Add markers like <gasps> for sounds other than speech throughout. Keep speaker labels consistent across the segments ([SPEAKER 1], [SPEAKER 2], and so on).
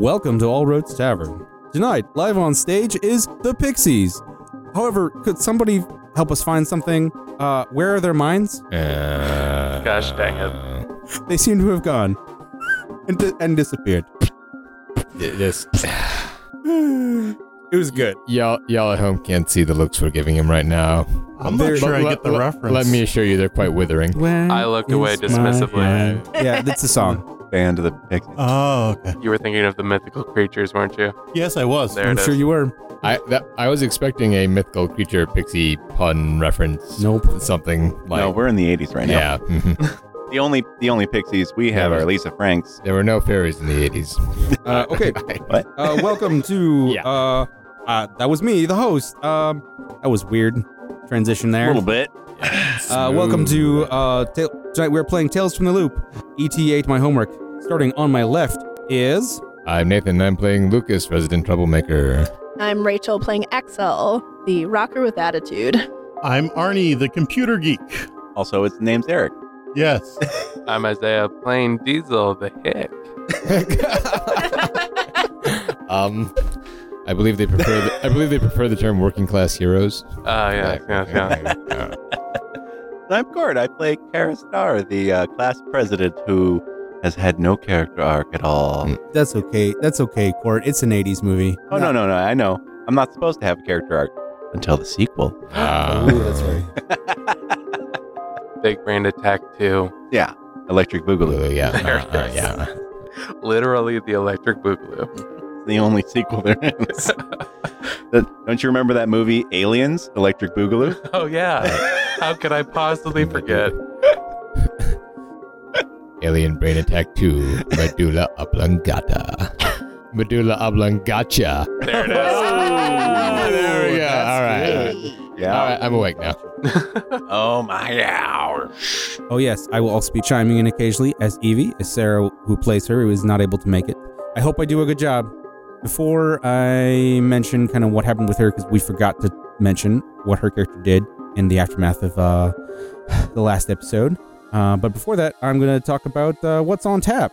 [SPEAKER 1] Welcome to All Roads Tavern. Tonight, live on stage is the Pixies. However, could somebody help us find something? Uh, where are their minds?
[SPEAKER 2] Uh,
[SPEAKER 3] Gosh dang it.
[SPEAKER 1] They seem to have gone and, di- and disappeared.
[SPEAKER 2] This
[SPEAKER 1] It was good.
[SPEAKER 2] y'all y'all at home can't see the looks we're giving him right now.
[SPEAKER 4] I'm not sure I
[SPEAKER 2] But
[SPEAKER 4] get the
[SPEAKER 2] let-
[SPEAKER 4] reference.
[SPEAKER 2] Let me assure you, they're quite withering.
[SPEAKER 3] I looked away dismissively.
[SPEAKER 1] Yeah, that's a song.
[SPEAKER 5] Band of the Pixies.
[SPEAKER 4] Oh, okay.
[SPEAKER 3] You were thinking of the mythical creatures, weren't you?
[SPEAKER 4] Yes, I was.
[SPEAKER 3] There
[SPEAKER 1] I'm
[SPEAKER 3] it is.
[SPEAKER 1] sure you were.
[SPEAKER 2] I that, I was expecting a mythical creature pixie pun reference.
[SPEAKER 1] Nope.
[SPEAKER 2] something like
[SPEAKER 5] no, we're in the 80s right now.
[SPEAKER 2] yeah. mhm.
[SPEAKER 5] The only the only Pixies we have
[SPEAKER 2] Yeah.
[SPEAKER 5] are Lisa Franks.
[SPEAKER 2] there were no fairies in the eighties. <laughs>
[SPEAKER 1] Uh, okay.
[SPEAKER 5] What?
[SPEAKER 1] Uh, welcome to.
[SPEAKER 2] Yeah.
[SPEAKER 1] uh, uh, that was me, the host. Um, that was weird transition there.
[SPEAKER 5] A little bit.
[SPEAKER 1] Uh, welcome to uh, ta- tonight. We're playing Tales from the Loop. ET ate my homework. Starting on my left is
[SPEAKER 2] I'm Nathan. and I'm playing Lucas, resident troublemaker.
[SPEAKER 6] I'm Rachel playing Axel, the rocker with attitude.
[SPEAKER 4] I'm Arnie, the computer geek.
[SPEAKER 5] Also, its name's Eric.
[SPEAKER 4] Yes.
[SPEAKER 3] I'm Isaiah Plain Diesel, the hick.
[SPEAKER 2] um, I believe they prefer. The, I believe they prefer the term working class heroes.
[SPEAKER 3] Oh, yeah, yeah, yeah.
[SPEAKER 2] yeah.
[SPEAKER 5] And I'm Gord. I play Kara Starr, the uh, class president who has had no character arc at all.
[SPEAKER 2] Mm.
[SPEAKER 1] that's okay. That's okay, Court. It's an '80s movie.
[SPEAKER 5] Oh no no no! I know. I'm not supposed to have a character arc until the sequel.
[SPEAKER 2] <laughs> Uh,
[SPEAKER 1] Ooh, that's right.
[SPEAKER 3] Big Brain Attack 2.
[SPEAKER 5] Yeah, Electric Boogaloo.
[SPEAKER 2] Blue, yeah,
[SPEAKER 3] <laughs> There
[SPEAKER 2] uh, uh,
[SPEAKER 3] it is.
[SPEAKER 2] yeah.
[SPEAKER 3] Literally the Electric Boogaloo.
[SPEAKER 5] It's the only sequel there
[SPEAKER 2] <laughs>
[SPEAKER 5] is. <laughs> That- Don't you remember that movie Aliens? Electric
[SPEAKER 2] <laughs>
[SPEAKER 5] Boogaloo.
[SPEAKER 3] Oh, yeah. How could I possibly forget?
[SPEAKER 2] Alien Brain Attack 2, Medulla
[SPEAKER 3] <laughs>
[SPEAKER 2] Oblongata. Medulla Oblongata.
[SPEAKER 3] There
[SPEAKER 6] <laughs>
[SPEAKER 3] it is.
[SPEAKER 2] there we go. All right.
[SPEAKER 5] Yeah.
[SPEAKER 2] All right, I'm awake now.
[SPEAKER 5] <laughs> Oh my hour.
[SPEAKER 1] Oh yes, I will also be chiming in occasionally as Evie, as Sarah who plays her, who is not able to make it. I hope I do a good job. Before I mention kind of what happened with her, because we forgot to mention what her character did in the aftermath of uh, <sighs> the last episode. Uh, but before that, I'm going to talk about uh, what's on tap.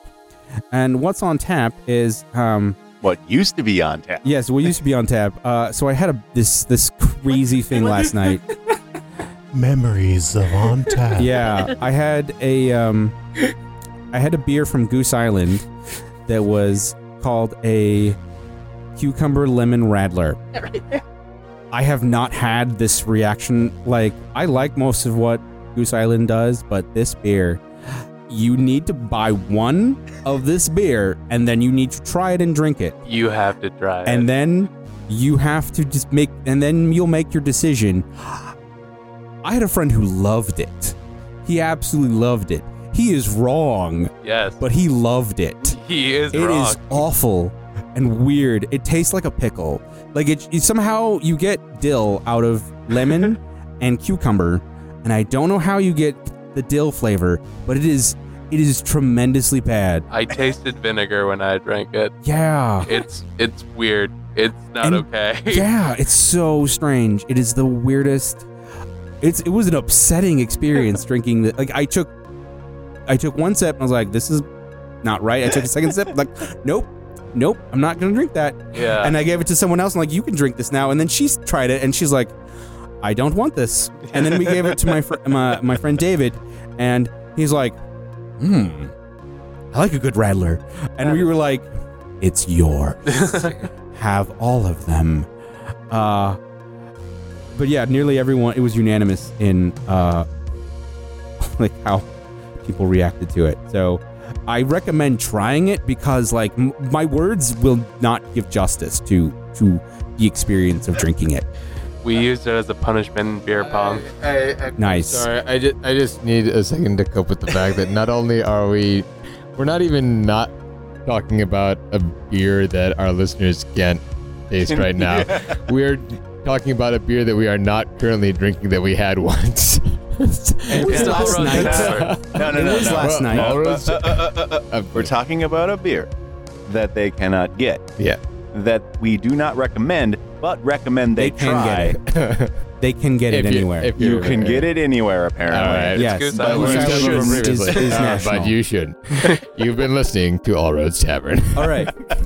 [SPEAKER 1] And what's on tap is um,
[SPEAKER 5] What used to be on tap?
[SPEAKER 1] Yes, we used to be on tap. Uh, so I had a this this crazy thing last night.
[SPEAKER 4] <laughs> Memories of on <laughs> tap.
[SPEAKER 1] Yeah, I had a um, I had a beer from Goose Island that was called a cucumber lemon radler.
[SPEAKER 6] right there.
[SPEAKER 1] I have not had this reaction. Like I like most of what Goose Island does, but this beer, you need to buy one of this beer and then you need to try it and drink it.
[SPEAKER 3] You have to try it.
[SPEAKER 1] and then you have to just make and then you'll make your decision i had a friend who loved it he absolutely loved it he is wrong
[SPEAKER 3] yes.
[SPEAKER 1] but he loved it
[SPEAKER 3] he is
[SPEAKER 1] It is
[SPEAKER 3] wrong.
[SPEAKER 1] awful and weird it tastes like a pickle like it, it- somehow you get dill out of lemon and cucumber and i don't know how you get the dill flavor but it is it is tremendously bad
[SPEAKER 3] I tasted vinegar when I drank it.
[SPEAKER 1] yeah
[SPEAKER 3] It's it's weird. It's not
[SPEAKER 1] And-
[SPEAKER 3] okay. <laughs>
[SPEAKER 1] yeah, it's so strange. It is the weirdest. It's it was an upsetting experience drinking the like I took I took one sip and I was like, this is not right. I took a second sip, like, nope, nope, I'm not gonna drink that.
[SPEAKER 3] Yeah.
[SPEAKER 1] And I gave it to someone else and like, you can drink this now. And then she tried it and she's like, I don't want this. And then we gave it to my fr- my, my friend David, and he's like, hmm, I like a good rattler. And we were like, it's yours have all of them. Uh, but yeah, nearly everyone. It was unanimous in uh, <laughs> like how people reacted to it. So I recommend trying it because like m- my words will not give justice to to the experience of drinking it.
[SPEAKER 3] we used it as a punishment in beer pong.
[SPEAKER 1] Nice.
[SPEAKER 2] Sorry, I just, I just need a second to cope with the fact that not only are we, we're not even not talking about a beer that our listeners can't taste right now.
[SPEAKER 3] <laughs>
[SPEAKER 2] We're talking about a beer that we are not currently drinking that we had <laughs> once.
[SPEAKER 1] It was
[SPEAKER 3] Yeah.
[SPEAKER 1] last
[SPEAKER 3] All roads
[SPEAKER 1] night. <laughs>
[SPEAKER 3] sour.
[SPEAKER 5] No no
[SPEAKER 1] It
[SPEAKER 5] no
[SPEAKER 1] was
[SPEAKER 5] no.
[SPEAKER 1] last night.
[SPEAKER 2] All
[SPEAKER 3] <laughs>
[SPEAKER 2] roads-
[SPEAKER 5] Uh, uh, uh, uh, uh,
[SPEAKER 2] a
[SPEAKER 5] We're
[SPEAKER 2] beer.
[SPEAKER 5] talking about a beer that they cannot get,
[SPEAKER 2] Yeah.
[SPEAKER 5] that we do not recommend, but recommend they,
[SPEAKER 1] They can
[SPEAKER 5] try.
[SPEAKER 1] get They can get
[SPEAKER 2] If
[SPEAKER 1] it
[SPEAKER 2] you-
[SPEAKER 1] anywhere.
[SPEAKER 2] if
[SPEAKER 5] You
[SPEAKER 2] you're-
[SPEAKER 5] can get it anywhere, apparently.
[SPEAKER 2] All right.
[SPEAKER 1] yes,
[SPEAKER 3] good
[SPEAKER 1] but
[SPEAKER 3] that
[SPEAKER 1] whose
[SPEAKER 3] we
[SPEAKER 1] island
[SPEAKER 3] should
[SPEAKER 1] is-
[SPEAKER 2] Previously.
[SPEAKER 1] is, is
[SPEAKER 2] <laughs> Uh,
[SPEAKER 1] national.
[SPEAKER 2] But you should. You've been listening to All Roads Tavern. <laughs>
[SPEAKER 1] All right.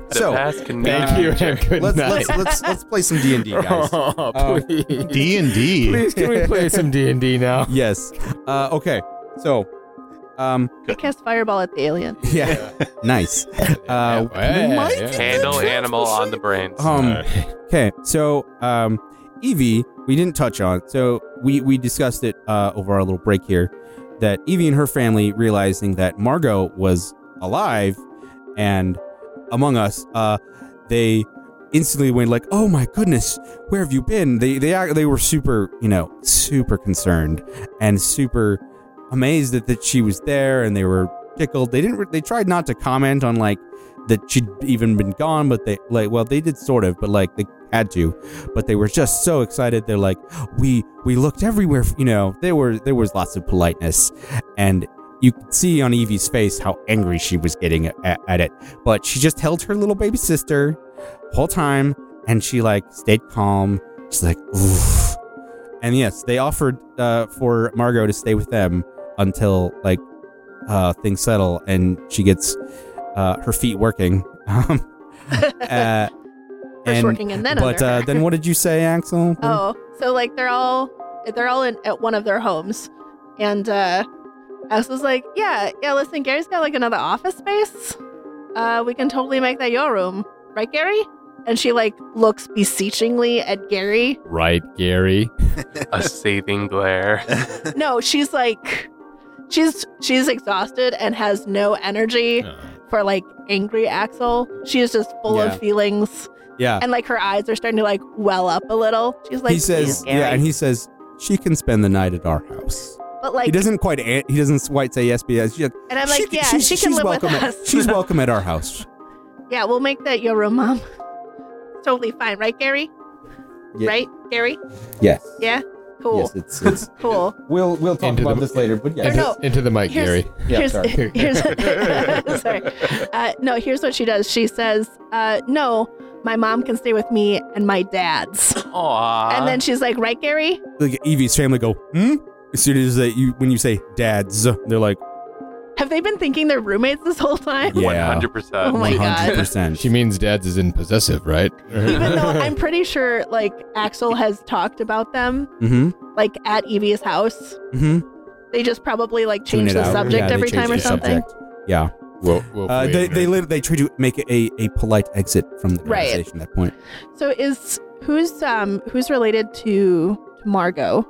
[SPEAKER 3] The
[SPEAKER 1] So
[SPEAKER 3] past can be
[SPEAKER 2] Thank you and good
[SPEAKER 1] let's,
[SPEAKER 2] night.
[SPEAKER 1] let's let's let's play some D and
[SPEAKER 2] <laughs>
[SPEAKER 1] D, <laughs> guys.
[SPEAKER 2] Oh, please.
[SPEAKER 4] D and D.
[SPEAKER 2] Please, can we play some D and D now?
[SPEAKER 1] Yes. Uh, okay. So, um, <laughs>
[SPEAKER 6] I cast fireball at the alien.
[SPEAKER 1] yeah, nice. Uh,
[SPEAKER 2] Yeah,
[SPEAKER 1] Mike?
[SPEAKER 2] yeah.
[SPEAKER 3] Handle animal on the brains.
[SPEAKER 1] Um, <laughs> okay. So, um, Evie, we didn't touch on. So we we discussed it uh, over our little break here that Evie and her family realizing that Margot was alive and among us, uh, they instantly went like, "Oh my goodness, where have you been?" They they ac- they were super, you know, super concerned and super amazed that, that she was there, and they were tickled. They didn't. Re- they tried not to comment on like that she'd even been gone, but they like well they did sort of, but like they had to, but they were just so excited. They're like we we looked everywhere, f- you know. There were there was lots of politeness, and you could see on Evie's face how angry she was getting at, at it. But she just held her little baby sister whole time, and she like stayed calm. She's like oof, and yes, they offered uh, for Margot to stay with them until like uh, things settle and she gets uh, her feet working. <laughs> Um, uh,
[SPEAKER 6] First
[SPEAKER 1] and-
[SPEAKER 6] working and then
[SPEAKER 1] but
[SPEAKER 6] other.
[SPEAKER 1] uh, then what did you say, Axel?
[SPEAKER 6] <laughs> Oh, so like they're all they're all in at one of their homes, and uh, Axe was like, "Yeah, yeah. Listen, Gary's got like another office space. Uh, we can totally make that your room, right, Gary?" And she like looks beseechingly at Gary.
[SPEAKER 2] Right, Gary.
[SPEAKER 3] A
[SPEAKER 1] <laughs>
[SPEAKER 3] saving glare.
[SPEAKER 6] No, she's like, she's she's exhausted and has no energy for like angry Axel. She is just full
[SPEAKER 1] Yeah.
[SPEAKER 6] of feelings,
[SPEAKER 1] Yeah.
[SPEAKER 6] and like her eyes are starting to like well up a little. She's like,
[SPEAKER 1] he says,
[SPEAKER 6] "Please, Gary."
[SPEAKER 1] yeah, and he says she can spend the night at our house.
[SPEAKER 6] but like,
[SPEAKER 1] he doesn't quite. An- he doesn't quite say yes, but yes, she,
[SPEAKER 6] and I'm
[SPEAKER 1] she-
[SPEAKER 6] like, yeah,
[SPEAKER 1] she's-
[SPEAKER 6] she can
[SPEAKER 1] she's
[SPEAKER 6] live with
[SPEAKER 1] welcome
[SPEAKER 6] us.
[SPEAKER 1] At,
[SPEAKER 6] <laughs>
[SPEAKER 1] she's welcome at our house.
[SPEAKER 6] Yeah, we'll make that your room, Mom. Totally fine, right, Gary?
[SPEAKER 1] Yeah.
[SPEAKER 6] Right, Gary?
[SPEAKER 1] Yes.
[SPEAKER 6] Yeah? Cool.
[SPEAKER 1] it's, it's.
[SPEAKER 6] Cool.
[SPEAKER 1] We'll we'll talk
[SPEAKER 2] Into
[SPEAKER 1] about
[SPEAKER 2] the-
[SPEAKER 1] this later, but
[SPEAKER 6] Or
[SPEAKER 1] yes,
[SPEAKER 6] no,
[SPEAKER 2] Into the mic,
[SPEAKER 6] here's-
[SPEAKER 2] Gary.
[SPEAKER 6] here's,
[SPEAKER 1] sorry.
[SPEAKER 6] <laughs>
[SPEAKER 1] <laughs>
[SPEAKER 6] here's sorry. Uh, no, here's what she does. She says, uh, "No, my mom can stay with me and my dad's."
[SPEAKER 3] Aww.
[SPEAKER 6] And
[SPEAKER 1] Uh-huh.
[SPEAKER 6] then she's like, "Right, Gary?"
[SPEAKER 1] like Evie's family go hmm. As soon as they, you when you say dads, they're
[SPEAKER 6] <laughs>
[SPEAKER 1] like
[SPEAKER 6] Have they been thinking they're roommates this whole time?
[SPEAKER 1] Yeah.
[SPEAKER 6] Oh
[SPEAKER 3] 100%.
[SPEAKER 1] <laughs>
[SPEAKER 6] my
[SPEAKER 1] one hundred
[SPEAKER 6] God.
[SPEAKER 1] percent.
[SPEAKER 2] She means dad's is in possessive,
[SPEAKER 6] <laughs>
[SPEAKER 2] right?
[SPEAKER 6] <laughs>
[SPEAKER 2] <laughs>
[SPEAKER 6] Even
[SPEAKER 1] <laughs>
[SPEAKER 6] though I'm pretty sure, like Axel has talked about them,
[SPEAKER 1] Mm-hmm.
[SPEAKER 6] like at Evie's house.
[SPEAKER 1] Mm-hmm.
[SPEAKER 6] They just probably like change the subject every time or something.
[SPEAKER 1] Yeah.
[SPEAKER 2] Wo- woefully
[SPEAKER 1] Uh, they they
[SPEAKER 2] ignorant.
[SPEAKER 1] lit- they try to make a, a polite exit from the
[SPEAKER 6] Right.
[SPEAKER 1] conversation at that point.
[SPEAKER 6] So is who's um who's related to to Margot?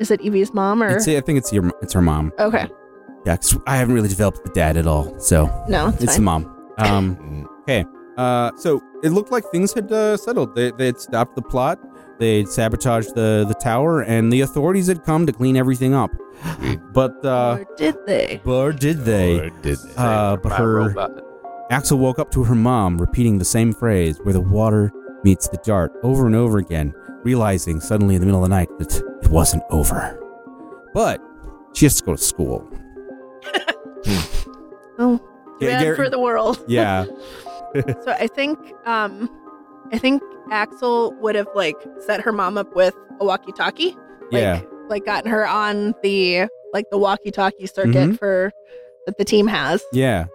[SPEAKER 6] Is it Evie's mom or
[SPEAKER 1] It's, I think it's your m- it's her mom.
[SPEAKER 6] okay?
[SPEAKER 1] Yeah, 'cause I haven't really developed the dad at all, so
[SPEAKER 6] No, it's,
[SPEAKER 1] it's the
[SPEAKER 6] fine.
[SPEAKER 1] mom. Um, Uh, so it looked like things had uh, settled. They they had stopped the plot. They had sabotaged the the tower, and the authorities had come to clean everything
[SPEAKER 6] <gasps>
[SPEAKER 1] up. But uh,
[SPEAKER 6] or did they?
[SPEAKER 1] but did they?
[SPEAKER 2] Or did they?
[SPEAKER 1] Uh, but
[SPEAKER 3] My
[SPEAKER 1] her
[SPEAKER 3] robot.
[SPEAKER 1] Axel woke up to her mom repeating the same phrase, where the water meets the dart, over and over again, realizing suddenly in the middle of the night that it wasn't over. But she has to go to
[SPEAKER 6] <laughs>
[SPEAKER 1] school.
[SPEAKER 6] Oh, too
[SPEAKER 1] Yeah,
[SPEAKER 6] bad
[SPEAKER 1] Gary-
[SPEAKER 6] for the world.
[SPEAKER 1] Yeah.
[SPEAKER 6] So I think um, I think Axel would have like set her mom up with a walkie-talkie. Like,
[SPEAKER 1] Yeah.
[SPEAKER 6] Like gotten her on the like the walkie-talkie circuit
[SPEAKER 1] Mhm.
[SPEAKER 6] for that the team has
[SPEAKER 1] Yeah.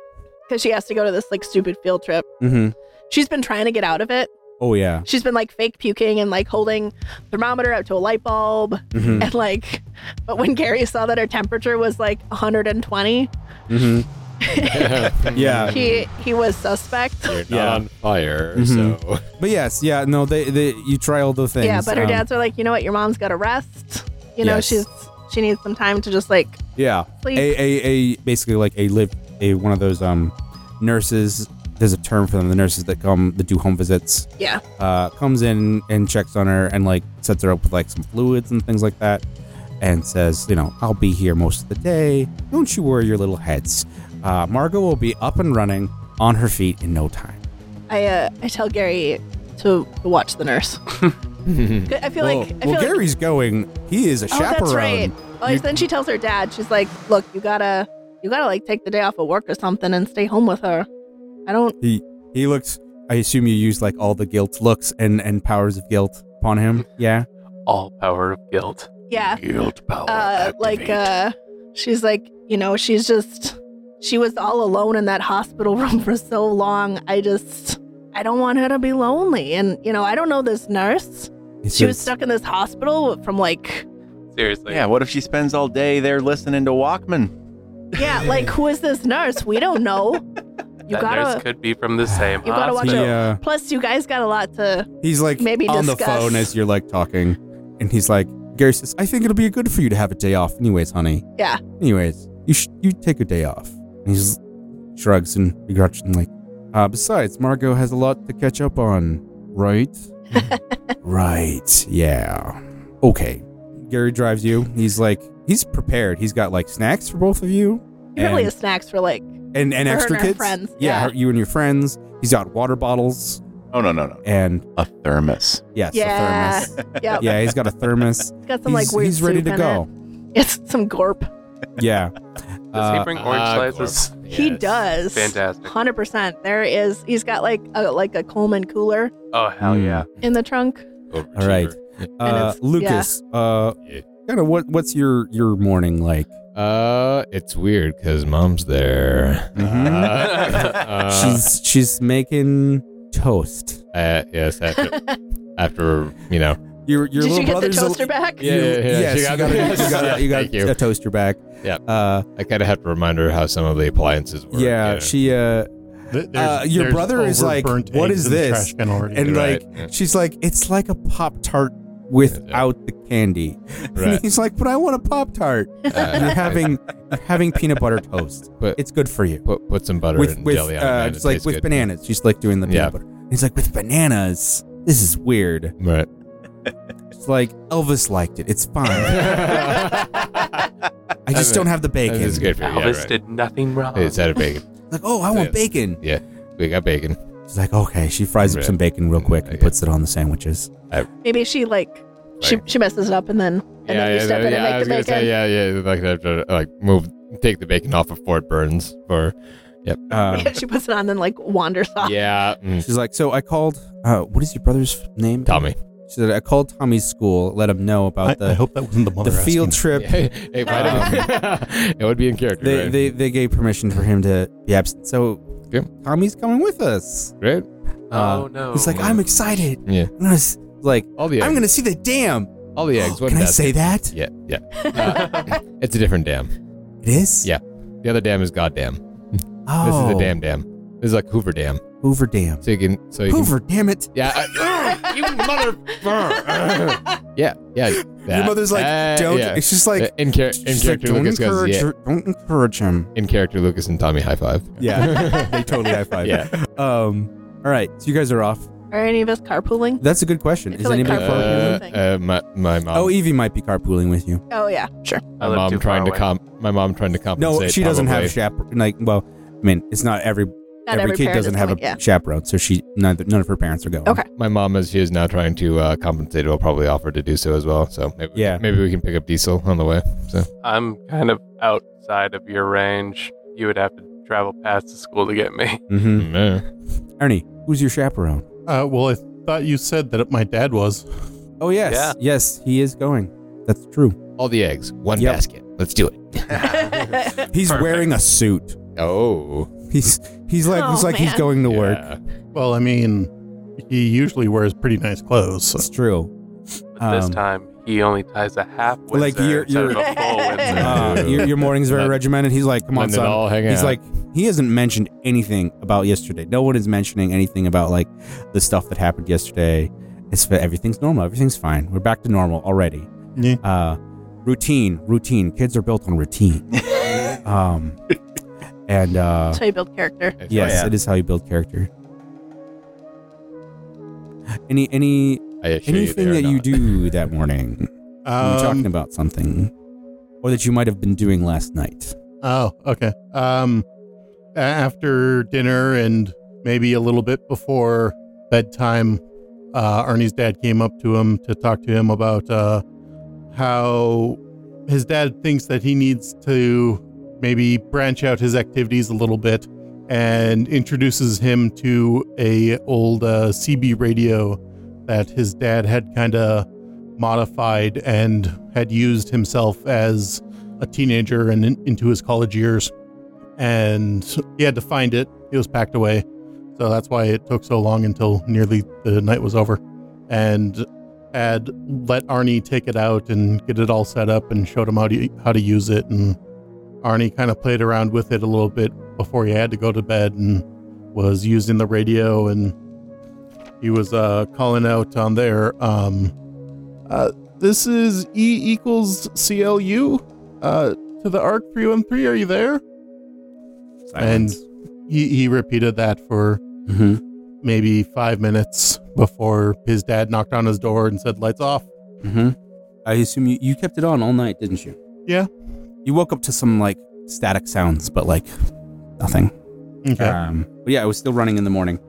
[SPEAKER 6] because she has to go to this like stupid field trip.
[SPEAKER 1] Mm-hmm.
[SPEAKER 6] She's been trying to get out of it.
[SPEAKER 1] Oh yeah.
[SPEAKER 6] She's been like fake puking and like holding thermometer up to a light bulb
[SPEAKER 1] Mm-hmm.
[SPEAKER 6] and like but when gary saw that her temperature was like 120
[SPEAKER 1] Mm-hmm. <laughs> Yeah.
[SPEAKER 6] he he was suspect
[SPEAKER 2] <laughs> You're not
[SPEAKER 1] Yeah.
[SPEAKER 2] on fire,
[SPEAKER 1] Mhm. <laughs>
[SPEAKER 2] so
[SPEAKER 1] But yes, yeah, no, they, they you try all the things.
[SPEAKER 6] yeah but her
[SPEAKER 1] um,
[SPEAKER 6] dads were like you know what your mom's got to rest you know
[SPEAKER 1] Yes.
[SPEAKER 6] she's she needs some time to just like
[SPEAKER 1] Yeah.
[SPEAKER 6] sleep
[SPEAKER 1] a, a, a basically like a live a one of those um nurses there's a term for them the nurses that come that do home visits
[SPEAKER 6] Yeah.
[SPEAKER 1] uh comes in and checks on her and like sets her up with like some fluids and things like that and says you know i'll be here most of the day don't you worry your little heads uh margot will be up and running on her feet in no time
[SPEAKER 6] i uh, i tell gary to watch the nurse i feel
[SPEAKER 1] Hmm. well,
[SPEAKER 6] like i feel
[SPEAKER 1] well,
[SPEAKER 6] like
[SPEAKER 1] gary's going he is a
[SPEAKER 6] oh
[SPEAKER 1] chaperone
[SPEAKER 6] that's right oh
[SPEAKER 1] You-
[SPEAKER 6] then she tells her dad she's like look you gotta you gotta like take the day off of work or something and stay home with her i don't
[SPEAKER 1] he looks i assume you use like all the guilt looks and and powers of guilt upon him yeah
[SPEAKER 3] all power of guilt.
[SPEAKER 6] Yeah.
[SPEAKER 5] Guild power.
[SPEAKER 6] Uh, like, uh, she's like, you know, she's just, she was all alone in that hospital <laughs> room for so long. I just, I don't want her to be lonely. And, you know, I don't know this nurse.
[SPEAKER 1] He
[SPEAKER 6] She was
[SPEAKER 1] says,
[SPEAKER 6] stuck in this hospital from like,
[SPEAKER 3] Seriously.
[SPEAKER 5] yeah, what if she spends all day there listening to Walkman?
[SPEAKER 1] <laughs>
[SPEAKER 6] yeah, like, who is this nurse? We don't know. You
[SPEAKER 3] that nurse
[SPEAKER 6] gotta,
[SPEAKER 3] could be from the same
[SPEAKER 6] You gotta watch
[SPEAKER 3] hospital.
[SPEAKER 1] he,
[SPEAKER 6] out.
[SPEAKER 1] uh,
[SPEAKER 6] plus, you guys got a lot to,
[SPEAKER 1] he's like
[SPEAKER 6] Maybe
[SPEAKER 1] on the
[SPEAKER 6] discuss.
[SPEAKER 1] phone as you're like talking, and he's like, Gary says, "I think it'll be good for you to have a day off, anyways, honey."
[SPEAKER 6] Yeah.
[SPEAKER 1] Anyways, you sh- you take a day off. And he just shrugs and begrudgingly. Uh, besides, Margot has a lot to catch up on, right?
[SPEAKER 6] <laughs>
[SPEAKER 1] right. Yeah. Okay. Gary drives you. He's like, he's prepared. He's got like snacks for both of you.
[SPEAKER 6] he probably
[SPEAKER 1] and-
[SPEAKER 6] has snacks
[SPEAKER 2] <laughs>
[SPEAKER 6] for like,
[SPEAKER 1] and and
[SPEAKER 6] For her
[SPEAKER 1] extra
[SPEAKER 6] and her
[SPEAKER 1] kids,
[SPEAKER 6] friends,
[SPEAKER 1] Yeah,
[SPEAKER 6] yeah.
[SPEAKER 1] her- you and your friends. He's got water bottles
[SPEAKER 5] Oh no, no, no.
[SPEAKER 1] and
[SPEAKER 5] A thermos.
[SPEAKER 1] yes,
[SPEAKER 6] Yeah.
[SPEAKER 1] a thermos.
[SPEAKER 6] yeah,
[SPEAKER 1] Yeah, he's got a thermos.
[SPEAKER 6] it's got <laughs> some
[SPEAKER 1] he's,
[SPEAKER 6] like weird
[SPEAKER 1] he's ready
[SPEAKER 6] soup
[SPEAKER 1] to
[SPEAKER 6] in
[SPEAKER 1] go.
[SPEAKER 6] it. It's <laughs> some gorp. <laughs>
[SPEAKER 1] Yeah,
[SPEAKER 3] Does he
[SPEAKER 1] Uh,
[SPEAKER 3] bring orange
[SPEAKER 2] <laughs> Ah,
[SPEAKER 3] slices?
[SPEAKER 2] Gorp.
[SPEAKER 6] He
[SPEAKER 2] Yes.
[SPEAKER 6] does.
[SPEAKER 3] Fantastic.
[SPEAKER 6] Hundred percent. There is. He's got like a like a Coleman cooler
[SPEAKER 3] Oh hell
[SPEAKER 1] Mm.
[SPEAKER 3] yeah.
[SPEAKER 6] in the trunk.
[SPEAKER 2] Overachiever.
[SPEAKER 1] all right. Uh,
[SPEAKER 6] it's-
[SPEAKER 1] Lucas, uh,
[SPEAKER 2] Yeah.
[SPEAKER 1] kind of what what's your your morning like?
[SPEAKER 2] Uh, it's weird because mom's there.
[SPEAKER 5] Mhm.
[SPEAKER 2] Uh, uh,
[SPEAKER 1] Mm-hmm. <laughs> she's she's making toast.
[SPEAKER 2] uh, yes, after, after you know,
[SPEAKER 1] Your your
[SPEAKER 6] Did
[SPEAKER 1] little
[SPEAKER 6] you get the
[SPEAKER 1] brother's a-
[SPEAKER 6] toaster back?
[SPEAKER 2] Yeah, yeah, yeah.
[SPEAKER 1] Yes,
[SPEAKER 2] She
[SPEAKER 1] you
[SPEAKER 2] got
[SPEAKER 1] got,
[SPEAKER 2] the-
[SPEAKER 1] a, you got,
[SPEAKER 2] <laughs>
[SPEAKER 1] a- you got
[SPEAKER 2] Thank you.
[SPEAKER 1] a toaster back.
[SPEAKER 2] Yeah.
[SPEAKER 1] Uh,
[SPEAKER 2] I kind of have to remind her how some of the appliances work.
[SPEAKER 1] yeah, She uh,
[SPEAKER 4] Th- there's-
[SPEAKER 1] Uh, your
[SPEAKER 4] there's
[SPEAKER 1] brother is like,
[SPEAKER 4] overburnt
[SPEAKER 1] "What
[SPEAKER 4] eggs
[SPEAKER 1] is
[SPEAKER 4] in the
[SPEAKER 1] this?"
[SPEAKER 4] trash can already.
[SPEAKER 1] and
[SPEAKER 2] Right,
[SPEAKER 1] like
[SPEAKER 2] yeah.
[SPEAKER 1] she's like it's like a pop tart without the candy. <laughs> And
[SPEAKER 2] Right.
[SPEAKER 1] he's like, "But I want a pop tart."
[SPEAKER 2] Uh,
[SPEAKER 1] You're having you're having peanut butter toast.
[SPEAKER 2] But-
[SPEAKER 1] it's good for you.
[SPEAKER 2] put, put some butter
[SPEAKER 1] with
[SPEAKER 2] and
[SPEAKER 1] with
[SPEAKER 2] jelly on
[SPEAKER 1] uh,
[SPEAKER 2] it.
[SPEAKER 1] just like with bananas. She's like doing the peanut
[SPEAKER 2] Yeah.
[SPEAKER 1] butter. And he's like, "With bananas, this is weird."
[SPEAKER 2] Right.
[SPEAKER 1] It's like Elvis liked it. It's fine.
[SPEAKER 2] <laughs>
[SPEAKER 1] I just
[SPEAKER 2] mean,
[SPEAKER 1] don't have the <laughs> bacon.
[SPEAKER 2] it's good for you.
[SPEAKER 3] Elvis
[SPEAKER 2] yeah, right.
[SPEAKER 3] did nothing wrong.
[SPEAKER 2] It's out of bacon.
[SPEAKER 1] Like, oh, I want
[SPEAKER 2] Yes.
[SPEAKER 1] bacon.
[SPEAKER 2] We got bacon.
[SPEAKER 1] She's like, okay. She fries up
[SPEAKER 2] Right.
[SPEAKER 1] some bacon real quick and
[SPEAKER 2] Okay.
[SPEAKER 1] puts it on the sandwiches.
[SPEAKER 6] Maybe she like she
[SPEAKER 2] Right.
[SPEAKER 6] she messes it up and then and then you step in
[SPEAKER 2] yeah, I
[SPEAKER 6] and
[SPEAKER 2] was gonna
[SPEAKER 6] make the bacon.
[SPEAKER 2] say, yeah, yeah, like that, like move, take the bacon off before it burns, or
[SPEAKER 6] <laughs>
[SPEAKER 1] Um,
[SPEAKER 6] she puts it on and then like wanders off.
[SPEAKER 2] yeah, mm,
[SPEAKER 1] she's like, so I called. Uh, what is your brother's name?
[SPEAKER 2] Tommy.
[SPEAKER 1] She said, I called Tommy's school, let him know about
[SPEAKER 4] I,
[SPEAKER 1] the
[SPEAKER 4] I hope that wasn't the mother.
[SPEAKER 1] the field
[SPEAKER 4] asking.
[SPEAKER 1] trip.
[SPEAKER 2] <laughs> Hey, hey, why
[SPEAKER 1] <laughs>
[SPEAKER 2] didn't- <laughs> it would be in character.
[SPEAKER 1] They,
[SPEAKER 2] right?
[SPEAKER 1] they they gave permission for him to be absent. So
[SPEAKER 2] Good.
[SPEAKER 1] Tommy's coming with us.
[SPEAKER 2] Right?
[SPEAKER 1] Uh,
[SPEAKER 3] oh no.
[SPEAKER 1] He's like, I'm excited.
[SPEAKER 2] Yeah.
[SPEAKER 1] I'm gonna s- like,
[SPEAKER 2] All the eggs.
[SPEAKER 1] I'm gonna see the dam.
[SPEAKER 2] all
[SPEAKER 1] <gasps>
[SPEAKER 2] the eggs. What
[SPEAKER 1] Can I
[SPEAKER 2] about-
[SPEAKER 1] say that?
[SPEAKER 2] Yeah,
[SPEAKER 1] <laughs>
[SPEAKER 2] yeah. Uh, it's a different dam.
[SPEAKER 1] It is.
[SPEAKER 2] Yeah. The other dam is goddamn.
[SPEAKER 1] Oh,
[SPEAKER 2] This is the dam dam. This is like Hoover Dam.
[SPEAKER 1] Hoover Dam.
[SPEAKER 2] So you can, so you can-
[SPEAKER 1] Hoover, damn it!
[SPEAKER 2] yeah.
[SPEAKER 1] <laughs>
[SPEAKER 2] I, you mother. <laughs> yeah, yeah.
[SPEAKER 1] Your
[SPEAKER 2] that.
[SPEAKER 1] mother's like,
[SPEAKER 2] Uh,
[SPEAKER 1] don't.
[SPEAKER 2] yeah.
[SPEAKER 1] It's just like,
[SPEAKER 2] Uh, in, char- in
[SPEAKER 1] she's like,
[SPEAKER 2] character,
[SPEAKER 1] don't
[SPEAKER 2] Lucas goes,
[SPEAKER 1] encourage,
[SPEAKER 2] yeah.
[SPEAKER 1] her- don't encourage him.
[SPEAKER 2] In character, Lucas and Tommy
[SPEAKER 1] <laughs>
[SPEAKER 2] high five.
[SPEAKER 1] Yeah, they totally high five.
[SPEAKER 2] Yeah.
[SPEAKER 1] Um. All right, so you guys are off.
[SPEAKER 6] Are any of us carpooling?
[SPEAKER 1] That's a good question.
[SPEAKER 6] I
[SPEAKER 1] Is
[SPEAKER 6] feel like
[SPEAKER 1] anybody
[SPEAKER 6] carpool
[SPEAKER 1] carpooling?
[SPEAKER 6] is
[SPEAKER 2] Uh,
[SPEAKER 6] a thing.
[SPEAKER 2] uh, my, my mom.
[SPEAKER 1] oh, Evie might be carpooling with you.
[SPEAKER 6] Oh yeah, sure.
[SPEAKER 2] my
[SPEAKER 3] I live
[SPEAKER 2] mom
[SPEAKER 3] too far
[SPEAKER 2] trying to
[SPEAKER 3] away.
[SPEAKER 2] comp. My mom trying to compensate.
[SPEAKER 1] No, she doesn't have
[SPEAKER 2] probably.
[SPEAKER 1] chaperone. Like, well, I mean, it's not every
[SPEAKER 6] Not
[SPEAKER 1] every,
[SPEAKER 6] every,
[SPEAKER 1] kid
[SPEAKER 6] parent
[SPEAKER 1] doesn't
[SPEAKER 6] is
[SPEAKER 1] have a
[SPEAKER 6] going- yeah.
[SPEAKER 1] chaperone, so she neither, none of her parents are going.
[SPEAKER 6] Okay.
[SPEAKER 2] my mom, as she is now trying to uh, compensate, will probably offer to do so as well. So maybe,
[SPEAKER 1] Yeah.
[SPEAKER 2] maybe we can pick up Diesel on the way. So
[SPEAKER 3] I'm kind of outside of your range. You would have to travel past the school to get
[SPEAKER 6] <laughs>
[SPEAKER 3] me. <laughs>
[SPEAKER 1] Mm-hmm.
[SPEAKER 5] Hmm.
[SPEAKER 2] mm,
[SPEAKER 1] Ernie, who's your chaperone?
[SPEAKER 4] Uh, well, I thought you said that my dad was.
[SPEAKER 1] Oh yes,
[SPEAKER 3] Yeah.
[SPEAKER 1] yes, he is going. That's true.
[SPEAKER 2] all the eggs, one
[SPEAKER 1] Yep.
[SPEAKER 2] basket. Let's do it.
[SPEAKER 1] He's
[SPEAKER 3] Perfect.
[SPEAKER 1] wearing a suit.
[SPEAKER 2] Oh,
[SPEAKER 1] He's he's like he's
[SPEAKER 6] Oh,
[SPEAKER 1] like he's
[SPEAKER 6] man.
[SPEAKER 1] going to work.
[SPEAKER 2] yeah.
[SPEAKER 4] Well, I mean, he usually wears pretty nice clothes. so-
[SPEAKER 1] It's
[SPEAKER 6] <laughs>
[SPEAKER 1] true.
[SPEAKER 3] But this
[SPEAKER 1] Um,
[SPEAKER 3] time, he only ties a half Windsor
[SPEAKER 1] Like, you're-
[SPEAKER 3] instead of
[SPEAKER 6] you're-
[SPEAKER 3] a full Windsor.
[SPEAKER 1] Uh,
[SPEAKER 2] Ooh.
[SPEAKER 1] your, your morning's very
[SPEAKER 2] Let-
[SPEAKER 1] regimented. He's like, come on,
[SPEAKER 2] Letting it
[SPEAKER 1] son.
[SPEAKER 2] all hang
[SPEAKER 1] He's
[SPEAKER 2] out.
[SPEAKER 1] like, he hasn't mentioned anything about yesterday. No one is mentioning anything about like the stuff that happened yesterday. It's everything's normal. Everything's fine. We're back to normal already.
[SPEAKER 4] Yeah.
[SPEAKER 1] Uh, routine, routine. Kids are built on
[SPEAKER 6] <laughs>
[SPEAKER 1] routine. um, and uh,
[SPEAKER 6] That's how you build character.
[SPEAKER 2] Oh,
[SPEAKER 1] yes,
[SPEAKER 5] yeah.
[SPEAKER 1] it is how you build character. Any any
[SPEAKER 2] I assure you they
[SPEAKER 1] anything
[SPEAKER 2] are
[SPEAKER 1] that you
[SPEAKER 2] not. <laughs>
[SPEAKER 1] do that morning? We were talking
[SPEAKER 4] Um,
[SPEAKER 1] about something, or that you might have been doing last night.
[SPEAKER 4] Oh, okay. Um, a- after dinner and maybe a little bit before bedtime, uh, Ernie's dad came up to him to talk to him about uh, how his dad thinks that he needs to maybe branch out his activities a little bit, and introduces him to a old uh, CB radio that his dad had kind of modified and had used himself as a teenager and in, into his college years. And he had to find it. It was packed away. So that's why it took so long until nearly the night was over. And had let Arnie take it out and get it all set up and showed him how to, how to use it. And Arnie kind of played around with it a little bit before he had to go to bed and was using the radio and he was uh, calling out on there. Um, uh, this is E equals CLU uh, to the ARC 313. Are you there? And he, he repeated that for
[SPEAKER 1] Mm-hmm.
[SPEAKER 4] maybe five minutes before his dad knocked on his door and said, Lights off.
[SPEAKER 1] Mm-hmm. I assume you, you kept it on all night, didn't you?
[SPEAKER 4] Yeah.
[SPEAKER 1] You woke up to some like static sounds, but like nothing.
[SPEAKER 4] Okay.
[SPEAKER 1] Um, but yeah, it was still running in the morning.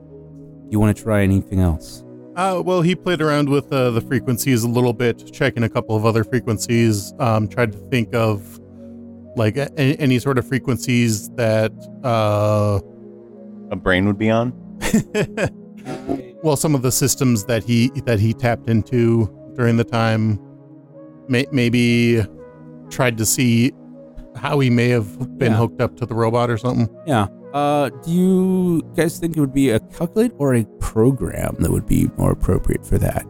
[SPEAKER 1] You want to try anything else?
[SPEAKER 4] Uh, well, he played around with uh, the frequencies a little bit, checking a couple of other frequencies, um, tried to think of like a- a- any sort of frequencies that. Uh,
[SPEAKER 5] <laughs> A brain would be on.
[SPEAKER 4] well, some of the systems that he that he tapped into during the time, may, maybe tried to see how he may have been
[SPEAKER 1] Yeah.
[SPEAKER 4] hooked up to the robot or something.
[SPEAKER 1] Yeah. Uh, do you guys think it would be a calculate or a program that would be more appropriate for that?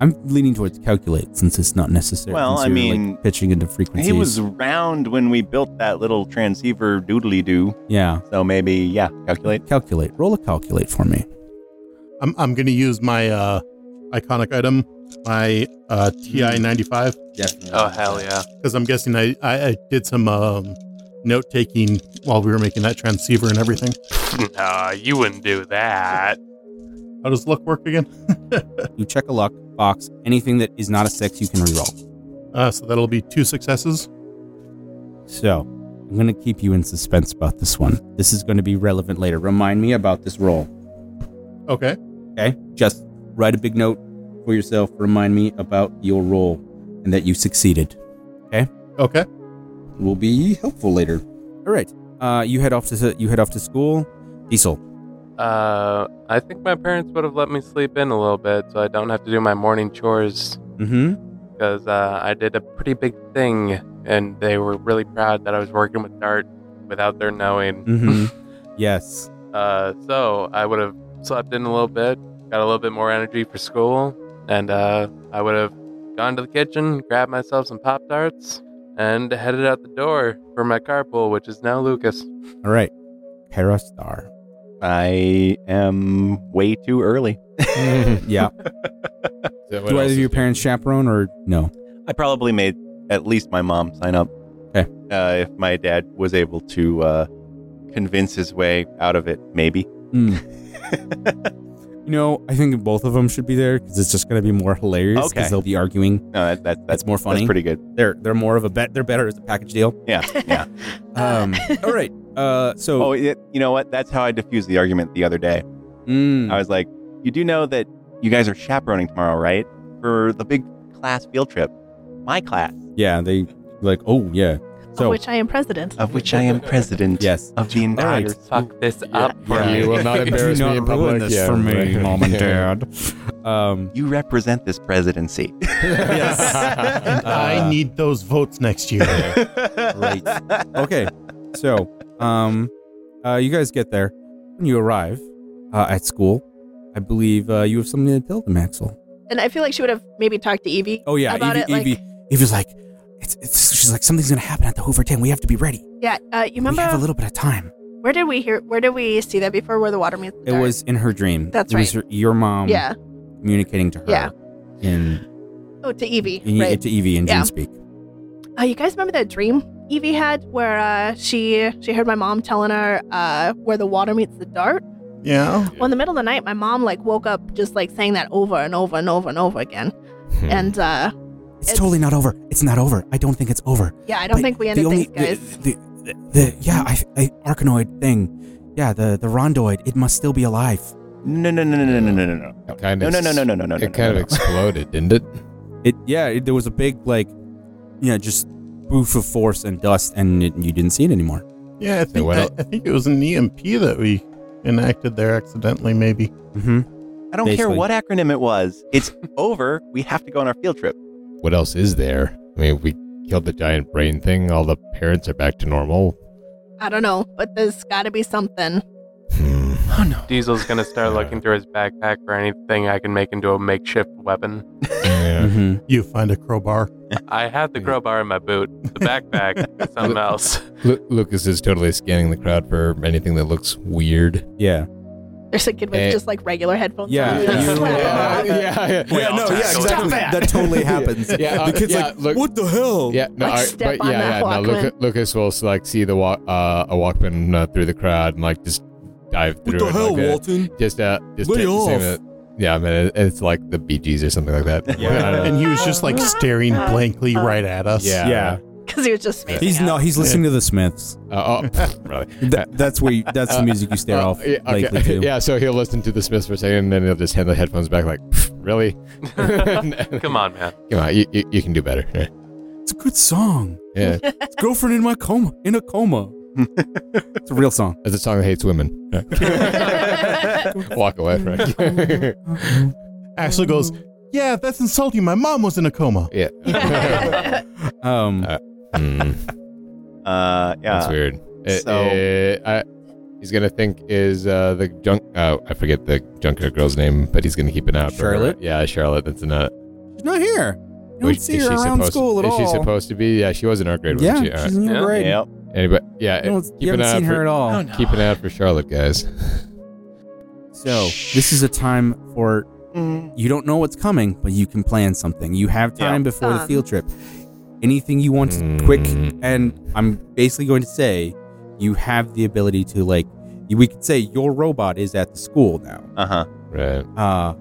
[SPEAKER 1] I'm leaning towards calculate since it's not necessary.
[SPEAKER 5] Well,
[SPEAKER 1] since
[SPEAKER 5] I
[SPEAKER 1] you're, like,
[SPEAKER 5] mean,
[SPEAKER 1] pitching into frequencies.
[SPEAKER 5] He was around when we built that little transceiver doodly doo.
[SPEAKER 1] yeah.
[SPEAKER 5] So maybe, yeah, calculate.
[SPEAKER 1] Calculate. Roll a calculate for me.
[SPEAKER 4] I'm I'm gonna use my uh, iconic item, my uh, TI ninety five,
[SPEAKER 1] Definitely.
[SPEAKER 3] Oh
[SPEAKER 1] <laughs>
[SPEAKER 3] hell yeah!
[SPEAKER 4] because I'm guessing I I, I did some um, note taking while we were making that transceiver and everything.
[SPEAKER 3] Nah, you wouldn't do that.
[SPEAKER 4] How does luck work again?
[SPEAKER 1] You check a luck box. Anything that is not a six, you can reroll.
[SPEAKER 4] Uh, so that'll be two successes.
[SPEAKER 1] So I'm going to keep you in suspense about this one. This is going to be relevant later. Remind me about this roll.
[SPEAKER 4] Okay.
[SPEAKER 1] Okay. Just write a big note for yourself. Remind me about your roll and that you succeeded.
[SPEAKER 4] Okay.
[SPEAKER 1] will be helpful later. All right. Uh, you head off to you head off to school. Diesel.
[SPEAKER 3] Uh, I think my parents would have let me sleep in a little bit, so I don't have to do my morning chores
[SPEAKER 1] Mm-hmm.
[SPEAKER 3] because uh, I did a pretty big thing, and they were really proud that I was working with Dart without their knowing.
[SPEAKER 1] Mm-hmm. <laughs> yes.
[SPEAKER 3] Uh, so I would have slept in a little bit, got a little bit more energy for school, and uh, I would have gone to the kitchen, grabbed myself some Pop Tarts, and headed out the door for my carpool, which is now Lucas.
[SPEAKER 1] All right. <laughs> Parastar.
[SPEAKER 5] I am way too early.
[SPEAKER 1] Yeah. Do either of your parents chaperone or no?
[SPEAKER 5] I probably made at least my mom sign up.
[SPEAKER 1] Okay.
[SPEAKER 5] Uh, if my dad was able to uh, convince his way out of it, maybe.
[SPEAKER 1] <laughs> You know, I think both of them should be there because it's just going to be more hilarious because
[SPEAKER 5] Okay.
[SPEAKER 1] they'll be arguing.
[SPEAKER 5] No, that, that,
[SPEAKER 1] That's more funny.
[SPEAKER 5] That's pretty good.
[SPEAKER 1] They're they're more of a bet. They're better as a package deal. <laughs>
[SPEAKER 5] Yeah, yeah.
[SPEAKER 1] Um. all right. Uh. So.
[SPEAKER 5] oh, it, you know what? That's how I diffused the argument the other day.
[SPEAKER 1] mm,
[SPEAKER 5] I was like, you do know that you guys are chaperoning tomorrow, right? For the big class field trip. My class,
[SPEAKER 1] yeah. They like. Oh yeah. So
[SPEAKER 6] of which I am president.
[SPEAKER 5] of which I am president
[SPEAKER 1] yes.
[SPEAKER 5] of the entire.
[SPEAKER 1] Alright.
[SPEAKER 3] Fuck this up for
[SPEAKER 1] Yeah.
[SPEAKER 3] me.
[SPEAKER 2] You
[SPEAKER 5] <laughs>
[SPEAKER 2] will not embarrass
[SPEAKER 1] Do
[SPEAKER 2] me in
[SPEAKER 1] not ruin
[SPEAKER 2] public.
[SPEAKER 1] this
[SPEAKER 2] Yeah,
[SPEAKER 1] for me,
[SPEAKER 2] right.
[SPEAKER 1] mom and
[SPEAKER 2] Yeah.
[SPEAKER 1] dad. Um,
[SPEAKER 5] You represent this presidency. <laughs>
[SPEAKER 2] <laughs>
[SPEAKER 1] Yes. Uh,
[SPEAKER 4] I need those votes next year.
[SPEAKER 1] <laughs> Right. okay, so um, uh, you guys get there. When you arrive uh, at school, I believe uh, you have something to tell them, Axel.
[SPEAKER 6] And I feel like she would have maybe talked to Evie.
[SPEAKER 1] Oh yeah,
[SPEAKER 6] About
[SPEAKER 1] Evie.
[SPEAKER 6] it, like-
[SPEAKER 1] Evie, Evie's like, it's, it's. She's like, something's gonna happen at the Hoover Dam. We have to be ready.
[SPEAKER 6] Yeah. Uh, you remember
[SPEAKER 1] we have a little bit of time.
[SPEAKER 6] where did we hear? Where did we see that before? Where the water meets the
[SPEAKER 1] It
[SPEAKER 6] dark?
[SPEAKER 1] was um, in her dream.
[SPEAKER 6] That's
[SPEAKER 1] it Was her, your mom.
[SPEAKER 6] Yeah.
[SPEAKER 1] Communicating to her.
[SPEAKER 6] Yeah.
[SPEAKER 1] In,
[SPEAKER 6] Oh, to Evie.
[SPEAKER 1] in
[SPEAKER 6] right.
[SPEAKER 1] to Evie in
[SPEAKER 6] Yeah.
[SPEAKER 1] dream speak.
[SPEAKER 6] Uh, you guys remember that dream Evie had where uh, she she heard my mom telling her uh, where the water meets the dart?
[SPEAKER 4] yeah.
[SPEAKER 6] Well, in the middle of the night, my mom like woke up just like saying that over and over and over and over again. And uh,
[SPEAKER 1] It's,
[SPEAKER 6] It's-
[SPEAKER 1] totally not over. It's not over. I don't think it's over.
[SPEAKER 6] yeah, I don't
[SPEAKER 1] But
[SPEAKER 6] think we ended things, guys.
[SPEAKER 1] The, the, the, yeah, I, I arcanoid thing. Yeah, the the rondoid. It must still be alive.
[SPEAKER 5] No, no, no, no, no, no, no, no, no.
[SPEAKER 2] It kind
[SPEAKER 5] No,
[SPEAKER 2] of
[SPEAKER 5] no, no, no, no, no, no.
[SPEAKER 2] It kind
[SPEAKER 5] no,
[SPEAKER 2] of
[SPEAKER 5] no.
[SPEAKER 2] exploded, didn't it?
[SPEAKER 1] It yeah. It, there was a big like, yeah, just boof of force and dust, and it, you didn't see it anymore.
[SPEAKER 4] Yeah, I think
[SPEAKER 2] what
[SPEAKER 4] I,
[SPEAKER 2] el-
[SPEAKER 4] I think it was an EMP that we enacted there accidentally, maybe.
[SPEAKER 1] Mm-hmm.
[SPEAKER 5] I don't
[SPEAKER 7] Basically.
[SPEAKER 5] care what acronym it was. It's over. We have to go on our field trip.
[SPEAKER 2] What else is there? I mean, we killed the giant brain thing. All the parents are back to normal.
[SPEAKER 6] I don't know, but there's got to be something.
[SPEAKER 5] <laughs>
[SPEAKER 2] Hmm.
[SPEAKER 5] Oh no.
[SPEAKER 3] Diesel's gonna start
[SPEAKER 2] Yeah.
[SPEAKER 3] looking through his backpack for anything I can make into a makeshift
[SPEAKER 2] <laughs>
[SPEAKER 3] weapon.
[SPEAKER 2] Yeah.
[SPEAKER 1] hmm
[SPEAKER 4] You find a crowbar.
[SPEAKER 3] I have the
[SPEAKER 2] Yeah.
[SPEAKER 3] crowbar in my boot.
[SPEAKER 2] <laughs>
[SPEAKER 3] The backpack is something else.
[SPEAKER 2] Lu- Lucas is totally scanning the crowd for anything that looks weird.
[SPEAKER 1] Yeah.
[SPEAKER 6] There's a kid with
[SPEAKER 2] Eh.
[SPEAKER 6] just like regular headphones.
[SPEAKER 1] Yeah,
[SPEAKER 6] on. You just
[SPEAKER 1] you-
[SPEAKER 6] slap him
[SPEAKER 1] Yeah. <laughs>
[SPEAKER 6] on
[SPEAKER 2] <laughs>
[SPEAKER 6] the-
[SPEAKER 2] yeah,
[SPEAKER 3] Yeah, no, yeah, exactly.
[SPEAKER 1] That totally happens.
[SPEAKER 2] <laughs> Yeah, uh,
[SPEAKER 1] the kid's
[SPEAKER 2] yeah,
[SPEAKER 1] like,
[SPEAKER 2] look-
[SPEAKER 1] "What the hell?"
[SPEAKER 2] Yeah, no,
[SPEAKER 6] Like,
[SPEAKER 2] I-
[SPEAKER 6] step
[SPEAKER 2] but
[SPEAKER 6] on
[SPEAKER 2] yeah,
[SPEAKER 6] that
[SPEAKER 2] yeah, no, Luca-
[SPEAKER 6] Walkman.
[SPEAKER 2] Lucas will like see the walk, uh, a Walkman uh, through the crowd and like just dive through. it, like, uh,
[SPEAKER 1] Walton?
[SPEAKER 2] Just uh, just
[SPEAKER 1] Lay
[SPEAKER 2] t-
[SPEAKER 1] off.
[SPEAKER 2] saying that- yeah, I mean, it, it's like the Bee Gees or something like
[SPEAKER 1] <laughs>
[SPEAKER 2] that.
[SPEAKER 1] Yeah.
[SPEAKER 2] I don't know.
[SPEAKER 4] And he was just
[SPEAKER 6] Uh,
[SPEAKER 4] like staring blankly right at us.
[SPEAKER 2] Uh, yeah,
[SPEAKER 1] Yeah.
[SPEAKER 6] <laughs> Cause he was just spacing
[SPEAKER 1] He's
[SPEAKER 6] out.
[SPEAKER 1] no, he's listening to the Smiths.
[SPEAKER 2] Uh, oh, pff, really.
[SPEAKER 1] Th- that's where you, that's the music you stare
[SPEAKER 2] Uh,
[SPEAKER 1] off
[SPEAKER 2] yeah, okay. <laughs>
[SPEAKER 1] blankly to.
[SPEAKER 2] yeah, so he'll listen to the Smiths for a second, and then he'll just hand the headphones back, like, "Pff,
[SPEAKER 1] <laughs>
[SPEAKER 2] really? <laughs>
[SPEAKER 3] Come on, man.
[SPEAKER 2] Come on, you, you, you can do better.
[SPEAKER 1] It's a good song.
[SPEAKER 2] Yeah,
[SPEAKER 1] It's girlfriend in my coma, in a coma.
[SPEAKER 2] <laughs>
[SPEAKER 1] it's a real song.
[SPEAKER 2] it's a song that hates women. <laughs>
[SPEAKER 6] <laughs>
[SPEAKER 2] Walk away, Frank.
[SPEAKER 1] Um,
[SPEAKER 4] Ashley goes, Yeah, that's insulting. My mom was in a coma.
[SPEAKER 2] <laughs> yeah.
[SPEAKER 1] <laughs>
[SPEAKER 2] <laughs>
[SPEAKER 1] Um,
[SPEAKER 2] Uh, Hmm.
[SPEAKER 5] Uh, yeah.
[SPEAKER 2] That's weird. Eh,
[SPEAKER 5] So-
[SPEAKER 2] eh, I, he's gonna think is uh, the junk. Oh, I forget the junker girl's name, but he's gonna keep an eye out. for her.
[SPEAKER 1] Charlotte?
[SPEAKER 2] Yeah, Charlotte. That's not.
[SPEAKER 1] she's not here. You don't
[SPEAKER 2] wait,
[SPEAKER 1] see
[SPEAKER 2] is
[SPEAKER 1] her
[SPEAKER 2] she
[SPEAKER 1] around
[SPEAKER 2] supposed-
[SPEAKER 1] school at
[SPEAKER 2] is
[SPEAKER 1] all.
[SPEAKER 2] she supposed to be? Yeah, she was in our grade.
[SPEAKER 1] yeah,
[SPEAKER 2] Wasn't she? All
[SPEAKER 1] she's
[SPEAKER 2] right.
[SPEAKER 1] in your
[SPEAKER 3] Yeah.
[SPEAKER 1] grade.
[SPEAKER 5] Yep.
[SPEAKER 2] Anybody? Yeah. eh,
[SPEAKER 1] You, don't- you
[SPEAKER 2] keep an
[SPEAKER 1] haven't
[SPEAKER 2] eye
[SPEAKER 1] seen
[SPEAKER 2] out for, Oh,
[SPEAKER 1] her at all.
[SPEAKER 2] Keep an eye out for Charlotte, guys.
[SPEAKER 1] So this is a time for
[SPEAKER 5] Mm-hmm.
[SPEAKER 1] you don't know what's coming, but you can plan something. You have
[SPEAKER 5] Yeah.
[SPEAKER 1] time before the
[SPEAKER 6] Um.
[SPEAKER 1] field trip. Anything you want, to quick,
[SPEAKER 2] Mm.
[SPEAKER 1] and I'm basically going to say you have the ability to like. you- We could say your robot is at the school now,
[SPEAKER 5] Uh huh.
[SPEAKER 2] Right.
[SPEAKER 1] uh,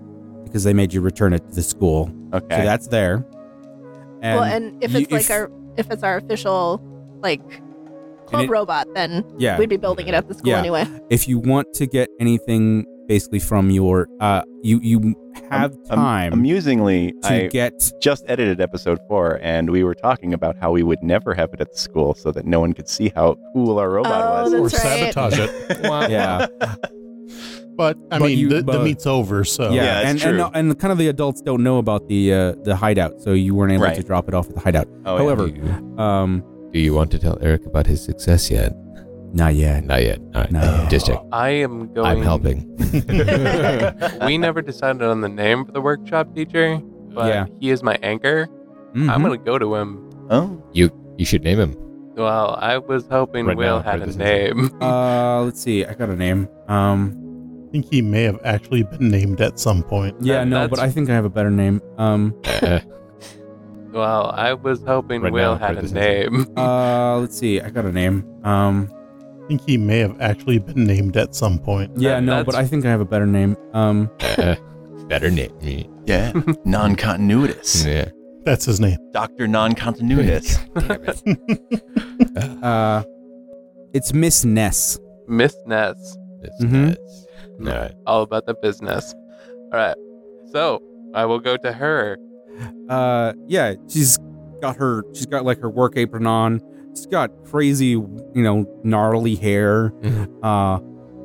[SPEAKER 1] because they made you return it to the school.
[SPEAKER 5] Okay.
[SPEAKER 1] So that's there. And
[SPEAKER 6] well, and if
[SPEAKER 1] you-
[SPEAKER 6] it's like our if it's our official like club
[SPEAKER 1] it-
[SPEAKER 6] robot, then
[SPEAKER 1] yeah,
[SPEAKER 6] we'd be building it at the school
[SPEAKER 1] Yeah.
[SPEAKER 6] anyway.
[SPEAKER 1] if you want to get anything basically from your uh, you you have
[SPEAKER 5] Am-
[SPEAKER 1] time
[SPEAKER 5] Amusingly,
[SPEAKER 1] to
[SPEAKER 5] I
[SPEAKER 1] get
[SPEAKER 5] just edited episode four, and we were talking about how we would never have it at the school so that no one could see how cool our robot
[SPEAKER 6] Oh,
[SPEAKER 5] was.
[SPEAKER 4] or
[SPEAKER 6] That's right.
[SPEAKER 4] sabotage
[SPEAKER 5] <laughs>
[SPEAKER 4] it.
[SPEAKER 1] yeah
[SPEAKER 4] But I
[SPEAKER 1] But
[SPEAKER 4] mean,
[SPEAKER 1] you-
[SPEAKER 4] the,
[SPEAKER 1] but-
[SPEAKER 4] the meet's over, so
[SPEAKER 1] yeah,
[SPEAKER 5] Yeah, it's
[SPEAKER 1] and,
[SPEAKER 5] true.
[SPEAKER 1] and and kind of the adults don't know about the uh, the hideout, so you weren't able
[SPEAKER 5] Right.
[SPEAKER 1] to drop it off at the hideout.
[SPEAKER 5] Oh, yeah.
[SPEAKER 1] However,
[SPEAKER 2] Do you,
[SPEAKER 1] um,
[SPEAKER 2] do you want to tell Eric about his success yet?
[SPEAKER 1] not yet.
[SPEAKER 2] Not yet. All right.
[SPEAKER 1] No.
[SPEAKER 2] Just check.
[SPEAKER 3] I am going.
[SPEAKER 2] I'm helping.
[SPEAKER 3] We never decided on the name for the workshop teacher, but
[SPEAKER 1] Yeah.
[SPEAKER 3] he is my anchor.
[SPEAKER 1] Mm-hmm.
[SPEAKER 2] Mm-hmm.
[SPEAKER 3] I'm gonna go to him.
[SPEAKER 5] <laughs> oh,
[SPEAKER 2] You you should name him.
[SPEAKER 3] Well, I was hoping
[SPEAKER 2] Right
[SPEAKER 3] Will
[SPEAKER 2] now,
[SPEAKER 3] had
[SPEAKER 2] right
[SPEAKER 3] a
[SPEAKER 2] this
[SPEAKER 3] name. <laughs>
[SPEAKER 1] Mhm. uh, let's see. I got a name. Um,
[SPEAKER 4] I think he may have actually been named at some point.
[SPEAKER 1] yeah,
[SPEAKER 3] That-
[SPEAKER 1] no,
[SPEAKER 3] that's-
[SPEAKER 1] but I think I have a better name. Um,
[SPEAKER 2] Eh,
[SPEAKER 3] Well, I was hoping
[SPEAKER 2] Right
[SPEAKER 3] Will
[SPEAKER 2] now,
[SPEAKER 3] had
[SPEAKER 2] right
[SPEAKER 3] a
[SPEAKER 2] this
[SPEAKER 3] name. <laughs>
[SPEAKER 1] uh, let's see. I got a name. Um,
[SPEAKER 4] I think he may have actually been named at some point.
[SPEAKER 1] yeah,
[SPEAKER 3] That-
[SPEAKER 1] no,
[SPEAKER 3] that's-
[SPEAKER 1] but I think I have a better name. Um,
[SPEAKER 2] eh, better name me.
[SPEAKER 1] <laughs>
[SPEAKER 5] yeah. non continuitus.
[SPEAKER 2] Yeah.
[SPEAKER 4] That's his
[SPEAKER 6] <laughs>
[SPEAKER 4] name.
[SPEAKER 5] Dr. Non continuitus.
[SPEAKER 1] uh, it's Miss Ness.
[SPEAKER 3] Miss Ness,
[SPEAKER 2] That's
[SPEAKER 1] Mhm.
[SPEAKER 2] nuts. All right.
[SPEAKER 3] all about the business. All right, so I will go to her.
[SPEAKER 1] Uh, yeah, she's got her. She's got like her work apron on. She's got crazy, you know, gnarly hair.
[SPEAKER 2] Mm-hmm.
[SPEAKER 1] Uh,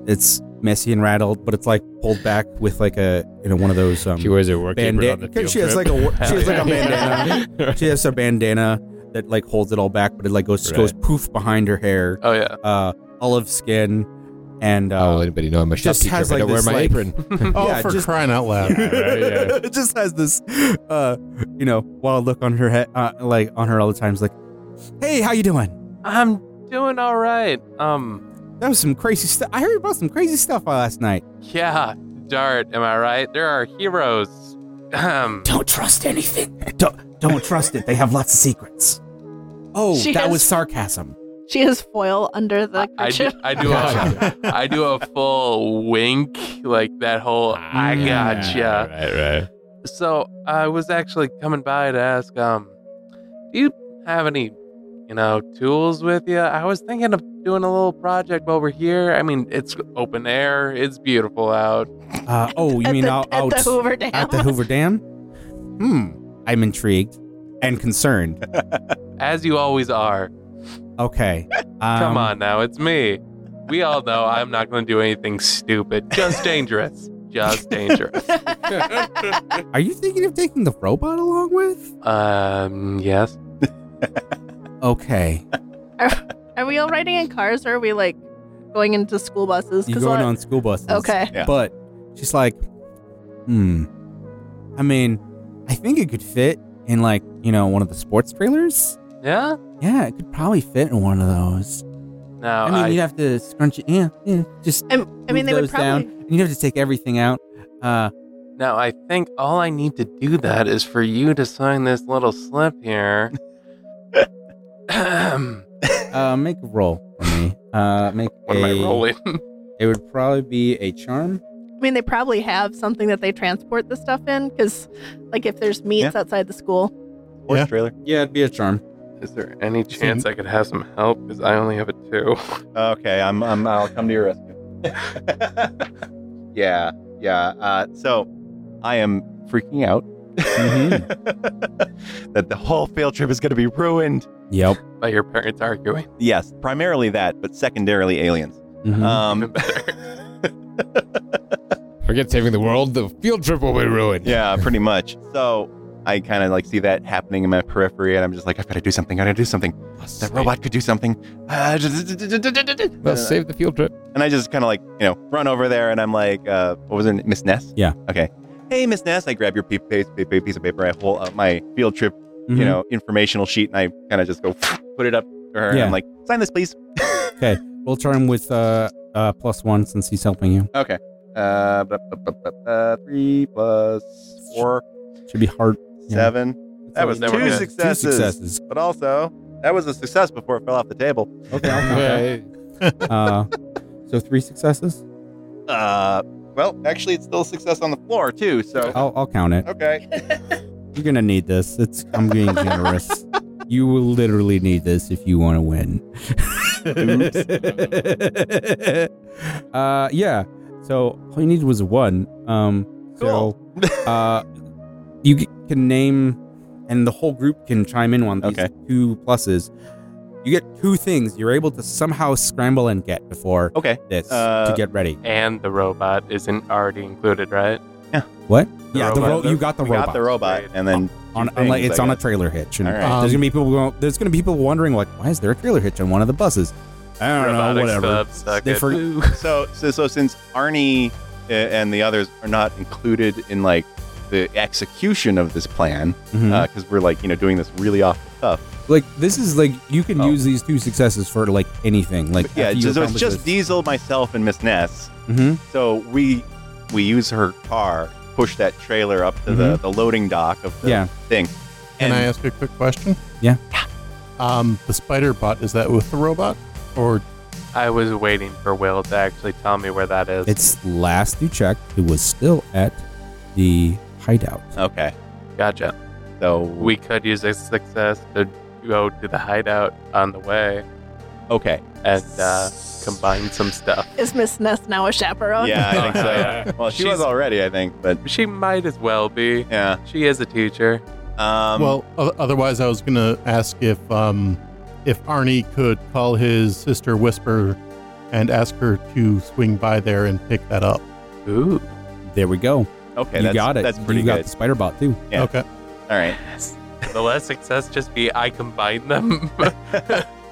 [SPEAKER 1] it's messy and rattled, but it's like pulled back with like a you know one of those um.
[SPEAKER 2] She wears her work apron
[SPEAKER 1] Banda-
[SPEAKER 2] on the field
[SPEAKER 1] she has
[SPEAKER 2] trip.
[SPEAKER 1] like a wor- she has
[SPEAKER 2] <laughs>
[SPEAKER 1] like a
[SPEAKER 2] bandana. <laughs>
[SPEAKER 1] she has a bandana that like holds it all back, but it like goes
[SPEAKER 2] Right.
[SPEAKER 1] goes poof behind her hair.
[SPEAKER 3] Oh yeah,
[SPEAKER 1] Uh, olive skin, and
[SPEAKER 2] How
[SPEAKER 1] <laughs> uh,
[SPEAKER 2] will Oh, anybody know I'm a shop
[SPEAKER 1] just
[SPEAKER 2] teacher
[SPEAKER 1] has,
[SPEAKER 2] if
[SPEAKER 1] like,
[SPEAKER 2] I don't wear
[SPEAKER 1] this,
[SPEAKER 2] my
[SPEAKER 1] like-
[SPEAKER 2] apron?
[SPEAKER 4] Oh,
[SPEAKER 1] Yeah,
[SPEAKER 4] for
[SPEAKER 1] just-
[SPEAKER 4] crying out loud.
[SPEAKER 2] right, yeah.
[SPEAKER 1] it just has this, uh, you know, wild look on her head, uh, like on her all the time. It's like, hey, how you doing?
[SPEAKER 3] I'm doing all right. Um,
[SPEAKER 1] That was some crazy stuff. I heard about some crazy stuff last night.
[SPEAKER 3] yeah, Dart, am I right? There are heroes. Um,
[SPEAKER 1] <laughs> Don't trust anything. Don't don't trust it. They have lots of secrets. Oh,
[SPEAKER 6] She
[SPEAKER 1] that
[SPEAKER 6] has-
[SPEAKER 1] was sarcasm.
[SPEAKER 6] She has foil under the
[SPEAKER 3] I, I do,
[SPEAKER 6] kerchief.
[SPEAKER 3] I do a, I do a full wink, like that whole I gotcha.
[SPEAKER 2] Right, right.
[SPEAKER 3] So I was actually coming by to ask, um, do you have any, you know, tools with you? I was thinking of doing a little project while we're here. I mean, it's open air, it's beautiful out.
[SPEAKER 1] Uh, oh, you
[SPEAKER 6] at
[SPEAKER 1] mean
[SPEAKER 6] the,
[SPEAKER 1] out,
[SPEAKER 6] at
[SPEAKER 1] out
[SPEAKER 6] the Hoover Dam?
[SPEAKER 1] at the Hoover Dam? Hmm. I'm intrigued and concerned.
[SPEAKER 3] As you always are.
[SPEAKER 6] <laughs>
[SPEAKER 1] Okay. Um, <laughs>
[SPEAKER 3] Come on now, it's me. We all know I'm not going to do anything stupid, just dangerous. just dangerous.
[SPEAKER 1] Are you thinking of taking the robot along with?
[SPEAKER 3] um, yes.
[SPEAKER 1] Okay.
[SPEAKER 6] Are we all riding in cars or are we like going into school buses?
[SPEAKER 1] You're
[SPEAKER 6] 'Cause
[SPEAKER 1] going
[SPEAKER 6] what-
[SPEAKER 1] on school buses.
[SPEAKER 6] Okay.
[SPEAKER 5] Yeah.
[SPEAKER 1] But she's like, hmm. I mean, I think it could fit in like, you know, one of the sports trailers.
[SPEAKER 3] Yeah.
[SPEAKER 1] Yeah, it could probably fit in one of those.
[SPEAKER 3] Now
[SPEAKER 1] I mean,
[SPEAKER 3] Oh, I,
[SPEAKER 1] you'd have to scrunch it. Yeah, yeah. Just
[SPEAKER 6] I mean,
[SPEAKER 1] move
[SPEAKER 6] they would
[SPEAKER 1] those down.
[SPEAKER 6] probably.
[SPEAKER 1] And you'd have to take everything out. Uh,
[SPEAKER 3] now I think all I need to do that is for you to sign this little slip here. <clears throat> what
[SPEAKER 1] uh, make a roll for me. Uh, make
[SPEAKER 3] am I
[SPEAKER 1] a-
[SPEAKER 3] rolling? <laughs>
[SPEAKER 1] It would probably be a charm.
[SPEAKER 6] I mean, they probably have something that they transport the stuff in because, like, if there's meats outside the school,
[SPEAKER 5] Horse
[SPEAKER 4] Yeah.
[SPEAKER 5] trailer.
[SPEAKER 1] Yeah, it'd be a charm.
[SPEAKER 3] Is there any chance I could have some help? Because I only have a two. <laughs>
[SPEAKER 5] Okay, I'm, I'm I'll come to your rescue. <laughs> yeah, yeah. Uh, so I am freaking out <laughs> that the whole field trip is going to be ruined.
[SPEAKER 1] Yep.
[SPEAKER 3] By your parents arguing.
[SPEAKER 5] Yes, primarily that, but secondarily aliens.
[SPEAKER 1] Mm-hmm.
[SPEAKER 3] Even
[SPEAKER 5] Um,
[SPEAKER 3] better.
[SPEAKER 2] Forget saving the world. The field trip will be ruined.
[SPEAKER 5] yeah, pretty much. So I kind of like see that happening in my periphery, and I'm just like, I've got to do something. I got to do something. That robot could do something. Uh,
[SPEAKER 2] Well, save the field trip.
[SPEAKER 5] And I just kind of like, you know, run over there and I'm like, uh, what was her name? Miss Ness?
[SPEAKER 1] Yeah.
[SPEAKER 5] Okay. Hey, Miss Ness. I grab your pe- piece, pe- pe- piece of paper. I pull out my field trip,
[SPEAKER 1] mm-hmm.
[SPEAKER 5] you know, informational sheet and I kind of just go put it up to her. And
[SPEAKER 1] Yeah.
[SPEAKER 5] I'm like, sign this, please.
[SPEAKER 1] We'll charm with uh, uh, plus one since he's helping you.
[SPEAKER 5] Okay. Uh, bu- bu- bu- bu- uh, three plus four,
[SPEAKER 1] Should be hard. Yeah.
[SPEAKER 5] seven. That was
[SPEAKER 3] Then we're
[SPEAKER 5] two
[SPEAKER 3] good.
[SPEAKER 5] successes.
[SPEAKER 1] Two successes.
[SPEAKER 5] But also, that was a success before it fell off the table.
[SPEAKER 1] Okay.
[SPEAKER 3] <laughs>
[SPEAKER 1] I'll count that. uh, so three successes.
[SPEAKER 5] Uh, well, actually, it's still a success on the floor, too. So,
[SPEAKER 1] I'll, I'll count it.
[SPEAKER 5] okay.
[SPEAKER 1] You're gonna need this. It's I'm being generous.
[SPEAKER 5] <laughs>
[SPEAKER 1] You will literally need this if you want to win. <laughs> uh, yeah. So all you needed was one. Um, So, <laughs> uh, you g- can name, and the whole group can chime in on these
[SPEAKER 5] Okay.
[SPEAKER 1] two pluses. You get two things you're able to somehow scramble and get before
[SPEAKER 5] Okay.
[SPEAKER 1] this to
[SPEAKER 5] Uh,
[SPEAKER 1] get ready.
[SPEAKER 3] And the robot isn't already included, right?
[SPEAKER 1] What?
[SPEAKER 3] the
[SPEAKER 1] yeah,
[SPEAKER 3] robot.
[SPEAKER 1] the ro- you got the
[SPEAKER 5] We
[SPEAKER 1] robot.
[SPEAKER 5] got the robot. And then,
[SPEAKER 1] on,
[SPEAKER 5] things,
[SPEAKER 1] unlike, it's
[SPEAKER 5] I
[SPEAKER 1] on a
[SPEAKER 5] guess.
[SPEAKER 1] trailer hitch, and
[SPEAKER 5] All right.
[SPEAKER 1] there's
[SPEAKER 4] Um,
[SPEAKER 1] gonna be people going, there's gonna be people wondering like, why is there a trailer hitch on one of the buses? I don't know,
[SPEAKER 3] Robotic
[SPEAKER 1] whatever.
[SPEAKER 3] sub, suck
[SPEAKER 1] They
[SPEAKER 3] it.
[SPEAKER 1] for-
[SPEAKER 5] so, so so since Arnie uh, and the others are not included in like the execution of this plan
[SPEAKER 1] Mhm.
[SPEAKER 5] because we're like you know doing this really off the cuff.
[SPEAKER 1] like this is like you can
[SPEAKER 5] Oh.
[SPEAKER 1] use these two successes for like anything. Like
[SPEAKER 5] Yeah,
[SPEAKER 1] after you
[SPEAKER 5] just, so it's
[SPEAKER 1] accomplish
[SPEAKER 5] just
[SPEAKER 1] this.
[SPEAKER 5] Diesel, myself, and Miss Ness.
[SPEAKER 1] Mhm.
[SPEAKER 5] So we we use her car, push that trailer up to the, the loading dock of
[SPEAKER 1] Mm-hmm.
[SPEAKER 5] the
[SPEAKER 1] Yeah.
[SPEAKER 5] thing.
[SPEAKER 4] Can
[SPEAKER 5] And
[SPEAKER 4] I ask a quick question?
[SPEAKER 1] Yeah.
[SPEAKER 4] Um, the spider bot is that with the robot or
[SPEAKER 3] I was waiting for Will to actually tell me where that is.
[SPEAKER 1] It's last you checked, it was still at the hideout.
[SPEAKER 5] okay,
[SPEAKER 3] gotcha.
[SPEAKER 5] so
[SPEAKER 3] We could use a success to go to the hideout on the way
[SPEAKER 5] okay.
[SPEAKER 3] and uh, combine some stuff.
[SPEAKER 6] is Miss Ness now a chaperone?
[SPEAKER 5] Yeah, I think
[SPEAKER 1] <laughs>
[SPEAKER 5] so.
[SPEAKER 3] Yeah.
[SPEAKER 5] Well, she
[SPEAKER 3] She's-
[SPEAKER 5] was already, I think, but
[SPEAKER 3] She might as well be.
[SPEAKER 5] yeah.
[SPEAKER 3] She is a teacher.
[SPEAKER 5] Um,
[SPEAKER 4] well, o- otherwise I was going to ask if um if Arnie could call his sister Whisper and ask her to swing by there and pick that up.
[SPEAKER 3] Ooh.
[SPEAKER 1] There we go.
[SPEAKER 5] okay,
[SPEAKER 1] you
[SPEAKER 5] that's,
[SPEAKER 1] got it.
[SPEAKER 5] That's pretty
[SPEAKER 1] you got
[SPEAKER 5] good.
[SPEAKER 1] the spider bot too.
[SPEAKER 5] Yeah.
[SPEAKER 4] Okay.
[SPEAKER 5] All right.
[SPEAKER 3] <laughs> The less success just be I combine them. <laughs>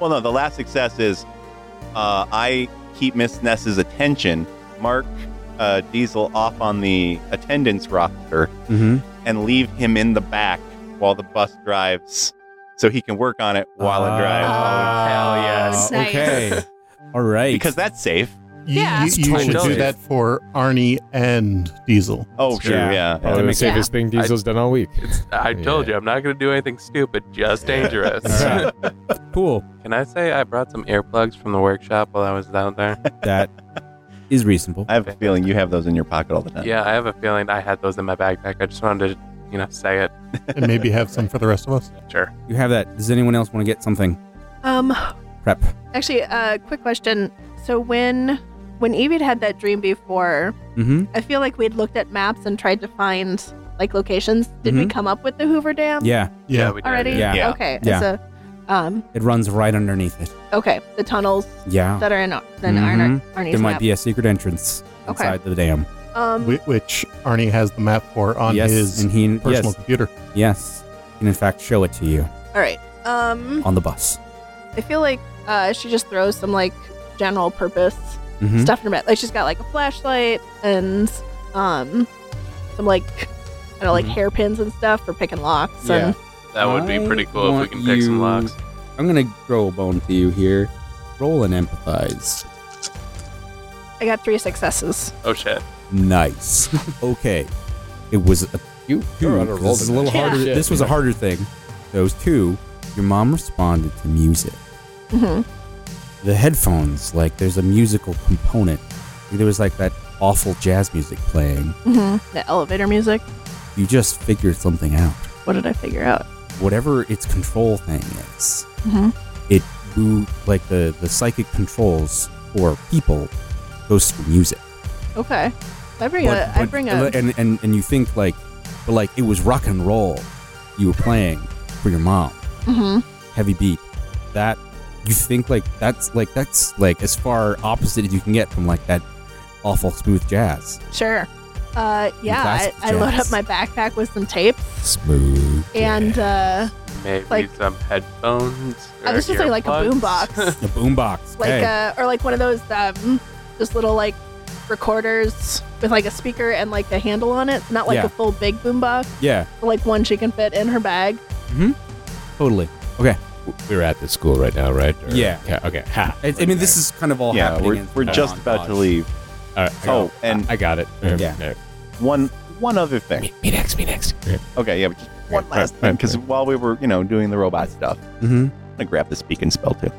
[SPEAKER 5] Well, no, the last success is uh, I keep Miss Ness's attention, mark uh, Diesel off on the attendance roster,
[SPEAKER 1] Mm-hmm.
[SPEAKER 5] and leave him in the back while the bus drives so he can work on it while it drives.
[SPEAKER 3] Oh, hell yes.
[SPEAKER 5] <laughs>
[SPEAKER 6] Nice.
[SPEAKER 1] Okay. All right.
[SPEAKER 5] Because that's safe.
[SPEAKER 4] You,
[SPEAKER 6] Yeah.
[SPEAKER 4] you, you
[SPEAKER 3] Totally
[SPEAKER 4] should do
[SPEAKER 3] safe.
[SPEAKER 4] that for Arnie and Diesel.
[SPEAKER 5] Oh,
[SPEAKER 1] That's
[SPEAKER 5] sure.
[SPEAKER 1] true.
[SPEAKER 5] Yeah.
[SPEAKER 2] Probably the
[SPEAKER 1] makes-
[SPEAKER 2] safest thing Diesel's done all week.
[SPEAKER 3] I told you, I'm not going to do anything stupid, just dangerous.
[SPEAKER 1] <laughs> All right. cool.
[SPEAKER 3] Can I say I brought some earplugs from the workshop while I was down there?
[SPEAKER 1] That is reasonable.
[SPEAKER 5] I have a feeling you have those in your pocket all the time.
[SPEAKER 3] Yeah, I have a feeling I had those in my backpack. I just wanted to, you know, say it.
[SPEAKER 4] and maybe have some for the rest of us.
[SPEAKER 3] Sure.
[SPEAKER 1] You have that. Does anyone else want to get something?
[SPEAKER 6] Um,
[SPEAKER 1] Prep.
[SPEAKER 6] actually, uh, quick question. So when when Evie had that dream before,
[SPEAKER 1] Mm-hmm.
[SPEAKER 6] I feel like we'd looked at maps and tried to find like locations. Did we
[SPEAKER 1] Mhm.
[SPEAKER 6] come up with the Hoover Dam?
[SPEAKER 1] Yeah.
[SPEAKER 4] <laughs> Yeah.
[SPEAKER 3] we did.
[SPEAKER 6] Already?
[SPEAKER 1] Yeah.
[SPEAKER 5] Yeah.
[SPEAKER 6] Okay.
[SPEAKER 1] Yeah.
[SPEAKER 6] So, um,
[SPEAKER 1] It runs right underneath it.
[SPEAKER 6] okay. The tunnels
[SPEAKER 1] Yeah.
[SPEAKER 6] that are in Ar- then
[SPEAKER 1] Mhm.
[SPEAKER 6] Arnie, Arnie's
[SPEAKER 1] There might
[SPEAKER 6] map.
[SPEAKER 1] be a secret entrance
[SPEAKER 6] Okay.
[SPEAKER 1] inside the dam.
[SPEAKER 6] Um,
[SPEAKER 4] whi- which Arnie has the map for on
[SPEAKER 1] yes,
[SPEAKER 4] his
[SPEAKER 1] and he,
[SPEAKER 4] personal
[SPEAKER 1] yes,
[SPEAKER 4] computer.
[SPEAKER 1] yes, and in fact show it to you
[SPEAKER 6] all right. Um,
[SPEAKER 1] on the bus.
[SPEAKER 6] I feel like uh, she just throws some like general purpose
[SPEAKER 2] Mm-hmm.
[SPEAKER 1] Mhm.
[SPEAKER 6] stuff in her bag. Like she's got like a flashlight and um some like I don't know, like
[SPEAKER 1] Mm-hmm.
[SPEAKER 3] Mhm.
[SPEAKER 6] hairpins and stuff for picking locks.
[SPEAKER 1] Yeah.
[SPEAKER 6] And
[SPEAKER 3] That would be
[SPEAKER 1] I
[SPEAKER 3] pretty cool if we
[SPEAKER 1] want
[SPEAKER 3] can pick some
[SPEAKER 1] you-
[SPEAKER 3] locks.
[SPEAKER 1] I'm gonna throw a bone to you here. Roll and empathize.
[SPEAKER 6] I got three successes.
[SPEAKER 3] Oh shit.
[SPEAKER 2] <laughs>
[SPEAKER 1] Nice. okay, it was a
[SPEAKER 2] You,
[SPEAKER 1] two.
[SPEAKER 2] you're on a roll
[SPEAKER 1] This is a little
[SPEAKER 2] tonight.
[SPEAKER 1] harder.
[SPEAKER 2] Shit.
[SPEAKER 1] This was a harder thing. Those two. Your mom responded to music.
[SPEAKER 6] hmm
[SPEAKER 1] the headphones like there's a musical component there was like that awful jazz music playing
[SPEAKER 6] hmm The elevator music.
[SPEAKER 1] you just figured something out
[SPEAKER 6] What did I figure out?
[SPEAKER 1] whatever its control thing is
[SPEAKER 6] Mhm.
[SPEAKER 1] it who like the the psychic controls for people goes through music
[SPEAKER 6] Okay. I bring a. I bring a.
[SPEAKER 1] and, and and you think like but like it was rock and roll you were playing for your mom
[SPEAKER 6] hmm
[SPEAKER 1] heavy beat that you think like that's like that's like as far opposite as you can get from like that awful smooth jazz
[SPEAKER 6] Sure. Uh, yeah, I,
[SPEAKER 1] classic
[SPEAKER 6] I load up
[SPEAKER 1] jazz.
[SPEAKER 6] my backpack with some tapes
[SPEAKER 1] smooth
[SPEAKER 6] and uh,
[SPEAKER 3] Maybe
[SPEAKER 6] Like-
[SPEAKER 3] some headphones.
[SPEAKER 6] I was
[SPEAKER 3] or
[SPEAKER 6] just like a
[SPEAKER 1] <laughs>
[SPEAKER 3] earplugs.
[SPEAKER 6] boombox,
[SPEAKER 1] The boombox.
[SPEAKER 6] uh, like
[SPEAKER 1] hey.
[SPEAKER 6] uh, or like one of those um, just little like recorders with like a speaker and like a handle on it. Not like
[SPEAKER 1] Yeah.
[SPEAKER 6] a full big boombox,
[SPEAKER 1] yeah,
[SPEAKER 6] but like one she can fit in her bag.
[SPEAKER 1] totally.
[SPEAKER 2] We're at the school right now, right? Or-
[SPEAKER 1] Yeah.
[SPEAKER 2] Okay. Ha.
[SPEAKER 1] I, I mean, this is kind of all
[SPEAKER 5] yeah,
[SPEAKER 1] happening.
[SPEAKER 5] we're,
[SPEAKER 1] in-
[SPEAKER 5] we're
[SPEAKER 1] in
[SPEAKER 5] just
[SPEAKER 1] montage.
[SPEAKER 5] about to leave.
[SPEAKER 2] All right, I got
[SPEAKER 5] Oh,
[SPEAKER 2] it.
[SPEAKER 5] and-
[SPEAKER 2] I got it.
[SPEAKER 1] Yeah.
[SPEAKER 2] All right.
[SPEAKER 5] One one other thing.
[SPEAKER 2] Me, me next. Me next.
[SPEAKER 5] Okay, yeah, but just one
[SPEAKER 2] Right,
[SPEAKER 5] last
[SPEAKER 2] right,
[SPEAKER 5] thing
[SPEAKER 2] right,
[SPEAKER 5] because while we were you know doing the robot stuff,
[SPEAKER 1] Mhm.
[SPEAKER 5] I'm gonna grab the speak and spell too,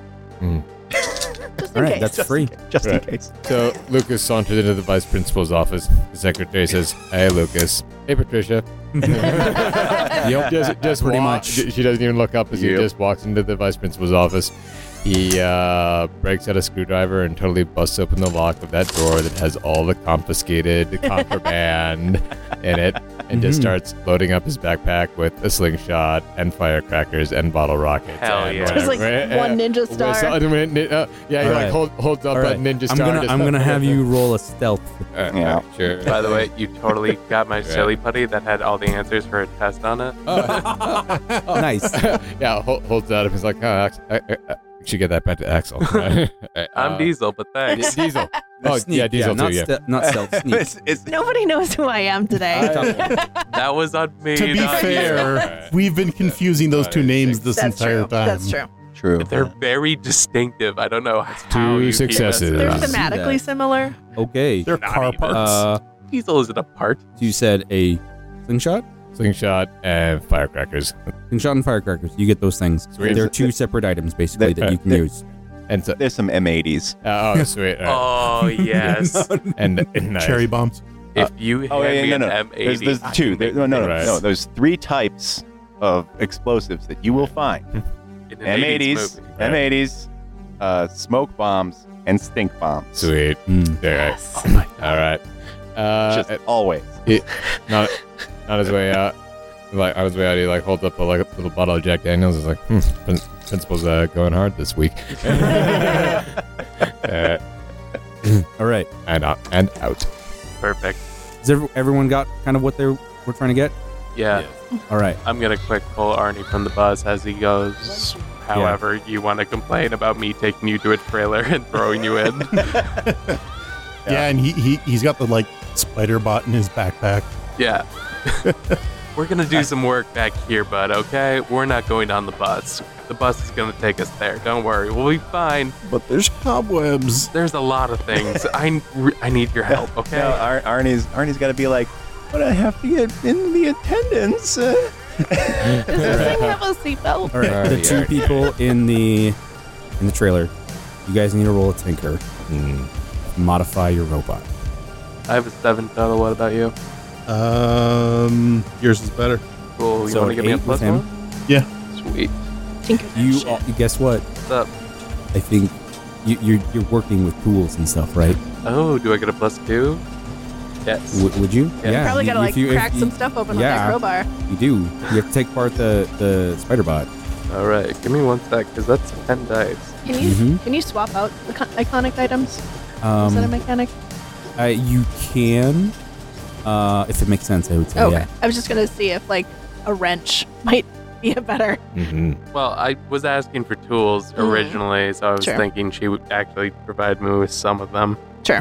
[SPEAKER 6] Just
[SPEAKER 1] All
[SPEAKER 6] in
[SPEAKER 1] right,
[SPEAKER 6] case. <laughs>
[SPEAKER 1] that's
[SPEAKER 5] Just-
[SPEAKER 1] free.
[SPEAKER 5] just
[SPEAKER 2] Right.
[SPEAKER 5] in case.
[SPEAKER 2] So Lucas sauntered into the vice principal's office. The secretary says, "Hey, Lucas.
[SPEAKER 1] <laughs>
[SPEAKER 2] Hey, Patricia." <laughs>
[SPEAKER 1] Yep.
[SPEAKER 2] Just, just
[SPEAKER 1] Pretty
[SPEAKER 2] wa-
[SPEAKER 1] much.
[SPEAKER 2] j- She doesn't even look up as he
[SPEAKER 5] Yep.
[SPEAKER 2] just walks into the vice principal's office. He uh, breaks out a screwdriver and totally busts open the lock of that door that has all the
[SPEAKER 1] <laughs>
[SPEAKER 2] confiscated contraband in it, and just
[SPEAKER 1] Mhm.
[SPEAKER 2] starts loading up his backpack with a slingshot and firecrackers and bottle rockets.
[SPEAKER 3] Hell
[SPEAKER 2] and
[SPEAKER 3] yeah.
[SPEAKER 6] There's
[SPEAKER 2] whatever.
[SPEAKER 6] like one ninja
[SPEAKER 2] Wait,
[SPEAKER 6] star.
[SPEAKER 2] so- uh, nin- uh, yeah, he
[SPEAKER 1] All
[SPEAKER 2] like
[SPEAKER 1] right.
[SPEAKER 2] hold, holds
[SPEAKER 1] <laughs>
[SPEAKER 2] up
[SPEAKER 1] All right.
[SPEAKER 2] a ninja
[SPEAKER 1] I'm
[SPEAKER 2] star.
[SPEAKER 1] gonna,
[SPEAKER 2] just-
[SPEAKER 1] I'm gonna have you roll a stealth.
[SPEAKER 2] All
[SPEAKER 1] <laughs>
[SPEAKER 2] right,
[SPEAKER 5] Yeah.
[SPEAKER 2] all right, sure.
[SPEAKER 3] By the way, you totally got my
[SPEAKER 2] Yeah.
[SPEAKER 3] silly putty that had all the answers for a test on it.
[SPEAKER 1] nice.
[SPEAKER 2] yeah, hol- holds out up. He's like, oh, Ax- I, I, I should get that back to Axel.
[SPEAKER 3] I'm
[SPEAKER 2] <laughs> Uh,
[SPEAKER 3] Diesel, but
[SPEAKER 2] Yeah,
[SPEAKER 3] thanks.
[SPEAKER 2] Diesel. Oh,
[SPEAKER 1] Sneak,
[SPEAKER 2] yeah, Diesel
[SPEAKER 1] not
[SPEAKER 2] too. Yeah.
[SPEAKER 1] ste- not stealth. Sneak.
[SPEAKER 5] <laughs> It's- it's-
[SPEAKER 6] Nobody knows who I am today.
[SPEAKER 2] I-
[SPEAKER 3] that was on me.
[SPEAKER 4] To be
[SPEAKER 3] not you.
[SPEAKER 6] <laughs>
[SPEAKER 4] fair, we've been confusing those two names this
[SPEAKER 6] that's
[SPEAKER 4] entire
[SPEAKER 6] true.
[SPEAKER 4] time.
[SPEAKER 6] That's true.
[SPEAKER 5] true.
[SPEAKER 3] They're very distinctive. I don't know how
[SPEAKER 2] two
[SPEAKER 3] you keep us-
[SPEAKER 2] successes.
[SPEAKER 6] They're
[SPEAKER 1] Yeah.
[SPEAKER 6] thematically similar.
[SPEAKER 1] Okay.
[SPEAKER 4] They're car
[SPEAKER 3] even.
[SPEAKER 4] parts.
[SPEAKER 1] Uh,
[SPEAKER 3] Diesel isn't a part.
[SPEAKER 1] so you said a slingshot,
[SPEAKER 2] <laughs> Slingshot and firecrackers.
[SPEAKER 1] slingshot, and firecrackers. You get those things.
[SPEAKER 2] Sweet.
[SPEAKER 1] They're two separate items basically
[SPEAKER 5] They-
[SPEAKER 1] that you can
[SPEAKER 5] they-
[SPEAKER 1] use.
[SPEAKER 2] And so,
[SPEAKER 5] There's some M80s.
[SPEAKER 2] uh, oh, sweet. all right. <laughs>
[SPEAKER 3] Oh yes.
[SPEAKER 2] And, <laughs> and nice.
[SPEAKER 4] Cherry bombs.
[SPEAKER 3] If you hand
[SPEAKER 5] Oh yeah,
[SPEAKER 3] me
[SPEAKER 5] yeah,
[SPEAKER 3] an
[SPEAKER 5] no, no.
[SPEAKER 3] M80,
[SPEAKER 5] There's, there's
[SPEAKER 3] I
[SPEAKER 5] two.
[SPEAKER 3] can
[SPEAKER 5] There-
[SPEAKER 3] make
[SPEAKER 5] no, no, no,
[SPEAKER 2] Right.
[SPEAKER 5] no. There's three types of explosives that you will find:
[SPEAKER 3] it in an
[SPEAKER 5] M80s,
[SPEAKER 3] 80s movie.
[SPEAKER 5] M80s, uh, smoke bombs, and stink bombs.
[SPEAKER 2] Sweet.
[SPEAKER 1] Mm.
[SPEAKER 2] All right.
[SPEAKER 6] Yes. Oh my
[SPEAKER 2] All right. Uh,
[SPEAKER 5] Just always.
[SPEAKER 2] not, not his way out. Like on his way out, he like holds up a like, little bottle of Jack Daniels. He's like, hmm, prin- principal's uh, going hard this week. <laughs> uh,
[SPEAKER 1] All right.
[SPEAKER 2] <clears throat> and out. And out.
[SPEAKER 3] Perfect.
[SPEAKER 1] Has every- everyone got kind of what they were trying to get?
[SPEAKER 3] Yeah,
[SPEAKER 1] All right.
[SPEAKER 3] I'm gonna quick pull Arnie from the bus as he goes. However, you want to complain about me taking you to a trailer and throwing you in.
[SPEAKER 4] Yeah, and he, he, he's got the like spider bot in his backpack.
[SPEAKER 1] <laughs>
[SPEAKER 3] yeah. We're gonna do some work back here, bud. Okay, we're not going on the bus. The bus is gonna take us there. Don't worry, we'll be fine.
[SPEAKER 4] But there's cobwebs.
[SPEAKER 3] There's a lot of
[SPEAKER 1] <laughs>
[SPEAKER 3] things. I re- I need your help. Okay.
[SPEAKER 5] Now Ar- Arnie's Arnie's got to be like, but I have to get in the attendance. Uh,
[SPEAKER 6] Does this thing have a
[SPEAKER 1] <laughs>
[SPEAKER 6] seatbelt?
[SPEAKER 1] All right, the
[SPEAKER 2] Alright,
[SPEAKER 1] two
[SPEAKER 2] yeah.
[SPEAKER 1] people in the in the trailer, you guys need to roll a tinker.
[SPEAKER 5] Mm.
[SPEAKER 1] Modify your robot.
[SPEAKER 3] I have a seven total. What about you?
[SPEAKER 4] Um, yours is better.
[SPEAKER 3] Cool. You
[SPEAKER 1] So
[SPEAKER 3] want to
[SPEAKER 1] an
[SPEAKER 3] give me a
[SPEAKER 1] eight
[SPEAKER 3] plus
[SPEAKER 1] with him?
[SPEAKER 3] one?
[SPEAKER 4] Yeah.
[SPEAKER 3] Sweet.
[SPEAKER 6] Tinker that
[SPEAKER 1] You,
[SPEAKER 5] Oh,
[SPEAKER 6] shit.
[SPEAKER 1] all, you guess what?
[SPEAKER 3] What's up?
[SPEAKER 1] I think you, you're you're working with tools and stuff, right?
[SPEAKER 3] Oh, do I get a plus two? Yes.
[SPEAKER 1] W- would you?
[SPEAKER 3] Yeah.
[SPEAKER 6] Probably
[SPEAKER 1] you-
[SPEAKER 6] gotta
[SPEAKER 1] if
[SPEAKER 6] like
[SPEAKER 1] you- if
[SPEAKER 6] crack
[SPEAKER 1] you-
[SPEAKER 6] some stuff open
[SPEAKER 1] yeah. Mm-hmm.
[SPEAKER 6] with that crowbar.
[SPEAKER 1] You do. You have to take apart the the spider bot.
[SPEAKER 3] All right. Give me one sec, cause that's ten dice.
[SPEAKER 6] Can you
[SPEAKER 1] Mhm.
[SPEAKER 6] can you swap out the con- iconic items? Is that a
[SPEAKER 1] Um,
[SPEAKER 6] mechanic?
[SPEAKER 1] uh, you can. Uh, if it makes sense, I would say.
[SPEAKER 6] Oh, okay.
[SPEAKER 1] Yeah.
[SPEAKER 6] I was just gonna see if like a wrench <laughs> might be a better.
[SPEAKER 2] Mm-hmm.
[SPEAKER 3] Well, I was asking for tools
[SPEAKER 1] Mm-hmm.
[SPEAKER 6] Mm.
[SPEAKER 3] originally, so I was
[SPEAKER 6] Sure.
[SPEAKER 3] thinking she would actually provide me with some of them.
[SPEAKER 4] A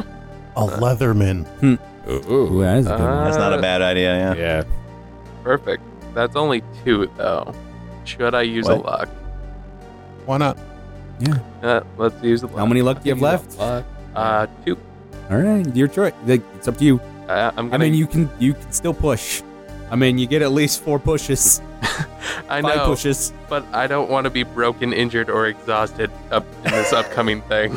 [SPEAKER 4] Leatherman.
[SPEAKER 1] Ooh, that is a good
[SPEAKER 2] Uh,
[SPEAKER 1] one.
[SPEAKER 5] That's not a bad idea. Yeah.
[SPEAKER 2] yeah.
[SPEAKER 3] Perfect. That's only two, though. Should I use a
[SPEAKER 5] What?
[SPEAKER 3] luck?
[SPEAKER 4] Why not?
[SPEAKER 3] Uh, let's use a luck.
[SPEAKER 1] How many luck do you have left?
[SPEAKER 3] Uh, two.
[SPEAKER 1] All right, your choice. Like, It's up to you.
[SPEAKER 3] I,
[SPEAKER 1] I
[SPEAKER 3] I'm gonna.
[SPEAKER 1] mean, you can you can still push. I mean, you get at least four pushes,
[SPEAKER 3] I
[SPEAKER 1] five
[SPEAKER 3] know,
[SPEAKER 1] pushes.
[SPEAKER 3] but I don't want to be broken, injured, or exhausted up in this
[SPEAKER 1] <laughs>
[SPEAKER 3] upcoming thing.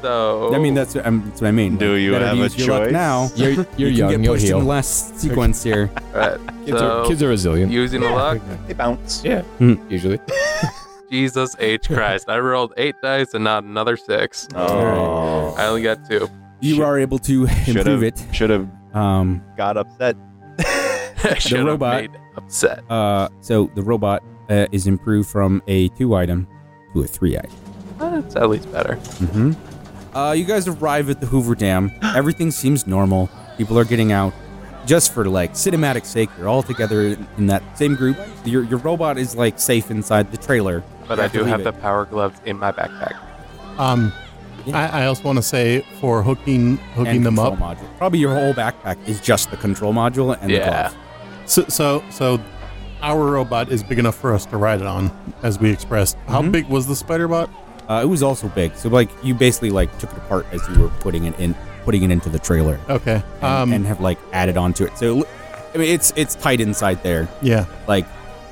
[SPEAKER 3] so
[SPEAKER 1] I mean, that's um, that's what I mean.
[SPEAKER 5] Do you
[SPEAKER 1] better
[SPEAKER 5] have a
[SPEAKER 1] use your luck
[SPEAKER 5] choice?
[SPEAKER 1] now?
[SPEAKER 2] You're,
[SPEAKER 1] you
[SPEAKER 2] you're young.
[SPEAKER 1] Can get
[SPEAKER 2] You'll
[SPEAKER 1] pushed in the
[SPEAKER 2] heal.
[SPEAKER 1] last sequence
[SPEAKER 2] <laughs>
[SPEAKER 1] here.
[SPEAKER 3] Alright,
[SPEAKER 2] Kids, are,
[SPEAKER 3] so-
[SPEAKER 2] kids are resilient.
[SPEAKER 3] using a luck.
[SPEAKER 5] They bounce.
[SPEAKER 2] Usually.
[SPEAKER 3] Jesus H Christ! I rolled eight dice and not another six.
[SPEAKER 5] Oh.
[SPEAKER 3] I only got
[SPEAKER 1] <laughs>
[SPEAKER 3] two.
[SPEAKER 1] You
[SPEAKER 5] Should-
[SPEAKER 1] are able to
[SPEAKER 5] Should
[SPEAKER 1] improve
[SPEAKER 5] have.
[SPEAKER 1] it.
[SPEAKER 5] Should have
[SPEAKER 1] Um,
[SPEAKER 5] got upset.
[SPEAKER 3] <laughs> Should have
[SPEAKER 1] robot-
[SPEAKER 3] made upset.
[SPEAKER 1] uh, so the robot uh, is improved from a two item to a three item.
[SPEAKER 3] That's at least better.
[SPEAKER 1] hmm Uh, you guys arrive at the Hoover <gasps> Dam. Everything seems normal. People are getting out. Just for like cinematic sake, you're all together in- in that same group. Your your robot is like safe inside the trailer.
[SPEAKER 3] But
[SPEAKER 1] You
[SPEAKER 3] I
[SPEAKER 1] have to
[SPEAKER 3] do
[SPEAKER 1] leave
[SPEAKER 3] have
[SPEAKER 1] it.
[SPEAKER 3] the power gloves in my backpack.
[SPEAKER 4] Um,
[SPEAKER 1] Yeah.
[SPEAKER 4] I, I also want to say for hooking
[SPEAKER 1] and
[SPEAKER 4] hooking them
[SPEAKER 1] control
[SPEAKER 4] up.
[SPEAKER 1] Module. Probably your whole backpack is just the control module and
[SPEAKER 3] Yeah.
[SPEAKER 1] the glove.
[SPEAKER 4] So, so so our robot is big enough for us to ride it on, as we expressed. How
[SPEAKER 1] Mhm.
[SPEAKER 4] big was the spider bot?
[SPEAKER 1] Uh, it was also big, so like you basically like took it apart as you were putting it in, putting it into the trailer,
[SPEAKER 4] Okay.
[SPEAKER 1] and,
[SPEAKER 4] Um.
[SPEAKER 1] and have like added onto it. So, I mean, it's it's tight inside there.
[SPEAKER 4] yeah.
[SPEAKER 1] Like,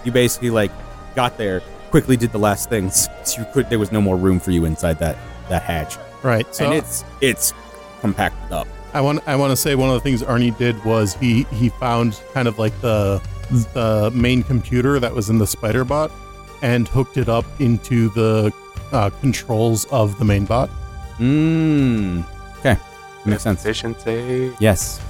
[SPEAKER 1] you basically like got there quickly, did the last things. <laughs> So you could there was no more room for you inside that that hatch,
[SPEAKER 4] Right. So
[SPEAKER 1] and it's it's compacted up.
[SPEAKER 4] I want I want to say one of the things Arnie did was he he found kind of like the the main computer that was in the spider bot and hooked it up into the uh, controls of the main bot.
[SPEAKER 1] Mmm. Okay, makes sense.
[SPEAKER 3] Efficiency.
[SPEAKER 1] Yes.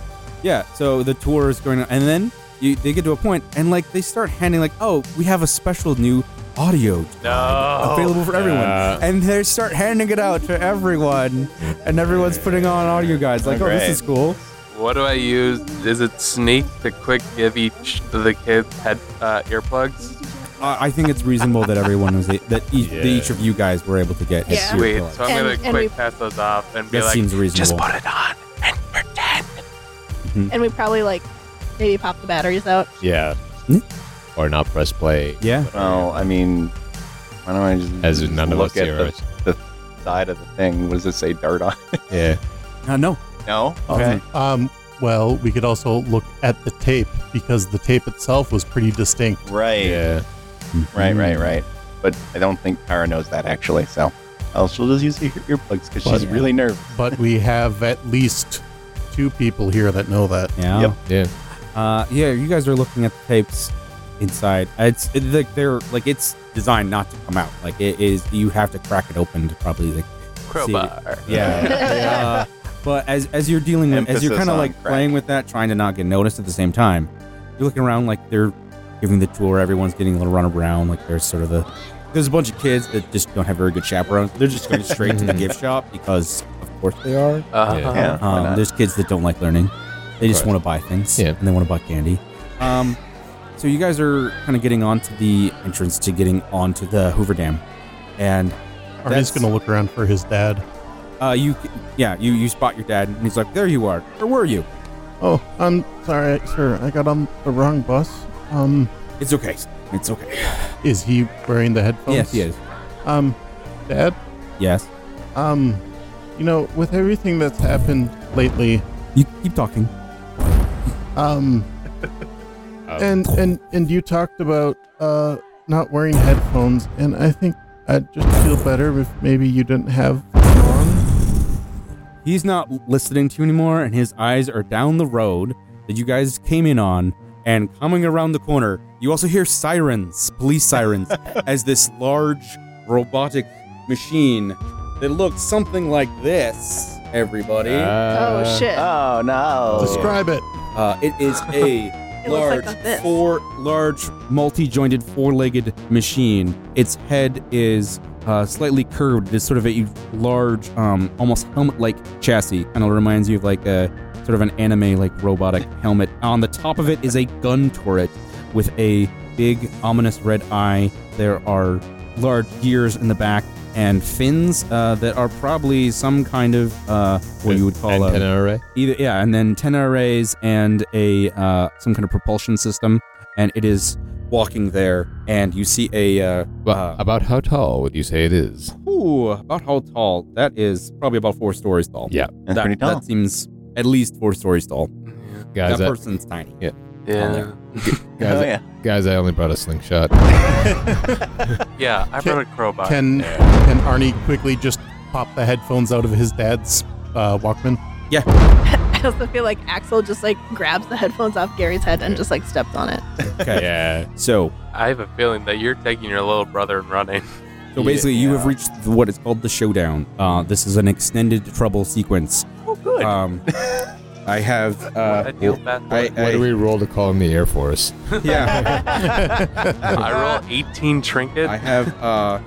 [SPEAKER 1] Yeah. So the tour is going on, and then you, they get to a point, and like they start handing like, oh, we have a special new audio
[SPEAKER 3] No.
[SPEAKER 1] available for everyone,
[SPEAKER 2] Yeah.
[SPEAKER 1] and they start handing it out to everyone, and everyone's putting on audio guides like, oh, this
[SPEAKER 5] Great.
[SPEAKER 1] is cool.
[SPEAKER 3] What do I use? Is it sneak to quick give each of the kids head uh, earplugs?
[SPEAKER 1] I I think it's reasonable that everyone was that each, that
[SPEAKER 2] Yeah.
[SPEAKER 1] each of you guys were able to get. his
[SPEAKER 6] Yeah.
[SPEAKER 1] ear
[SPEAKER 3] Sweet.
[SPEAKER 1] plugs.
[SPEAKER 3] So I'm
[SPEAKER 6] And-
[SPEAKER 3] gonna
[SPEAKER 6] and
[SPEAKER 3] quick
[SPEAKER 6] we-
[SPEAKER 3] pass those off and be
[SPEAKER 1] that
[SPEAKER 3] like,
[SPEAKER 1] seems
[SPEAKER 3] just
[SPEAKER 1] reasonable.
[SPEAKER 3] put it on and pretend.
[SPEAKER 6] And we probably like maybe pop the batteries out.
[SPEAKER 2] Yeah.
[SPEAKER 1] Hmm?
[SPEAKER 2] Or not press play.
[SPEAKER 1] yeah.
[SPEAKER 5] Well, I mean, why don't I just
[SPEAKER 2] As none of
[SPEAKER 5] look
[SPEAKER 2] us here.
[SPEAKER 5] at the, the side of the thing? What does it say? Dirt on? it?
[SPEAKER 2] Yeah.
[SPEAKER 1] Uh, no.
[SPEAKER 5] No. Okay.
[SPEAKER 4] Um. Well, we could also look at the tape because the tape itself was pretty distinct.
[SPEAKER 5] Right.
[SPEAKER 2] Yeah.
[SPEAKER 1] Mm-hmm.
[SPEAKER 5] Right. Right. Right. But I don't think Tara knows that actually. So, oh, she'll just use her earplugs because she's
[SPEAKER 1] But-
[SPEAKER 5] really nervous.
[SPEAKER 4] But <laughs> we have at least two people here that know that.
[SPEAKER 1] Yeah.
[SPEAKER 5] Yep.
[SPEAKER 2] Yeah.
[SPEAKER 1] Uh, yeah. You guys are looking at the tapes inside. It's it, like they're like it's designed not to come out. Like it is. You have to crack it open to probably like
[SPEAKER 3] Crowbar.
[SPEAKER 1] Yeah. uh, but as as you're dealing with, as you're
[SPEAKER 5] Emphasis
[SPEAKER 1] kind of
[SPEAKER 5] on
[SPEAKER 1] like
[SPEAKER 5] crack.
[SPEAKER 1] playing with that, trying to not get noticed at the same time, you're looking around like they're giving the tour. Everyone's getting a little run around. Like there's sort of the there's a bunch of kids that just don't have very good chaperones. They're just going straight
[SPEAKER 5] <laughs>
[SPEAKER 1] to the gift shop because of course they are.
[SPEAKER 3] Uh-huh.
[SPEAKER 5] Yeah. why
[SPEAKER 1] Um,
[SPEAKER 5] not?
[SPEAKER 1] there's kids that don't like learning. They just
[SPEAKER 2] Right.
[SPEAKER 1] want to buy things
[SPEAKER 2] Yeah.
[SPEAKER 1] and they want to buy candy. Um, so you guys are kind of getting onto the entrance to getting onto the Hoover Dam, and
[SPEAKER 4] Arnie's
[SPEAKER 1] That's-
[SPEAKER 4] gonna look around for his dad.
[SPEAKER 1] uh, you, yeah, you you spot your dad, and he's like, "There you are. Where were you?"
[SPEAKER 4] Oh, I'm sorry, sir. I got on the wrong bus. Um.
[SPEAKER 1] It's okay. It's okay.
[SPEAKER 4] Is he wearing the headphones?
[SPEAKER 1] Yes, yes,
[SPEAKER 4] Um, Dad,
[SPEAKER 1] yes.
[SPEAKER 4] um, you know, with everything that's happened lately,
[SPEAKER 1] You keep talking.
[SPEAKER 4] um,
[SPEAKER 2] Um,
[SPEAKER 4] and and and you talked about uh not wearing headphones, and I think I'd just feel better if maybe you didn't have them on.
[SPEAKER 1] He's not listening to you anymore, and his eyes are down the road that you guys came in on. And coming around the corner, you also hear sirens, police <laughs> sirens, as this large robotic machine that looks something like this. Everybody, uh,
[SPEAKER 2] uh,
[SPEAKER 6] oh shit!
[SPEAKER 5] Oh no.
[SPEAKER 4] Describe it.
[SPEAKER 1] <laughs> it is a
[SPEAKER 6] it
[SPEAKER 1] large
[SPEAKER 6] looks like this.
[SPEAKER 1] four large multi-jointed four-legged machine its head is uh, slightly curved it is sort of a large um, almost helmet-like chassis kind of reminds you of like a sort sort of an anime like robotic helmet. On the top of it is a gun turret with a big ominous red eye. There are large gears in the back and fins uh, that are probably some kind of uh, what you would call a,
[SPEAKER 2] Antenna array.
[SPEAKER 1] either yeah and then antenna arrays and a uh, some kind of propulsion system and it is walking there and you see a uh,
[SPEAKER 2] Well,
[SPEAKER 1] uh,
[SPEAKER 2] about how tall would you say it is?
[SPEAKER 1] ooh, about how tall that is probably about four stories tall
[SPEAKER 2] Yeah.
[SPEAKER 5] That's
[SPEAKER 1] that,
[SPEAKER 5] pretty tall.
[SPEAKER 1] that seems at least four stories tall
[SPEAKER 2] Guys,
[SPEAKER 1] that
[SPEAKER 2] I,
[SPEAKER 1] person's tiny
[SPEAKER 3] Yeah.
[SPEAKER 2] guys,
[SPEAKER 5] oh
[SPEAKER 2] I-
[SPEAKER 5] yeah.
[SPEAKER 2] guys, I only brought a slingshot.
[SPEAKER 3] Yeah, I brought a crowbar.
[SPEAKER 4] Can can Arnie quickly just pop the headphones out of his dad's uh, Walkman?
[SPEAKER 6] I also feel like Axel just like grabs the headphones off Gary's head and just like steps on it.
[SPEAKER 1] okay
[SPEAKER 2] yeah.
[SPEAKER 1] so
[SPEAKER 3] I have a feeling that you're taking your little brother and running.
[SPEAKER 1] so basically you have reached what is called the showdown uh, this is an extended trouble sequence
[SPEAKER 5] Oh good. <laughs>
[SPEAKER 1] um I have uh,
[SPEAKER 3] I deal fast.
[SPEAKER 1] I,
[SPEAKER 2] What
[SPEAKER 1] I-
[SPEAKER 2] do we roll to call in the Air Force?
[SPEAKER 5] <laughs>
[SPEAKER 1] yeah <laughs>
[SPEAKER 3] I roll 18 trinkets.
[SPEAKER 1] I have uh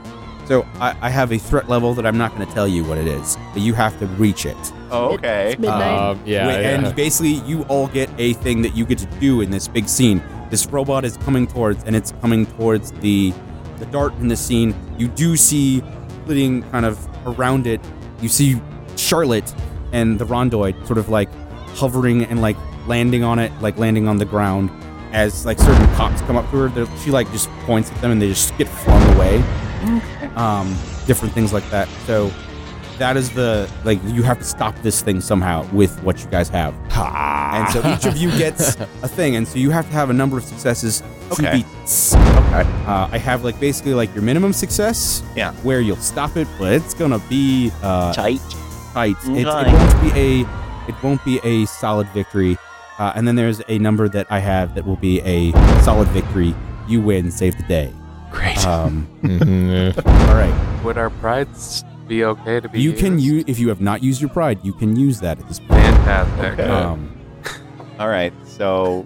[SPEAKER 1] so I, I have a threat level that I'm not gonna tell you what it is, but you have to reach it.
[SPEAKER 5] oh, okay.
[SPEAKER 1] Uh,
[SPEAKER 6] It's midnight.
[SPEAKER 2] Um, yeah.
[SPEAKER 1] Wait,
[SPEAKER 2] yeah. <laughs>
[SPEAKER 1] And basically you all get a thing that you get to do in this big scene. This robot is coming towards and it's coming towards the the dart in the scene. You do see splitting kind of around it. You see Charlotte and the rondoid sort of like hovering and like landing on it, like landing on the ground. As like certain cops come up to her, they're- she like just points at them and they just get flung away. Um, different things like that. So that is the like you have to stop this thing somehow with what you guys have. And so each of you gets a thing, and so you have to have a number of successes to
[SPEAKER 5] Okay.
[SPEAKER 1] beat. Okay. Uh, I have like basically like your minimum success.
[SPEAKER 5] Yeah.
[SPEAKER 1] Where you'll stop it, but it's gonna be uh,
[SPEAKER 5] Tight.
[SPEAKER 1] tight. It, it
[SPEAKER 5] Okay.
[SPEAKER 1] won't be a it won't be a solid victory. Uh, and then there's a number that I have that will be a solid victory. You win, save the day.
[SPEAKER 3] Great.
[SPEAKER 1] Um,
[SPEAKER 2] Mhm, yeah.
[SPEAKER 1] all right.
[SPEAKER 3] Would our prides be okay to be
[SPEAKER 1] You can
[SPEAKER 3] used?
[SPEAKER 1] use if you have not used your pride, you can use that at this point.
[SPEAKER 3] Fantastic.
[SPEAKER 2] Okay. Yeah.
[SPEAKER 1] Um,
[SPEAKER 5] All right. So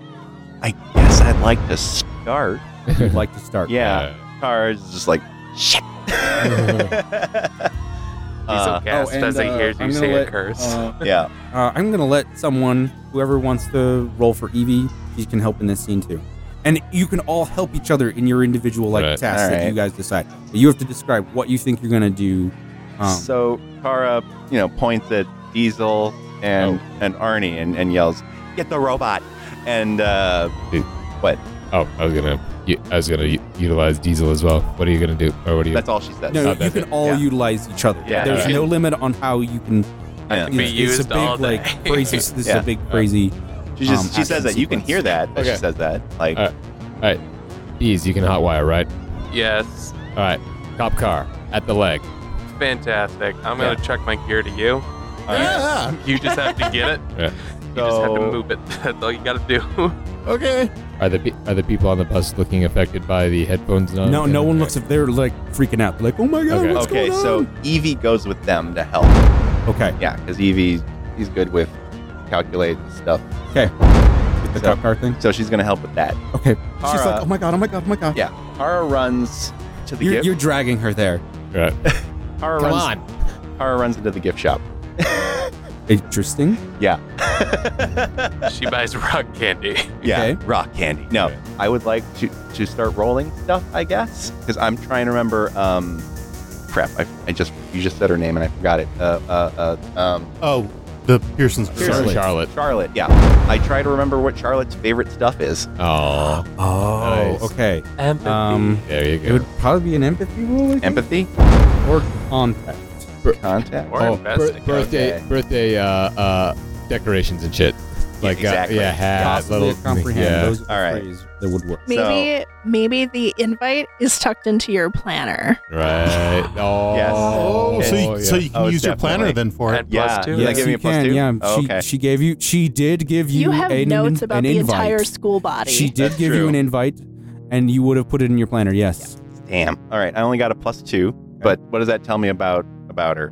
[SPEAKER 5] I guess I'd like to start.
[SPEAKER 1] you'd like to start.
[SPEAKER 2] Oh,
[SPEAKER 5] Yeah. Cards just like shit. <laughs>
[SPEAKER 3] He's so
[SPEAKER 5] Uh,
[SPEAKER 3] gassed
[SPEAKER 1] and,
[SPEAKER 3] as he
[SPEAKER 1] uh,
[SPEAKER 3] hears you
[SPEAKER 1] I'm gonna
[SPEAKER 3] say
[SPEAKER 1] let,
[SPEAKER 3] a curse.
[SPEAKER 1] uh,
[SPEAKER 5] yeah.
[SPEAKER 1] uh, I'm gonna let someone, whoever wants to roll for Evie, she can help in this scene too. And you can all help each other in your individual like
[SPEAKER 2] Right.
[SPEAKER 1] tasks that
[SPEAKER 5] Alright.
[SPEAKER 1] you guys decide. But you have to describe what you think you're gonna do. Um,
[SPEAKER 5] so Kara, you know, points at Diesel and and Arnie and, and yells, "Get the robot!" And uh,
[SPEAKER 2] Oh, I was gonna. u- I was gonna u- utilize diesel as well. What are you gonna do? Or what are you?
[SPEAKER 5] that's all she says.
[SPEAKER 1] no,
[SPEAKER 2] not
[SPEAKER 1] you
[SPEAKER 2] that
[SPEAKER 1] can
[SPEAKER 2] big.
[SPEAKER 1] all
[SPEAKER 5] Yeah.
[SPEAKER 1] utilize each other.
[SPEAKER 3] Yeah.
[SPEAKER 1] There's
[SPEAKER 2] Alright.
[SPEAKER 1] no limit on how you can.
[SPEAKER 5] Yeah.
[SPEAKER 3] Be
[SPEAKER 1] it's,
[SPEAKER 3] used
[SPEAKER 1] it's a big
[SPEAKER 3] all day.
[SPEAKER 1] like crazy. This is
[SPEAKER 5] Yeah.
[SPEAKER 1] a big crazy.
[SPEAKER 5] She just
[SPEAKER 1] um,
[SPEAKER 5] she says
[SPEAKER 1] action
[SPEAKER 5] that you can
[SPEAKER 1] sequence.
[SPEAKER 5] hear that. as She
[SPEAKER 2] Okay.
[SPEAKER 5] says that like
[SPEAKER 2] All right. Bees, you can hotwire, right?
[SPEAKER 3] yes.
[SPEAKER 2] All right. Cop car at the leg.
[SPEAKER 3] Fantastic. I'm going to chuck my gear to you.
[SPEAKER 5] all right,
[SPEAKER 3] You just have to get it.
[SPEAKER 2] Yeah.
[SPEAKER 3] You just have
[SPEAKER 5] So-
[SPEAKER 3] to move it. <laughs> That's all you got to do. <laughs>
[SPEAKER 4] Okay.
[SPEAKER 2] Are the pe- are the people on the bus looking affected by the headphones? Now?
[SPEAKER 1] No, no one looks. They're like freaking out. They're like, oh my god,
[SPEAKER 2] Okay.
[SPEAKER 1] what's
[SPEAKER 5] okay.
[SPEAKER 1] going
[SPEAKER 5] So
[SPEAKER 1] on?
[SPEAKER 5] Evie goes with them to help.
[SPEAKER 1] okay,
[SPEAKER 5] Yeah, because Evie he's good with calculating stuff.
[SPEAKER 1] get the
[SPEAKER 5] So-
[SPEAKER 1] cop car thing.
[SPEAKER 5] So she's gonna help with that.
[SPEAKER 1] Okay, she's
[SPEAKER 5] Kara-
[SPEAKER 1] like, oh my god, oh my god, oh my god.
[SPEAKER 5] Yeah, Kara runs to the
[SPEAKER 1] You're,
[SPEAKER 5] gift.
[SPEAKER 1] you're dragging her there.
[SPEAKER 2] Right.
[SPEAKER 5] Kara
[SPEAKER 2] Come
[SPEAKER 5] runs.
[SPEAKER 2] on.
[SPEAKER 5] Kara runs into the gift shop.
[SPEAKER 1] Interesting.
[SPEAKER 5] Yeah.
[SPEAKER 3] she buys rock candy.
[SPEAKER 5] Yeah,
[SPEAKER 1] Okay.
[SPEAKER 5] rock candy. No,
[SPEAKER 2] Okay.
[SPEAKER 5] I would like to, to start rolling stuff, I guess, because I'm trying to remember. Um, crap, I, I just you just said her name and I forgot it. Uh, uh, uh, um,
[SPEAKER 4] Oh, the Pearson's.
[SPEAKER 1] Charlotte.
[SPEAKER 2] Charlotte.
[SPEAKER 5] Charlotte. Yeah, I try to remember what Charlotte's favorite stuff is.
[SPEAKER 2] Oh,
[SPEAKER 1] Oh,
[SPEAKER 2] Nice.
[SPEAKER 1] okay.
[SPEAKER 3] Empathy.
[SPEAKER 1] Um,
[SPEAKER 2] there you
[SPEAKER 1] it
[SPEAKER 2] go.
[SPEAKER 1] would probably be an empathy roll, I think,
[SPEAKER 5] Empathy,
[SPEAKER 1] or contact.
[SPEAKER 5] contact.
[SPEAKER 3] or
[SPEAKER 2] oh,
[SPEAKER 3] investing.
[SPEAKER 2] bir- birthday
[SPEAKER 5] Okay.
[SPEAKER 2] birthday uh, uh, decorations and shit. Like
[SPEAKER 5] exactly.
[SPEAKER 2] uh, yeah, hat,
[SPEAKER 1] Possibly
[SPEAKER 2] little
[SPEAKER 1] comprehend.
[SPEAKER 2] yeah.
[SPEAKER 1] Those are the
[SPEAKER 5] All right.
[SPEAKER 1] phrase that would work.
[SPEAKER 6] maybe maybe the invite is tucked into your planner.
[SPEAKER 2] Right. Oh,
[SPEAKER 5] Yes. Oh,
[SPEAKER 4] so, you,
[SPEAKER 2] yeah.
[SPEAKER 4] so you can
[SPEAKER 5] Oh,
[SPEAKER 4] use your planner
[SPEAKER 5] definitely.
[SPEAKER 4] then for it.
[SPEAKER 3] And
[SPEAKER 5] Yeah,
[SPEAKER 3] plus two.
[SPEAKER 5] Did yeah. I give
[SPEAKER 1] you
[SPEAKER 5] you a plus
[SPEAKER 1] can.
[SPEAKER 5] two?
[SPEAKER 1] Yeah,
[SPEAKER 5] Oh,
[SPEAKER 1] she,
[SPEAKER 5] okay.
[SPEAKER 1] she gave you. She did give you.
[SPEAKER 6] You, have
[SPEAKER 1] an,
[SPEAKER 6] notes about
[SPEAKER 1] an
[SPEAKER 6] the
[SPEAKER 1] invite.
[SPEAKER 6] entire school body.
[SPEAKER 1] She did
[SPEAKER 5] That's
[SPEAKER 1] give you
[SPEAKER 5] true.
[SPEAKER 1] an invite, and you would have put it in your planner. Yes.
[SPEAKER 5] Damn. All right, I only got a plus two, but what does that tell me about about her?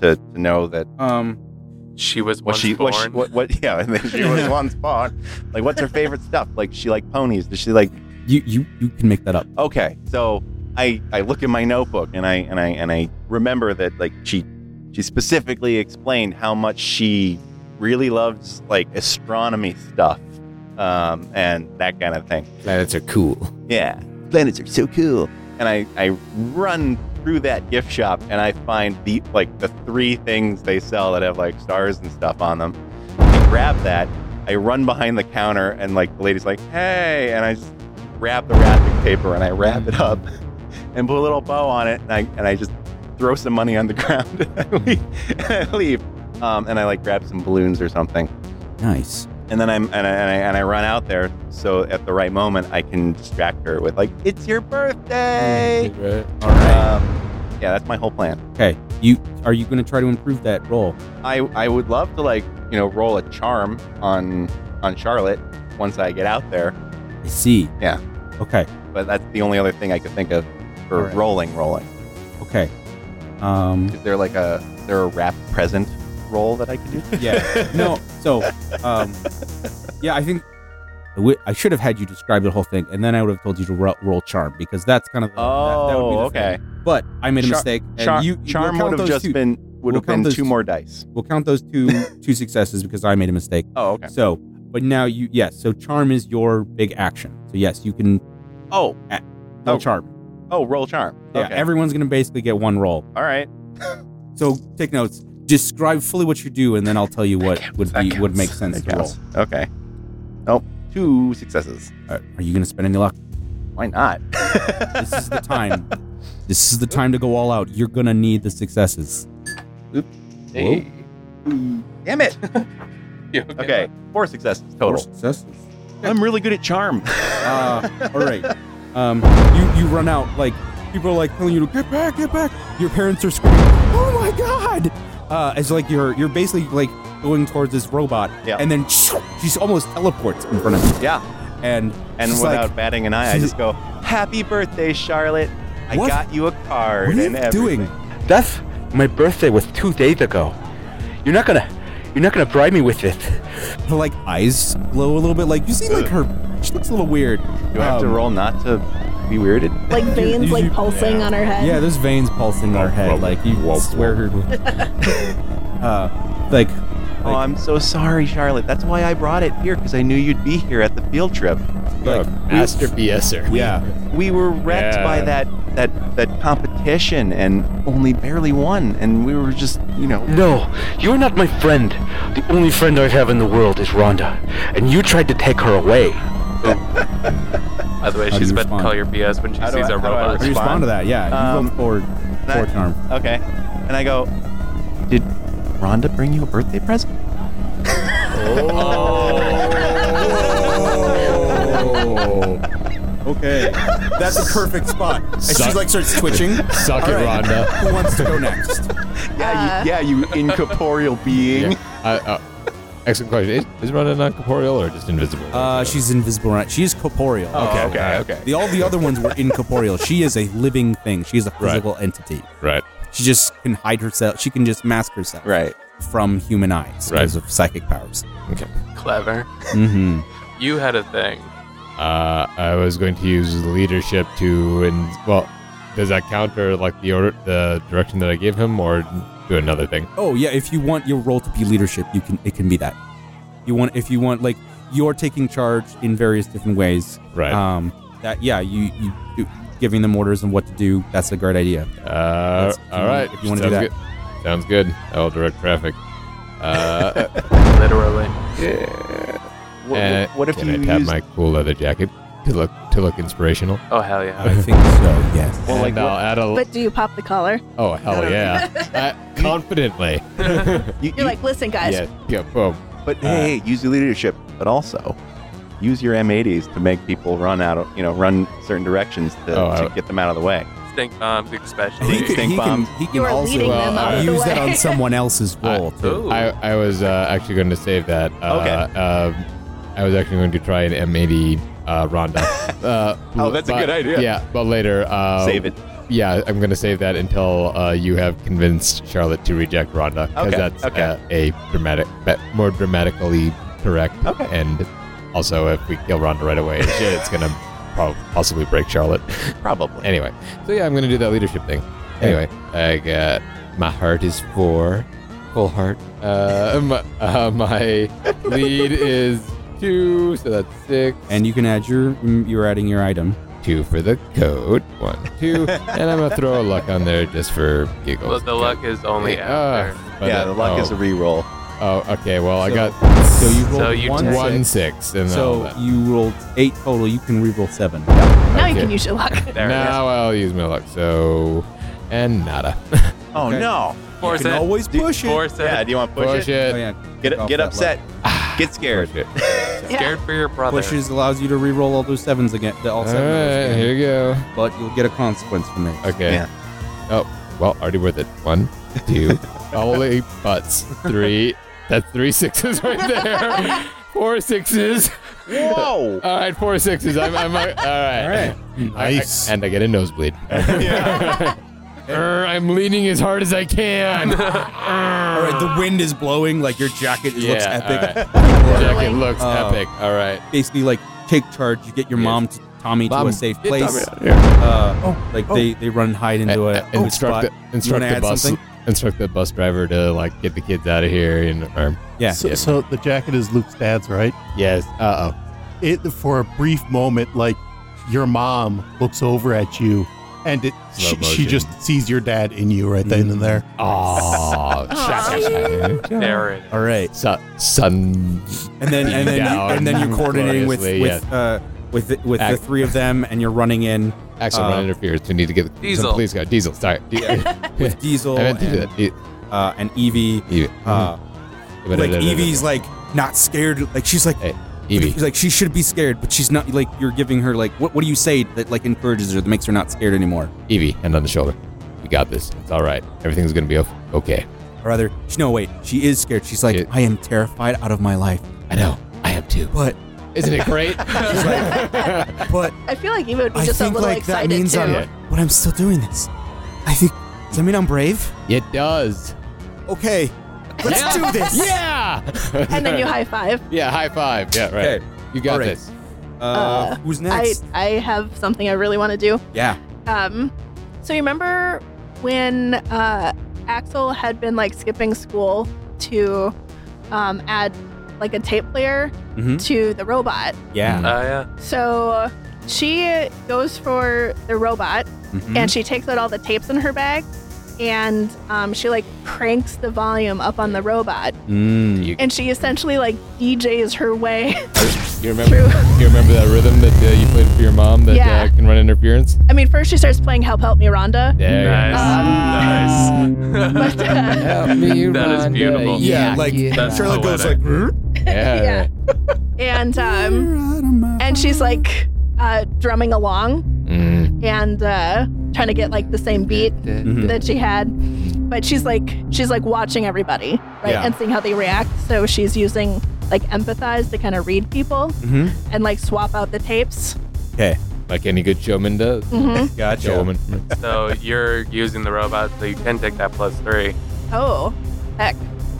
[SPEAKER 5] To, to know that
[SPEAKER 1] Um.
[SPEAKER 3] She was
[SPEAKER 5] what
[SPEAKER 3] once
[SPEAKER 5] she,
[SPEAKER 3] born.
[SPEAKER 5] what she what what <laughs> yeah, and then she was once born. Like, what's her favorite stuff? Like, she like ponies. Does she like
[SPEAKER 1] You you you can make that up.
[SPEAKER 5] okay so i i look in my notebook and i and i and i remember that like she she specifically explained how much she really loves like astronomy stuff um, and that kind of thing.
[SPEAKER 7] Planets are cool.
[SPEAKER 5] Yeah, planets are so cool. And I, I run through that gift shop and I find the like the three things they sell that have like stars and stuff on them. I grab that. I run behind the counter and like the lady's like, "Hey!" and I just grab the wrapping paper and I wrap it up <laughs> and put a little bow on it and I and I just throw some money on the <laughs> ground and I leave. And I leave. Um, and I like grab some balloons or something
[SPEAKER 1] Nice.
[SPEAKER 5] and then I'm and I, and I and I run out there so at the right moment I can distract her with like it's your birthday.
[SPEAKER 1] Mm,
[SPEAKER 2] Right.
[SPEAKER 5] All right. Um, yeah, that's my whole plan.
[SPEAKER 1] Okay. You are you going to try to improve that roll?
[SPEAKER 5] I I would love to like you know roll a charm on on Charlotte once I get out there,
[SPEAKER 1] I see.
[SPEAKER 5] Yeah.
[SPEAKER 1] Okay.
[SPEAKER 5] but that's the only other thing I could think of for
[SPEAKER 1] All right.
[SPEAKER 5] rolling rolling.
[SPEAKER 1] Okay. Um.
[SPEAKER 5] Is there like a is there a wrap present roll that I could do? <laughs>
[SPEAKER 1] Yeah. No. So, um, yeah, I think I wi- I should have had you describe the whole thing, and then I would have told you to ro- roll charm because that's kind of the, that, that would be
[SPEAKER 5] Oh,
[SPEAKER 1] the
[SPEAKER 5] okay.
[SPEAKER 1] thing. But I made a
[SPEAKER 5] Char-
[SPEAKER 1] mistake. And
[SPEAKER 5] Char-
[SPEAKER 1] you, you- we'll
[SPEAKER 5] charm
[SPEAKER 1] count
[SPEAKER 5] would have
[SPEAKER 1] those
[SPEAKER 5] just
[SPEAKER 1] two-
[SPEAKER 5] been would
[SPEAKER 1] we'll
[SPEAKER 5] have been
[SPEAKER 1] count those
[SPEAKER 5] two
[SPEAKER 1] two.
[SPEAKER 5] more dice.
[SPEAKER 1] We'll count those two two successes because I made a mistake.
[SPEAKER 5] Oh, okay.
[SPEAKER 1] So, but now you yes. So charm is your big action. So yes, you can
[SPEAKER 5] Oh,
[SPEAKER 1] roll
[SPEAKER 5] Oh.
[SPEAKER 1] charm.
[SPEAKER 5] oh, roll charm.
[SPEAKER 1] Yeah.
[SPEAKER 5] okay.
[SPEAKER 1] Everyone's gonna basically get one roll.
[SPEAKER 5] All right.
[SPEAKER 1] So take notes. Describe fully what you do, and then I'll tell you what would
[SPEAKER 5] That
[SPEAKER 1] be would
[SPEAKER 5] counts.
[SPEAKER 1] make sense
[SPEAKER 5] That
[SPEAKER 1] to roll.
[SPEAKER 5] counts. Okay. Oh, two successes.
[SPEAKER 1] All right, Are you gonna spend any luck?
[SPEAKER 5] Why not?
[SPEAKER 1] This is
[SPEAKER 5] <laughs>
[SPEAKER 1] the time. this is the time to go all out. You're gonna need the successes.
[SPEAKER 3] Hey.
[SPEAKER 5] Damn
[SPEAKER 1] <laughs>
[SPEAKER 5] it.
[SPEAKER 3] You <laughs> okay?
[SPEAKER 5] Okay, four successes total.
[SPEAKER 1] successes.
[SPEAKER 5] I'm really good at charm.
[SPEAKER 1] Uh, all right. Um, you you run out like people are like telling you to get back, get back. Your parents are screaming, "Oh my god!" Uh, it's like you're you're basically like going towards this robot,
[SPEAKER 5] Yeah.
[SPEAKER 1] and then she's almost teleports in front of you,
[SPEAKER 5] yeah,
[SPEAKER 1] and
[SPEAKER 5] and
[SPEAKER 1] she's
[SPEAKER 5] without
[SPEAKER 1] like,
[SPEAKER 5] batting an eye, I just go, "Happy birthday, Charlotte! I
[SPEAKER 1] What?
[SPEAKER 5] got you a card."
[SPEAKER 1] "What are
[SPEAKER 5] and
[SPEAKER 1] you doing?"
[SPEAKER 5] everything."
[SPEAKER 7] That's my birthday was two days ago. You're not gonna, you're not gonna bribe me with it.
[SPEAKER 1] Her like eyes glow a little bit. Like you see, like her she looks a little weird.
[SPEAKER 5] Do I have to
[SPEAKER 1] Um,
[SPEAKER 5] roll not to be weirded?
[SPEAKER 8] Like veins
[SPEAKER 1] you-
[SPEAKER 8] like
[SPEAKER 1] you-
[SPEAKER 8] pulsing on her head.
[SPEAKER 1] Yeah, there's veins pulsing in her head. Like you swear her.
[SPEAKER 5] <laughs>
[SPEAKER 1] uh, like,
[SPEAKER 5] Oh, I'm so sorry, Charlotte. That's why I brought it here because I knew you'd be here at the field trip.
[SPEAKER 1] like
[SPEAKER 2] Master BSer.
[SPEAKER 1] yeah.
[SPEAKER 5] We were wrecked
[SPEAKER 2] Yeah.
[SPEAKER 5] by that that that competition and only barely won, and we were just, you know,
[SPEAKER 7] No, you're not my friend. The only friend I have in the world is Rhonda, and you tried to take her away.
[SPEAKER 3] By the way,
[SPEAKER 1] How do
[SPEAKER 3] she's
[SPEAKER 1] you
[SPEAKER 3] about to
[SPEAKER 1] respond?
[SPEAKER 3] call your BS when she
[SPEAKER 5] How do
[SPEAKER 3] sees
[SPEAKER 5] I-
[SPEAKER 3] a
[SPEAKER 5] how do I
[SPEAKER 3] robot.
[SPEAKER 1] How do you respond to that? Yeah, you
[SPEAKER 5] Um,
[SPEAKER 1] look forward, forward
[SPEAKER 5] that-
[SPEAKER 1] charm.
[SPEAKER 5] Okay. And I go, Did Rhonda bring you a birthday present? Oh.
[SPEAKER 1] <laughs> Okay, that's a perfect spot. And
[SPEAKER 2] Suck-
[SPEAKER 1] she's like starts
[SPEAKER 5] <laughs>
[SPEAKER 1] twitching.
[SPEAKER 2] Suck it,
[SPEAKER 1] All right. <laughs>
[SPEAKER 2] Rhonda.
[SPEAKER 1] Who wants to go next?
[SPEAKER 5] Yeah, you,
[SPEAKER 2] <laughs>
[SPEAKER 5] yeah, you incorporeal being.
[SPEAKER 2] Uh. Yeah. I, uh, excellent question. Is, is Rhonda non corporeal or just invisible?
[SPEAKER 1] Uh, she's invisible. Right? She is corporeal.
[SPEAKER 2] Oh, okay.
[SPEAKER 5] okay,
[SPEAKER 2] alright.
[SPEAKER 5] okay.
[SPEAKER 1] The, all the other ones were incorporeal. She is a living thing. She is a physical entity.
[SPEAKER 2] Right.
[SPEAKER 1] She just can hide herself. She can just mask herself
[SPEAKER 5] Right.
[SPEAKER 1] from human eyes because
[SPEAKER 2] Right.
[SPEAKER 1] of psychic powers.
[SPEAKER 3] <laughs> Clever.
[SPEAKER 1] Mm-hmm.
[SPEAKER 3] You had a thing.
[SPEAKER 2] Uh, I was going to use leadership to, and well, does that counter like the order, the direction that I gave him, or do another thing?
[SPEAKER 1] Oh yeah, if you want your role to be leadership, you can it can be that. You want if you want like you're taking charge in various different ways.
[SPEAKER 2] Right.
[SPEAKER 1] Um that yeah, you you you- giving them orders and what to do, that's a great
[SPEAKER 2] <laughs>
[SPEAKER 1] idea.
[SPEAKER 2] Uh,
[SPEAKER 1] That's- if you
[SPEAKER 2] all right.
[SPEAKER 1] wanna- if you wanna do
[SPEAKER 2] Sounds
[SPEAKER 1] that.
[SPEAKER 2] good. Sounds good. I will direct traffic.
[SPEAKER 1] <laughs>
[SPEAKER 2] Uh,
[SPEAKER 3] Literally.
[SPEAKER 5] What,
[SPEAKER 2] and
[SPEAKER 5] what if
[SPEAKER 2] Uh, can
[SPEAKER 5] you
[SPEAKER 2] I tap
[SPEAKER 5] used,
[SPEAKER 2] my cool leather jacket to look to look inspirational?
[SPEAKER 3] Oh hell yeah.
[SPEAKER 1] I think so, yes.
[SPEAKER 5] Well, like,
[SPEAKER 2] And I'll
[SPEAKER 5] what-
[SPEAKER 2] add a
[SPEAKER 6] <laughs> But do you pop the collar?
[SPEAKER 2] oh hell yeah, <laughs> uh, confidently.
[SPEAKER 5] you, you-
[SPEAKER 8] You're like, listen, guys,
[SPEAKER 2] yeah, yeah, boom.
[SPEAKER 5] but hey, use your leadership, but also use your M80s to make people run out of, you know, run certain directions to,
[SPEAKER 2] Oh, I-
[SPEAKER 5] to get them out of the way.
[SPEAKER 3] Stink bombs especially.
[SPEAKER 1] He
[SPEAKER 5] Stink-
[SPEAKER 1] can, he
[SPEAKER 5] bombs.
[SPEAKER 1] can, he can
[SPEAKER 8] you are
[SPEAKER 1] also
[SPEAKER 8] leading
[SPEAKER 2] well,
[SPEAKER 8] them out
[SPEAKER 2] uh,
[SPEAKER 8] of the
[SPEAKER 1] use
[SPEAKER 8] way.
[SPEAKER 1] that on someone else's
[SPEAKER 2] <laughs> I-
[SPEAKER 1] role too.
[SPEAKER 3] Ooh.
[SPEAKER 2] I, I was uh, actually going to save that. Uh,
[SPEAKER 5] Okay.
[SPEAKER 2] um, I was actually going to try an M80 uh,
[SPEAKER 5] <laughs>
[SPEAKER 2] Ronda. Uh,
[SPEAKER 5] Oh, that's a
[SPEAKER 2] but-
[SPEAKER 5] good idea.
[SPEAKER 2] Yeah, but later. Uh,
[SPEAKER 5] Save it.
[SPEAKER 2] Yeah, I'm going to save that until uh, you have convinced Charlotte to reject Ronda. Because
[SPEAKER 5] Okay,
[SPEAKER 2] that's
[SPEAKER 5] okay.
[SPEAKER 2] Uh, a dramatic, but more dramatically correct.
[SPEAKER 5] Okay.
[SPEAKER 2] And also, if we kill Ronda right
[SPEAKER 5] <laughs>
[SPEAKER 2] away, shit, it's going to prob- possibly break Charlotte.
[SPEAKER 5] Probably.
[SPEAKER 2] Anyway, so yeah, I'm going to do that leadership thing. Anyway, I got my heart is four.
[SPEAKER 8] Full heart.
[SPEAKER 2] Uh, my, uh, my lead is two, so that's six.
[SPEAKER 1] And you can add your mm, you're adding your item.
[SPEAKER 2] two for the code. One, <laughs> two. and I'm gonna throw a luck on there just for giggles.
[SPEAKER 3] But the luck is only after.
[SPEAKER 2] Ah, but
[SPEAKER 5] yeah,
[SPEAKER 2] it-
[SPEAKER 5] the luck
[SPEAKER 2] oh,
[SPEAKER 5] is a reroll.
[SPEAKER 2] Oh, okay. Well, I
[SPEAKER 1] So-
[SPEAKER 2] got
[SPEAKER 1] So you rolled
[SPEAKER 3] So you
[SPEAKER 1] one,
[SPEAKER 3] take-
[SPEAKER 2] one
[SPEAKER 1] six,
[SPEAKER 2] six, Oh, and
[SPEAKER 1] So
[SPEAKER 2] all
[SPEAKER 1] you rolled eight total. You can reroll seven.
[SPEAKER 6] Now you
[SPEAKER 2] Okay.
[SPEAKER 6] can use your luck.
[SPEAKER 2] that.
[SPEAKER 3] There it
[SPEAKER 2] now I'll use my luck. So and nada.
[SPEAKER 5] Oh
[SPEAKER 1] Okay.
[SPEAKER 5] no!
[SPEAKER 3] is.
[SPEAKER 1] You
[SPEAKER 3] Force
[SPEAKER 1] can
[SPEAKER 3] it.
[SPEAKER 1] always push it.
[SPEAKER 3] Force it.
[SPEAKER 5] Yeah, do you want to push,
[SPEAKER 2] Push
[SPEAKER 5] it?
[SPEAKER 1] Oh,
[SPEAKER 2] it.
[SPEAKER 1] yeah.
[SPEAKER 5] Get
[SPEAKER 1] Off
[SPEAKER 5] get
[SPEAKER 1] that
[SPEAKER 5] upset.
[SPEAKER 2] <sighs>
[SPEAKER 5] Get scared.
[SPEAKER 3] Scared for your brother.
[SPEAKER 1] Pushes allows you to reroll all those sevens again. the- All
[SPEAKER 2] All
[SPEAKER 1] seven. of those
[SPEAKER 2] right,
[SPEAKER 1] again.
[SPEAKER 2] here you go.
[SPEAKER 1] But you'll get a consequence from it.
[SPEAKER 2] Okay.
[SPEAKER 5] Yeah.
[SPEAKER 2] Oh, well, already worth it. One,
[SPEAKER 1] <laughs>
[SPEAKER 2] two, holy butts. Three. That's three sixes right
[SPEAKER 1] <laughs>
[SPEAKER 2] there. Four sixes.
[SPEAKER 5] Whoa!
[SPEAKER 2] All right, four sixes. I'm, I'm, all right.
[SPEAKER 1] All right.
[SPEAKER 2] I- I-
[SPEAKER 4] Nice.
[SPEAKER 2] and I get a nosebleed. <laughs> Err, I'm leaning as hard as
[SPEAKER 1] <laughs>
[SPEAKER 2] I can.
[SPEAKER 1] All right. The wind is blowing. Like your jacket
[SPEAKER 2] Yeah,
[SPEAKER 1] looks epic. <laughs>
[SPEAKER 2] all right. Jacket looks
[SPEAKER 1] Oh.
[SPEAKER 2] epic. All right.
[SPEAKER 1] Basically, like take charge. You get your
[SPEAKER 2] Yeah.
[SPEAKER 1] mom to Tommy to
[SPEAKER 2] Mom,
[SPEAKER 1] a safe
[SPEAKER 2] get
[SPEAKER 1] place.
[SPEAKER 2] Tommy out of here.
[SPEAKER 1] Uh, like they they run and hide into a,
[SPEAKER 2] Uh,
[SPEAKER 1] a
[SPEAKER 2] instruct
[SPEAKER 1] spot.
[SPEAKER 2] the, instruct the
[SPEAKER 1] add
[SPEAKER 2] bus
[SPEAKER 1] something?
[SPEAKER 2] instruct the bus driver to like get the kids out of here and or,
[SPEAKER 1] Yeah.
[SPEAKER 4] So, so the jacket is Luke's dad's, right?
[SPEAKER 2] yes. Uh oh.
[SPEAKER 4] It for a brief moment, like your mom looks over at you, and it
[SPEAKER 2] Slow
[SPEAKER 4] she, she
[SPEAKER 2] motion. Mm-hmm.
[SPEAKER 4] just sees your dad in you right then and there.
[SPEAKER 2] Oh, <laughs>
[SPEAKER 3] There it is.
[SPEAKER 1] All right.
[SPEAKER 2] sun.
[SPEAKER 1] and then and then
[SPEAKER 2] Down
[SPEAKER 1] you, and then you're coordinating with
[SPEAKER 2] gloriously,
[SPEAKER 1] with uh, with the, with the
[SPEAKER 2] Act-
[SPEAKER 1] three of them, and you're running in
[SPEAKER 2] Axel,
[SPEAKER 1] Uh,
[SPEAKER 2] run interferes. We need to get the
[SPEAKER 3] Diesel.
[SPEAKER 2] Some police car. Diesel. Sorry.
[SPEAKER 1] with Diesel
[SPEAKER 2] <laughs> I Mm-hmm. meant to do
[SPEAKER 1] and,
[SPEAKER 2] that. E-
[SPEAKER 1] uh, and Evie.
[SPEAKER 2] Evie.
[SPEAKER 1] Uh, like
[SPEAKER 2] E-,
[SPEAKER 1] E Evie's like not scared. Like she's like
[SPEAKER 2] Hey, Evie.
[SPEAKER 1] she's like she should be scared, but she's not. Like you're giving her like what what do you say that like encourages her that makes her not scared anymore?
[SPEAKER 2] Evie, E hand on the shoulder. We got this. It's all right. Everything's gonna be o- okay.
[SPEAKER 1] Or rather, she, no wait, she is scared. She's like
[SPEAKER 2] It-
[SPEAKER 1] I am terrified out of my life,
[SPEAKER 2] I know. I am too.
[SPEAKER 1] but
[SPEAKER 2] Isn't it great?
[SPEAKER 6] <laughs>
[SPEAKER 1] but
[SPEAKER 6] <laughs> I feel like you would be
[SPEAKER 1] I
[SPEAKER 6] just a
[SPEAKER 1] think
[SPEAKER 6] little
[SPEAKER 1] like that
[SPEAKER 6] excited
[SPEAKER 1] means
[SPEAKER 6] too.
[SPEAKER 1] I'm
[SPEAKER 2] Yeah.
[SPEAKER 1] but I'm still doing this. I think does that mean I'm brave?
[SPEAKER 2] it does.
[SPEAKER 1] Okay, let's do this.
[SPEAKER 2] Yeah.
[SPEAKER 6] <laughs> And <laughs> then you high five.
[SPEAKER 2] Yeah. High five. Yeah. Right.
[SPEAKER 1] Okay.
[SPEAKER 2] You got
[SPEAKER 1] All right.
[SPEAKER 2] this.
[SPEAKER 1] Uh,
[SPEAKER 6] Uh,
[SPEAKER 1] who's
[SPEAKER 6] I,
[SPEAKER 1] next?
[SPEAKER 6] I have something I really want to do.
[SPEAKER 1] yeah.
[SPEAKER 6] Um, so you remember when uh, Axel had been like skipping school to um, add like a tape player
[SPEAKER 1] Mm-hmm.
[SPEAKER 6] to the robot?
[SPEAKER 1] Yeah.
[SPEAKER 3] Oh, yeah.
[SPEAKER 6] So she goes for the robot
[SPEAKER 1] Mhm.
[SPEAKER 6] and she takes out all the tapes in her bag and um, she like cranks the volume up on the robot
[SPEAKER 1] Mm.
[SPEAKER 6] and she essentially like DJs her way. <laughs>
[SPEAKER 2] You remember? You remember that rhythm that uh, you played for your mom that
[SPEAKER 6] Yeah.
[SPEAKER 2] uh, can run interference?
[SPEAKER 6] I mean, first she starts playing Help Help Me Rhonda.
[SPEAKER 2] There.
[SPEAKER 3] Nice. nice.
[SPEAKER 6] But, uh,
[SPEAKER 2] <laughs>
[SPEAKER 3] That is beautiful.
[SPEAKER 1] Yeah, like
[SPEAKER 3] That's
[SPEAKER 1] Charlotte goes like, hmm?
[SPEAKER 3] poetic.
[SPEAKER 2] Yeah.
[SPEAKER 6] and um,
[SPEAKER 1] "You're out of my
[SPEAKER 6] and she's like uh, drumming along
[SPEAKER 2] Mm.
[SPEAKER 6] and uh, trying to get like the same beat
[SPEAKER 1] Mhm.
[SPEAKER 6] that she had but she's like she's like watching everybody right
[SPEAKER 1] Yeah.
[SPEAKER 6] and seeing how they react so she's using like empathize to kind of read people
[SPEAKER 1] Mhm.
[SPEAKER 6] and like swap out the tapes
[SPEAKER 2] Like any good showman does.
[SPEAKER 6] hmm
[SPEAKER 1] Gotcha.
[SPEAKER 2] Showman.
[SPEAKER 3] So you're using the robot, so you can take that plus three.
[SPEAKER 6] oh heck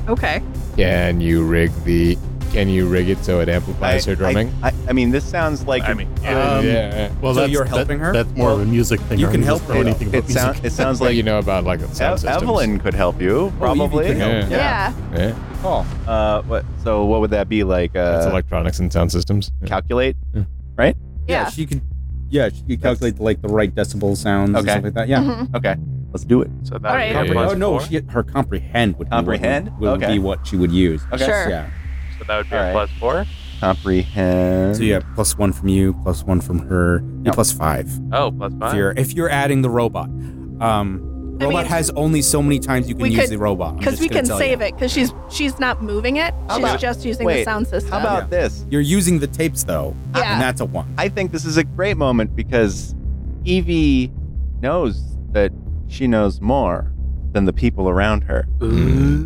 [SPEAKER 6] okay
[SPEAKER 2] Can you rig the? Can you rig it so it amplifies her drumming?
[SPEAKER 5] I, I mean, this sounds like
[SPEAKER 3] I mean,
[SPEAKER 2] Yeah.
[SPEAKER 4] Um,
[SPEAKER 2] yeah.
[SPEAKER 4] Well,
[SPEAKER 1] So
[SPEAKER 4] that's,
[SPEAKER 1] you're
[SPEAKER 4] that-
[SPEAKER 1] helping her?
[SPEAKER 4] That's more of a music thing.
[SPEAKER 1] you
[SPEAKER 4] I
[SPEAKER 1] can
[SPEAKER 4] don't
[SPEAKER 1] help
[SPEAKER 4] know
[SPEAKER 1] her.
[SPEAKER 4] anything about
[SPEAKER 5] it,
[SPEAKER 4] music.
[SPEAKER 5] sound, it sounds
[SPEAKER 2] What do
[SPEAKER 5] like
[SPEAKER 2] you know about like sound
[SPEAKER 5] Ev-
[SPEAKER 2] systems?
[SPEAKER 5] Evelyn could help you probably.
[SPEAKER 1] could
[SPEAKER 2] Yeah.
[SPEAKER 6] yeah,
[SPEAKER 2] Yeah.
[SPEAKER 1] Oh,
[SPEAKER 5] Uh, what? So what would that be like?
[SPEAKER 2] That's
[SPEAKER 5] Uh,
[SPEAKER 2] electronics and sound systems. Yeah.
[SPEAKER 5] calculate.
[SPEAKER 1] yeah.
[SPEAKER 6] Yeah.
[SPEAKER 1] She could. Yeah, she could calculate like the right decibel sounds and
[SPEAKER 5] Okay.
[SPEAKER 1] stuff like that. Yeah.
[SPEAKER 6] Mhm.
[SPEAKER 5] Okay, let's do it.
[SPEAKER 3] So that
[SPEAKER 6] All
[SPEAKER 3] would
[SPEAKER 6] right.
[SPEAKER 3] be a
[SPEAKER 2] Compre-
[SPEAKER 3] plus
[SPEAKER 1] Oh no,
[SPEAKER 3] four.
[SPEAKER 1] she, her comprehend would be
[SPEAKER 5] Comprehend?
[SPEAKER 1] what, would
[SPEAKER 5] Okay.
[SPEAKER 1] be what she would use.
[SPEAKER 5] Okay.
[SPEAKER 6] Sure.
[SPEAKER 1] Yeah.
[SPEAKER 3] So that would be
[SPEAKER 5] All
[SPEAKER 3] a
[SPEAKER 5] right.
[SPEAKER 3] plus four.
[SPEAKER 5] Comprehend.
[SPEAKER 1] So yeah, plus one from you, plus one from her, and plus five
[SPEAKER 3] Oh, plus
[SPEAKER 1] if
[SPEAKER 3] five.
[SPEAKER 1] you're if you're adding the robot. Um,
[SPEAKER 6] I
[SPEAKER 1] robot
[SPEAKER 6] mean-
[SPEAKER 1] has only so many times you can
[SPEAKER 6] We
[SPEAKER 1] use
[SPEAKER 6] could-
[SPEAKER 1] the robot. I'm
[SPEAKER 6] because
[SPEAKER 1] just
[SPEAKER 6] we
[SPEAKER 1] gonna
[SPEAKER 6] can
[SPEAKER 1] tell
[SPEAKER 6] save
[SPEAKER 1] you.
[SPEAKER 6] it because she's she's not moving it
[SPEAKER 5] How
[SPEAKER 6] she's
[SPEAKER 5] about-
[SPEAKER 6] just using the
[SPEAKER 5] wait,
[SPEAKER 6] sound system
[SPEAKER 5] How about this?
[SPEAKER 1] You're using the tapes though,
[SPEAKER 6] Yeah.
[SPEAKER 1] and that's a one.
[SPEAKER 5] I think this is a great moment because Evie knows that she knows more than the people around her.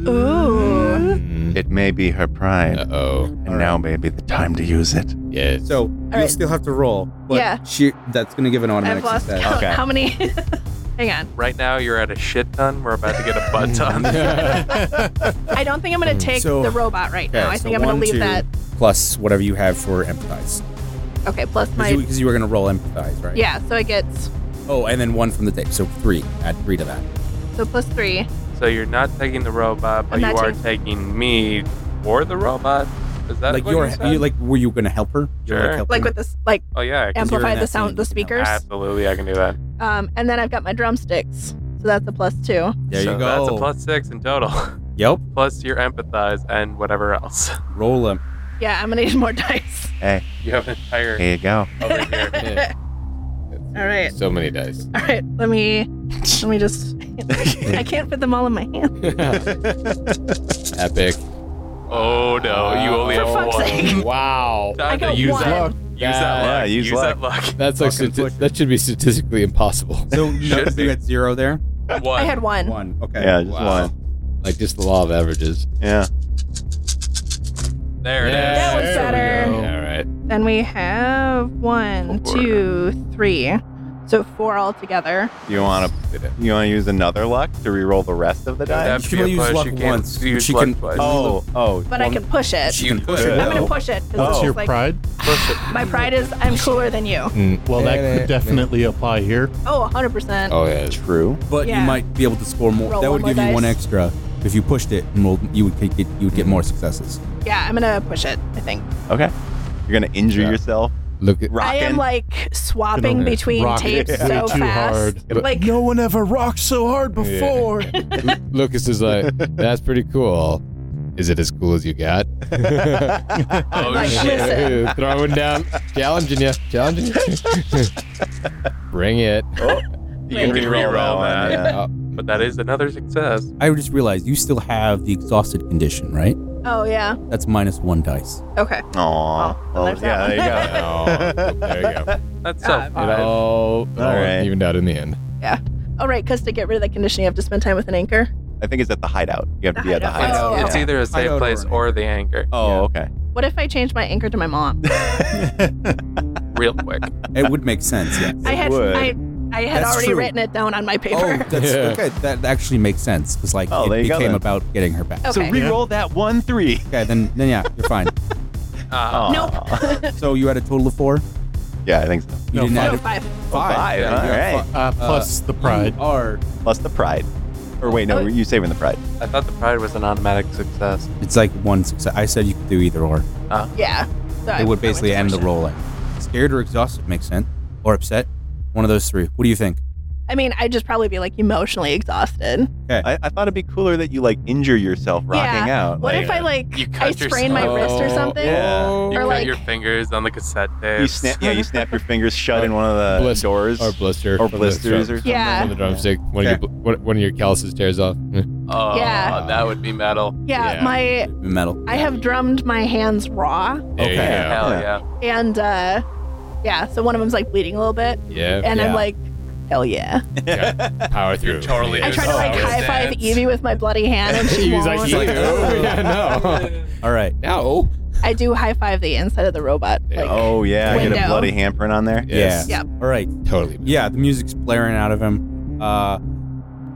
[SPEAKER 6] ooh
[SPEAKER 2] Mm.
[SPEAKER 5] It may be her pride,
[SPEAKER 2] Uh oh.
[SPEAKER 5] and now may be the time to use it.
[SPEAKER 2] Yes.
[SPEAKER 1] So you
[SPEAKER 6] right.
[SPEAKER 1] still have to roll, but
[SPEAKER 6] Yeah.
[SPEAKER 1] she that's gonna give an automatic
[SPEAKER 6] i've lost
[SPEAKER 1] success.
[SPEAKER 6] count.
[SPEAKER 5] Okay.
[SPEAKER 6] how many <laughs> hang on
[SPEAKER 3] Right now you're at a shit ton. We're about to
[SPEAKER 1] <laughs>
[SPEAKER 2] <laughs>
[SPEAKER 3] get a butt ton.
[SPEAKER 6] I don't think I'm going to take
[SPEAKER 1] Mm, So-
[SPEAKER 6] the robot right now.
[SPEAKER 1] Okay,
[SPEAKER 6] I
[SPEAKER 1] so
[SPEAKER 6] think I'm going
[SPEAKER 1] one,
[SPEAKER 6] to leave
[SPEAKER 1] two,
[SPEAKER 6] that.
[SPEAKER 1] plus whatever you have for empathize.
[SPEAKER 6] Okay, plus my.
[SPEAKER 1] Because you, 'cause you were gonna roll empathize, right?
[SPEAKER 6] yeah, so it gets.
[SPEAKER 1] Oh, and then one from the tape, so three. Add three to that.
[SPEAKER 6] So plus three.
[SPEAKER 3] So you're not taking the robot, but
[SPEAKER 6] I'm not
[SPEAKER 3] you are
[SPEAKER 6] taking-
[SPEAKER 3] taking me for the robot. Is that
[SPEAKER 1] like
[SPEAKER 3] what
[SPEAKER 1] you're,
[SPEAKER 3] you
[SPEAKER 1] you
[SPEAKER 3] said?
[SPEAKER 1] like were you gonna help her? You're
[SPEAKER 3] Sure.
[SPEAKER 1] helping
[SPEAKER 6] like
[SPEAKER 1] her?
[SPEAKER 6] with this, like
[SPEAKER 3] Oh yeah, I can,
[SPEAKER 1] Am- you're
[SPEAKER 6] amplify
[SPEAKER 1] in
[SPEAKER 6] the
[SPEAKER 1] that
[SPEAKER 6] sound,
[SPEAKER 1] scene, you
[SPEAKER 6] the
[SPEAKER 1] know.
[SPEAKER 6] speakers.
[SPEAKER 3] absolutely I can do that.
[SPEAKER 6] Um, and then I've got my drumsticks, so that's a plus two.
[SPEAKER 1] there
[SPEAKER 3] so
[SPEAKER 1] you go.
[SPEAKER 3] That's a plus six in total, <laughs>
[SPEAKER 1] Yep.
[SPEAKER 3] plus your empathize and whatever else. <laughs>
[SPEAKER 1] Roll him.
[SPEAKER 6] Yeah, I'm gonna need <laughs> more dice.
[SPEAKER 3] You have an entire
[SPEAKER 5] There you go.
[SPEAKER 3] over here.
[SPEAKER 2] Yeah.
[SPEAKER 6] All right,
[SPEAKER 2] So many dice.
[SPEAKER 6] all right. Let me, let me just.
[SPEAKER 4] <laughs>
[SPEAKER 6] I can't fit them all in my hand.
[SPEAKER 2] Epic.
[SPEAKER 3] Oh no, you only
[SPEAKER 6] For
[SPEAKER 3] have
[SPEAKER 6] fuck's
[SPEAKER 3] one.
[SPEAKER 6] sake.
[SPEAKER 2] Wow.
[SPEAKER 3] <laughs> Time
[SPEAKER 6] I
[SPEAKER 3] to
[SPEAKER 6] got
[SPEAKER 3] use
[SPEAKER 6] one.
[SPEAKER 3] luck. Use that
[SPEAKER 5] Yeah,
[SPEAKER 3] luck.
[SPEAKER 5] use
[SPEAKER 3] that luck.
[SPEAKER 2] That's like
[SPEAKER 1] Fucking
[SPEAKER 2] stati-
[SPEAKER 1] push.
[SPEAKER 2] that should be statistically impossible.
[SPEAKER 3] <laughs>
[SPEAKER 1] So no,
[SPEAKER 3] Should be.
[SPEAKER 1] you had zero there.
[SPEAKER 3] One.
[SPEAKER 6] <laughs> I had one.
[SPEAKER 1] One. Okay.
[SPEAKER 5] Yeah, just
[SPEAKER 2] Wow.
[SPEAKER 5] one.
[SPEAKER 2] Like just the law of averages.
[SPEAKER 5] Yeah.
[SPEAKER 3] There it is.
[SPEAKER 6] That one's
[SPEAKER 2] There we
[SPEAKER 6] better.
[SPEAKER 2] go. All right.
[SPEAKER 6] Then we have one,
[SPEAKER 3] Four.
[SPEAKER 6] two, three. So four altogether.
[SPEAKER 5] You want to? You want to use another luck to re-roll the rest of the die?
[SPEAKER 3] That'd
[SPEAKER 1] You
[SPEAKER 3] be
[SPEAKER 1] can only
[SPEAKER 3] a
[SPEAKER 1] use
[SPEAKER 3] push.
[SPEAKER 1] luck
[SPEAKER 3] You can't
[SPEAKER 1] once.
[SPEAKER 3] use
[SPEAKER 1] She
[SPEAKER 3] luck
[SPEAKER 1] can-
[SPEAKER 3] twice.
[SPEAKER 5] Oh, oh.
[SPEAKER 6] But I can push it.
[SPEAKER 1] She can push it.
[SPEAKER 5] Good.
[SPEAKER 6] I'm gonna
[SPEAKER 5] No.
[SPEAKER 6] push it. 'cause
[SPEAKER 5] Oh.
[SPEAKER 6] it's
[SPEAKER 4] That's your
[SPEAKER 6] like-
[SPEAKER 4] pride.
[SPEAKER 3] Push it.
[SPEAKER 6] My pride is I'm cooler than you.
[SPEAKER 4] Well, that could definitely apply here.
[SPEAKER 6] Oh, 100%.
[SPEAKER 2] Mm, Oh yeah.
[SPEAKER 5] True.
[SPEAKER 1] But you
[SPEAKER 6] Yeah.
[SPEAKER 1] might be able to score more.
[SPEAKER 6] Roll
[SPEAKER 1] that
[SPEAKER 6] one
[SPEAKER 1] would
[SPEAKER 6] more
[SPEAKER 1] give you one
[SPEAKER 6] dice.
[SPEAKER 1] extra if you pushed it and rolled. You would get you would get more successes.
[SPEAKER 6] Yeah, I'm gonna push it, I think.
[SPEAKER 5] Okay. You're gonna injure
[SPEAKER 2] Yeah.
[SPEAKER 5] yourself.
[SPEAKER 2] Look at
[SPEAKER 5] Rocking.
[SPEAKER 6] I am like swapping
[SPEAKER 4] Gonna
[SPEAKER 6] between
[SPEAKER 4] rock it
[SPEAKER 6] tapes
[SPEAKER 4] way
[SPEAKER 6] so
[SPEAKER 4] too
[SPEAKER 6] fast.
[SPEAKER 4] hard.
[SPEAKER 6] Like,
[SPEAKER 4] No one ever rocked so hard
[SPEAKER 1] <laughs>
[SPEAKER 4] before.
[SPEAKER 2] Lucas is like, that's pretty cool. Is it as cool as you got?
[SPEAKER 3] Oh
[SPEAKER 6] <laughs> Like,
[SPEAKER 3] shit.
[SPEAKER 6] <laughs> listen.
[SPEAKER 2] Throwing down, challenging you, challenging you.
[SPEAKER 6] <laughs>
[SPEAKER 2] Bring it.
[SPEAKER 5] You
[SPEAKER 6] Wait.
[SPEAKER 5] can re-roll that
[SPEAKER 3] Reroll
[SPEAKER 5] one.
[SPEAKER 3] that.
[SPEAKER 5] Yeah.
[SPEAKER 3] But that is another success.
[SPEAKER 1] I just realized you still have the exhausted condition, right?
[SPEAKER 6] oh yeah,
[SPEAKER 1] That's minus one dice.
[SPEAKER 6] okay.
[SPEAKER 5] Aw.
[SPEAKER 6] Oh, Well,
[SPEAKER 5] Well,
[SPEAKER 6] there's that
[SPEAKER 5] yeah,
[SPEAKER 6] one.
[SPEAKER 5] there you <laughs> go.
[SPEAKER 2] Oh, there you
[SPEAKER 6] <laughs>
[SPEAKER 2] go.
[SPEAKER 3] That's
[SPEAKER 6] Ah,
[SPEAKER 3] so
[SPEAKER 2] It
[SPEAKER 3] fun.
[SPEAKER 2] all, it all
[SPEAKER 5] right.
[SPEAKER 2] evened out in the end.
[SPEAKER 6] Oh right, because to get rid of the conditioning, you have to spend time with an anchor.
[SPEAKER 5] I think it's at the hideout. You have to
[SPEAKER 6] The
[SPEAKER 5] be at the
[SPEAKER 6] hideout.
[SPEAKER 5] hideout.
[SPEAKER 6] Oh,
[SPEAKER 3] It's
[SPEAKER 5] yeah.
[SPEAKER 3] either a safe
[SPEAKER 1] don't
[SPEAKER 3] place
[SPEAKER 1] know.
[SPEAKER 3] or the anchor,
[SPEAKER 5] Oh, okay.
[SPEAKER 6] What if I change my anchor to my mom?
[SPEAKER 3] real
[SPEAKER 5] <laughs>
[SPEAKER 3] quick.
[SPEAKER 1] It would make sense. Yeah.
[SPEAKER 6] I had
[SPEAKER 5] would.
[SPEAKER 6] I, I had
[SPEAKER 1] That's
[SPEAKER 6] already
[SPEAKER 1] true.
[SPEAKER 6] written it down on my
[SPEAKER 1] Oh,
[SPEAKER 6] <laughs> paper.
[SPEAKER 1] that's
[SPEAKER 2] Yeah.
[SPEAKER 1] okay. That actually makes sense because like
[SPEAKER 5] Oh, there
[SPEAKER 1] it
[SPEAKER 5] you go
[SPEAKER 1] became
[SPEAKER 5] then.
[SPEAKER 1] about getting her back.
[SPEAKER 5] So
[SPEAKER 6] okay.
[SPEAKER 5] re-roll that one three.
[SPEAKER 1] Okay, then then yeah, you're fine.
[SPEAKER 5] Oh.
[SPEAKER 3] Uh,
[SPEAKER 5] Nope.
[SPEAKER 1] so you had a total of four.
[SPEAKER 5] <laughs> yeah, I think so.
[SPEAKER 1] You
[SPEAKER 4] No,
[SPEAKER 1] didn't
[SPEAKER 6] no,
[SPEAKER 1] add
[SPEAKER 6] five.
[SPEAKER 1] a
[SPEAKER 5] five,
[SPEAKER 1] Yeah, you
[SPEAKER 5] alright.
[SPEAKER 1] got fi-
[SPEAKER 4] Uh, plus the pride.
[SPEAKER 1] You are.
[SPEAKER 5] Plus the pride. Or wait, no,
[SPEAKER 6] Oh.
[SPEAKER 5] you saving the pride.
[SPEAKER 3] I thought the pride was an automatic success.
[SPEAKER 1] It's like one success. I said you could do either or.
[SPEAKER 6] Yeah. So
[SPEAKER 1] It
[SPEAKER 6] I- I went
[SPEAKER 1] would
[SPEAKER 6] to
[SPEAKER 1] basically end the
[SPEAKER 6] push it.
[SPEAKER 1] rolling. Scared or exhausted makes sense. Or upset. One of those three. What do you think?
[SPEAKER 6] I mean, I'd just probably be like emotionally exhausted.
[SPEAKER 5] I, I thought it'd be cooler that you like injure yourself rocking out.
[SPEAKER 6] What
[SPEAKER 5] like,
[SPEAKER 6] if I like
[SPEAKER 3] You cut
[SPEAKER 6] I sprain my
[SPEAKER 3] yourself.
[SPEAKER 6] wrist or
[SPEAKER 2] Oh,
[SPEAKER 6] something?
[SPEAKER 5] Yeah.
[SPEAKER 3] You
[SPEAKER 6] Or
[SPEAKER 3] cut
[SPEAKER 6] like-
[SPEAKER 3] your fingers on the cassette tape.
[SPEAKER 5] you snap? Yeah, you snap your fingers shut in one <laughs> of the
[SPEAKER 2] Blist-
[SPEAKER 5] doors
[SPEAKER 2] Or blister.
[SPEAKER 5] or
[SPEAKER 2] from the
[SPEAKER 5] blisters
[SPEAKER 2] drum-
[SPEAKER 5] or something.
[SPEAKER 6] Yeah.
[SPEAKER 2] From the drumstick. One, of your, bl- one- one of your calluses tears off.
[SPEAKER 3] <laughs>
[SPEAKER 2] <laughs>
[SPEAKER 3] Oh,
[SPEAKER 6] Yeah.
[SPEAKER 3] that would be metal.
[SPEAKER 6] Yeah,
[SPEAKER 2] Yeah.
[SPEAKER 6] my
[SPEAKER 1] Metal.
[SPEAKER 6] I have drummed my hands raw,
[SPEAKER 2] There you
[SPEAKER 5] Okay.
[SPEAKER 3] Hell
[SPEAKER 5] Oh, Yeah.
[SPEAKER 3] yeah.
[SPEAKER 6] and uh, yeah, so one of them's like bleeding a little bit,
[SPEAKER 2] go. Yeah.
[SPEAKER 6] and
[SPEAKER 1] Yeah.
[SPEAKER 6] I'm like, hell yeah!
[SPEAKER 2] Power through.
[SPEAKER 3] totally
[SPEAKER 6] I
[SPEAKER 3] It's
[SPEAKER 6] try
[SPEAKER 2] <laughs>
[SPEAKER 6] to like
[SPEAKER 3] always
[SPEAKER 6] high five
[SPEAKER 3] dance.
[SPEAKER 6] Evie with my bloody
[SPEAKER 3] <laughs>
[SPEAKER 6] hand, and she
[SPEAKER 2] He was
[SPEAKER 6] won't. <laughs>
[SPEAKER 2] like,
[SPEAKER 1] like,
[SPEAKER 2] "Oh, <laughs> yeah,
[SPEAKER 1] <laughs>
[SPEAKER 2] no.
[SPEAKER 1] All right.
[SPEAKER 2] No.
[SPEAKER 6] I do high five the inside of the robot.
[SPEAKER 2] Yeah.
[SPEAKER 6] Like,
[SPEAKER 5] Oh yeah, I get
[SPEAKER 6] Window.
[SPEAKER 5] a bloody handprint on there.
[SPEAKER 2] Yes.
[SPEAKER 1] Yeah.
[SPEAKER 6] Yeah.
[SPEAKER 1] All right.
[SPEAKER 2] Totally.
[SPEAKER 1] Yeah, the music's blaring out of him. Uh,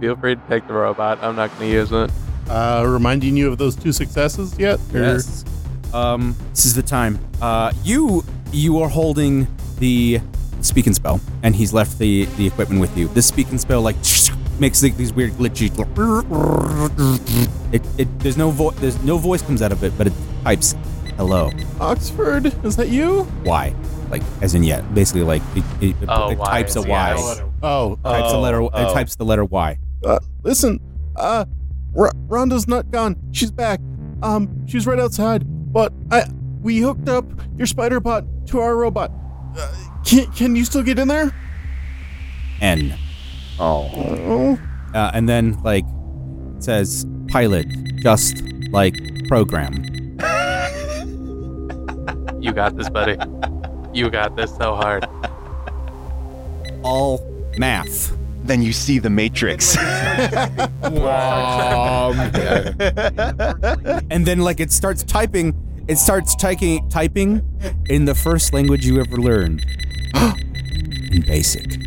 [SPEAKER 3] Feel free to take the robot. I'm not going to use it.
[SPEAKER 4] Uh, reminding you of those two successes yet? Or-
[SPEAKER 1] yes. Um, this is the time. Uh, you you are holding the speak and spell, and he's left the the equipment with you. This speak and spell like makes like, these weird glitchy. It, it there's no voice there's no voice comes out of it, but it pipes hello.
[SPEAKER 4] Oxford, is that you?
[SPEAKER 1] Why? Like as in yet? Basically like it, it,
[SPEAKER 3] Oh,
[SPEAKER 1] it
[SPEAKER 3] why
[SPEAKER 1] types a
[SPEAKER 3] is he
[SPEAKER 1] Y.
[SPEAKER 3] out?
[SPEAKER 4] Oh, uh,
[SPEAKER 1] types a
[SPEAKER 5] Oh,
[SPEAKER 1] letter. It
[SPEAKER 5] oh.
[SPEAKER 1] types the letter Y.
[SPEAKER 4] uh, listen. Uh, R- Rhonda's not gone. She's back. Um, she's right outside. But I, we hooked up your spider bot to our robot. Uh, can, can you still get in there?
[SPEAKER 1] N.
[SPEAKER 5] Oh.
[SPEAKER 4] Oh,
[SPEAKER 1] uh, and then like it says pilot just like program
[SPEAKER 3] You got this, buddy. You got this so hard. Oh,
[SPEAKER 1] all math
[SPEAKER 5] Then you see the Matrix.
[SPEAKER 2] Um,
[SPEAKER 1] and then like it starts typing it starts typing typing in the first language you ever learned <gasps> in basic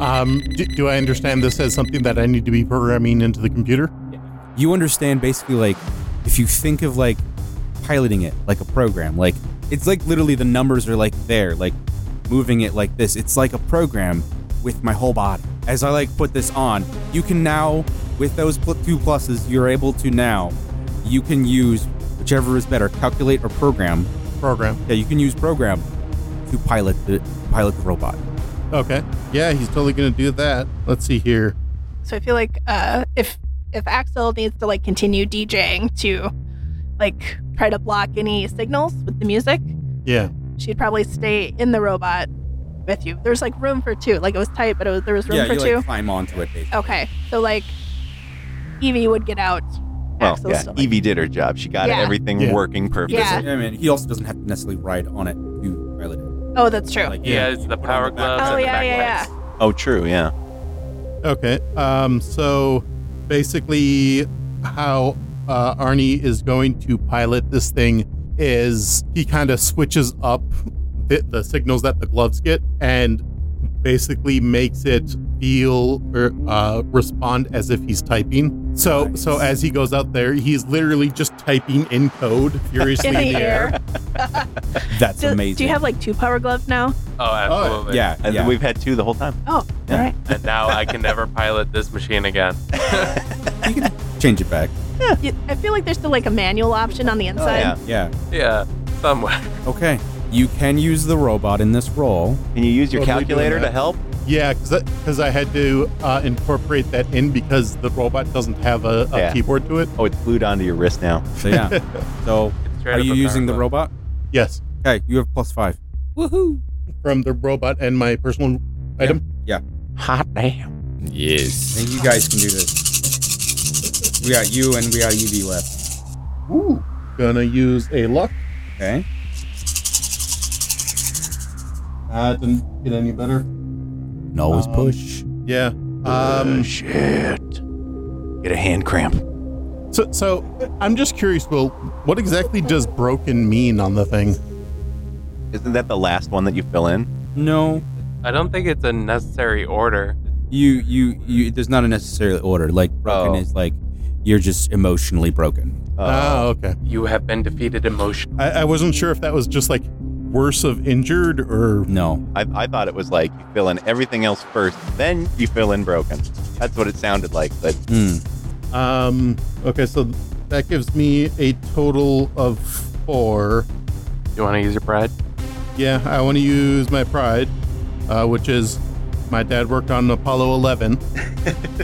[SPEAKER 4] um, do, do I understand this as something that I need to be programming into the computer?
[SPEAKER 1] you understand basically like if you think of like piloting it like a program like it's like literally the numbers are like there like moving it like this it's like a program with my whole body as i like put this on you can now With those pl- two pluses, you're able to now, you can use whichever is better, calculate or program.
[SPEAKER 4] program.
[SPEAKER 1] Yeah, you can use program to pilot the pilot the robot.
[SPEAKER 4] Okay. Yeah, he's totally going to do that. Let's see here.
[SPEAKER 6] So I feel like uh, if if Axel needs to like continue DJing to like try to block any signals with the music,
[SPEAKER 4] Yeah.
[SPEAKER 6] she'd probably stay in the robot with you. There's like room for two. Like it was tight, but it was, there was room
[SPEAKER 1] yeah,
[SPEAKER 6] for
[SPEAKER 1] you
[SPEAKER 6] two.
[SPEAKER 1] like climb onto it. Basically.
[SPEAKER 6] okay, so like Evie would get out.
[SPEAKER 5] Well,
[SPEAKER 6] Axel's
[SPEAKER 5] yeah,
[SPEAKER 6] still, like-
[SPEAKER 5] Evie did her job. She got
[SPEAKER 6] Yeah.
[SPEAKER 5] everything
[SPEAKER 4] Yeah.
[SPEAKER 5] working perfectly.
[SPEAKER 6] Yeah.
[SPEAKER 1] I mean, he also doesn't have to necessarily ride on it to pilot it.
[SPEAKER 6] oh, that's true.
[SPEAKER 1] Like,
[SPEAKER 3] He
[SPEAKER 1] yeah,
[SPEAKER 3] has
[SPEAKER 1] you
[SPEAKER 3] the
[SPEAKER 1] put on
[SPEAKER 3] power
[SPEAKER 1] back
[SPEAKER 3] gloves
[SPEAKER 1] of
[SPEAKER 6] oh
[SPEAKER 1] it.
[SPEAKER 3] and the
[SPEAKER 6] yeah,
[SPEAKER 3] back
[SPEAKER 6] yeah, yeah.
[SPEAKER 3] legs.
[SPEAKER 5] Oh, true. Yeah.
[SPEAKER 4] Okay. Um, so basically, how uh, Arnie is going to pilot this thing is he kind of switches up the, the signals that the gloves get and basically makes it feel or uh, respond as if he's typing. So,
[SPEAKER 1] Nice.
[SPEAKER 4] so as he goes out there, he's literally just typing in code furiously
[SPEAKER 6] <laughs> In the air.
[SPEAKER 1] That's
[SPEAKER 6] Do,
[SPEAKER 1] amazing.
[SPEAKER 6] do you have like two power gloves now?
[SPEAKER 3] Oh, absolutely.
[SPEAKER 1] Yeah,
[SPEAKER 5] And
[SPEAKER 1] yeah.
[SPEAKER 5] We've had two the whole time.
[SPEAKER 6] Oh,
[SPEAKER 5] Yeah.
[SPEAKER 6] all right.
[SPEAKER 3] And now I can never pilot this machine again.
[SPEAKER 1] you can change it back.
[SPEAKER 6] You- I feel like there's still like a manual option on the
[SPEAKER 5] Oh,
[SPEAKER 6] inside.
[SPEAKER 5] yeah.
[SPEAKER 1] Yeah.
[SPEAKER 3] Yeah, somewhere. <laughs>
[SPEAKER 1] Okay. You can use the robot in this role.
[SPEAKER 5] Can you use your
[SPEAKER 4] Totally doing
[SPEAKER 5] calculator to
[SPEAKER 4] that.
[SPEAKER 5] help?
[SPEAKER 4] Yeah, because I had to uh, incorporate that in because the robot doesn't have a, a
[SPEAKER 5] Yeah.
[SPEAKER 4] keyboard to it.
[SPEAKER 5] Oh, it's glued onto your wrist now.
[SPEAKER 1] So yeah. so
[SPEAKER 3] It's straight
[SPEAKER 1] are
[SPEAKER 3] up
[SPEAKER 1] you
[SPEAKER 3] a
[SPEAKER 1] using the
[SPEAKER 3] power glove.
[SPEAKER 1] robot?
[SPEAKER 4] Yes,
[SPEAKER 1] Okay, you have plus five. Woohoo!
[SPEAKER 4] from the robot and my personal item.
[SPEAKER 5] Hot damn.
[SPEAKER 1] I
[SPEAKER 2] Yes.
[SPEAKER 1] think you guys can do this. We got you and we got UV left.
[SPEAKER 4] Ooh. Gonna use a luck.
[SPEAKER 1] Okay.
[SPEAKER 4] Uh, didn't get any better.
[SPEAKER 1] And always
[SPEAKER 4] Um,
[SPEAKER 1] push.
[SPEAKER 4] Yeah. Um.
[SPEAKER 5] shit. Get a hand cramp.
[SPEAKER 4] So, so I'm just curious, Will. What exactly does broken mean on the thing?
[SPEAKER 5] Isn't that the last one that you fill in?
[SPEAKER 1] No,
[SPEAKER 3] I don't think it's a necessary order.
[SPEAKER 1] you you you. There's not a necessary order. Like broken
[SPEAKER 5] Oh.
[SPEAKER 1] is like you're just emotionally broken.
[SPEAKER 5] Uh,
[SPEAKER 4] oh, okay.
[SPEAKER 3] You have been defeated emotionally.
[SPEAKER 4] I, I wasn't sure if that was just like worse of injured or
[SPEAKER 1] No,
[SPEAKER 5] I, I thought it was like you fill in everything else first, then you fill in broken. That's what it sounded like. But
[SPEAKER 1] Hmm.
[SPEAKER 4] Um. Okay, so that gives me a total of four.
[SPEAKER 3] You want to use your pride?
[SPEAKER 4] Yeah, I want to use my pride, uh, which is my dad worked on Apollo
[SPEAKER 1] <laughs>
[SPEAKER 4] 11,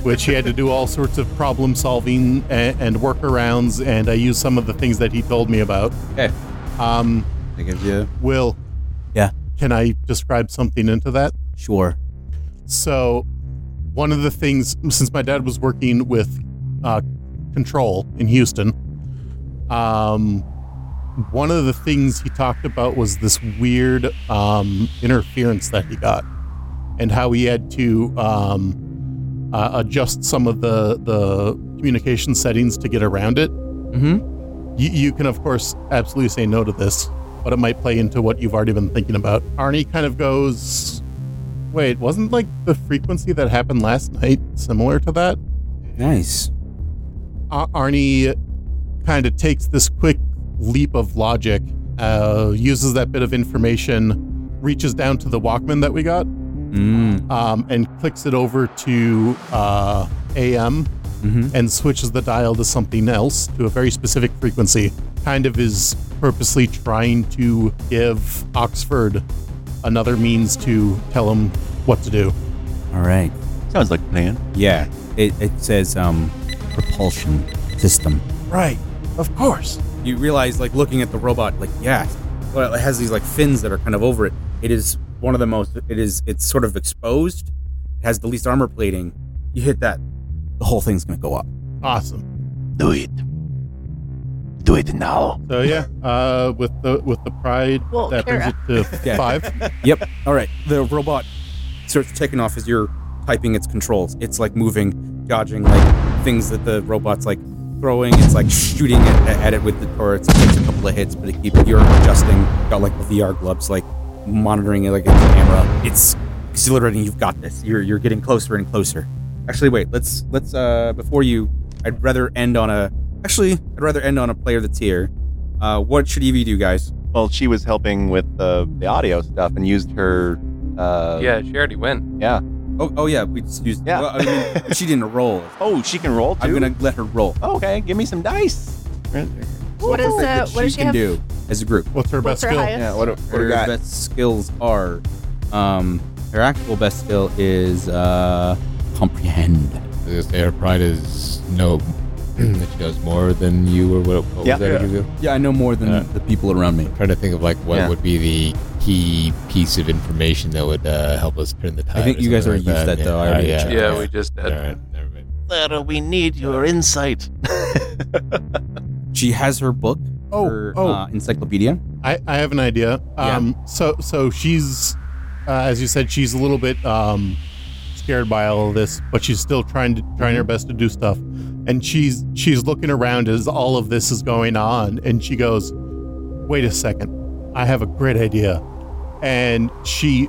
[SPEAKER 4] which he had to do all sorts of problem solving and, and workarounds, and I used some of the things that he told me about.
[SPEAKER 1] Okay.
[SPEAKER 4] Um.
[SPEAKER 1] I give you
[SPEAKER 4] Will.
[SPEAKER 1] Yeah.
[SPEAKER 4] Can I describe something into that?
[SPEAKER 1] sure.
[SPEAKER 4] So, one of the things, since my dad was working with uh, Control in Houston, um, one of the things he talked about was this weird um, interference that he got, and how he had to um, uh, adjust some of the the communication settings to get around it.
[SPEAKER 1] Mm-hmm.
[SPEAKER 4] You, you can, of course, absolutely say no to this, but it might play into what you've already been thinking about. Arnie kind of goes, Wait, wasn't like the frequency that happened last night similar to that?
[SPEAKER 1] Nice.
[SPEAKER 4] Ar- Arnie kind of takes this quick leap of logic, uh, uses that bit of information, reaches down to the Walkman that we got,
[SPEAKER 1] Mm.
[SPEAKER 4] um, and clicks it over to uh, AM
[SPEAKER 1] Mm-hmm.
[SPEAKER 4] and switches the dial to something else to a very specific frequency. Kind of is purposely trying to give Oxford another means to tell him what to do.
[SPEAKER 1] All right.
[SPEAKER 5] sounds like a plan.
[SPEAKER 1] Yeah. It it says um propulsion system.
[SPEAKER 4] Right, of course.
[SPEAKER 1] you realize like looking at the robot like yeah well it has these like fins that are kind of over it it is one of the most it is it's sort of exposed it has the least armor plating you hit that the whole thing's gonna go up
[SPEAKER 4] Awesome.
[SPEAKER 5] Do it. Do it now.
[SPEAKER 4] So yeah, uh, with the with the pride,
[SPEAKER 6] Well,
[SPEAKER 4] that brings
[SPEAKER 6] <laughs>
[SPEAKER 4] it to
[SPEAKER 1] Yeah.
[SPEAKER 4] five.
[SPEAKER 1] yep all right the robot starts taking off as you're typing its controls it's like moving dodging like things that the robot's like throwing it's like shooting at, at it with the torch it takes a couple of hits but it keeps you're adjusting got like the vr gloves like monitoring it like it's a camera it's exhilarating you've got this you're you're getting closer and closer actually wait let's let's uh before you i'd rather end on a actually i'd rather end on a player that's here uh what should ev do guys
[SPEAKER 5] Well, she was helping with the, the audio stuff and used her. Uh,
[SPEAKER 3] yeah, she already went.
[SPEAKER 1] Oh, oh yeah, we just used.
[SPEAKER 5] Yeah.
[SPEAKER 1] Well, I <laughs> mean, she didn't roll.
[SPEAKER 5] Oh, she can roll
[SPEAKER 1] I'm
[SPEAKER 5] too. Oh,
[SPEAKER 1] gonna let her roll.
[SPEAKER 5] okay, give me some dice.
[SPEAKER 6] What is uh,
[SPEAKER 1] that
[SPEAKER 6] what does she
[SPEAKER 1] can
[SPEAKER 6] have?
[SPEAKER 1] do as a group?
[SPEAKER 4] What's her
[SPEAKER 6] What's
[SPEAKER 4] best
[SPEAKER 6] her
[SPEAKER 4] skill?
[SPEAKER 6] highest?
[SPEAKER 5] Yeah, what what
[SPEAKER 1] her
[SPEAKER 5] do we got?
[SPEAKER 1] best skills are. Um, her actual best skill is uh, comprehend.
[SPEAKER 2] This air pride is no. <clears throat> that she knows more than you or what, what
[SPEAKER 5] Yeah.
[SPEAKER 2] was that
[SPEAKER 5] Yeah.
[SPEAKER 2] give you?
[SPEAKER 1] Yeah, I know more than
[SPEAKER 2] Uh,
[SPEAKER 1] the people around me.
[SPEAKER 2] trying to think of like what
[SPEAKER 5] Yeah.
[SPEAKER 2] would be the key piece of information that would uh, help us turn the tide.
[SPEAKER 1] think
[SPEAKER 2] or
[SPEAKER 1] you guys
[SPEAKER 2] something
[SPEAKER 1] already
[SPEAKER 2] like
[SPEAKER 1] used that, though. I
[SPEAKER 2] Yeah,
[SPEAKER 1] already
[SPEAKER 2] yeah,
[SPEAKER 1] checked.
[SPEAKER 3] Yeah, we just did.
[SPEAKER 2] All right, never mind.
[SPEAKER 7] Clara,
[SPEAKER 5] uh,
[SPEAKER 7] we need your insight.
[SPEAKER 1] She has her book,
[SPEAKER 4] Oh,
[SPEAKER 1] her
[SPEAKER 4] oh.
[SPEAKER 1] Uh, encyclopedia.
[SPEAKER 4] I, I have an idea.
[SPEAKER 1] Yeah.
[SPEAKER 4] Um, so so she's, uh, as you said, she's a little bit um, scared by all of this, but she's still trying to trying her best to do stuff. And she's she's looking around as all of this is going on, and she goes, "Wait a second, I have a great idea." And she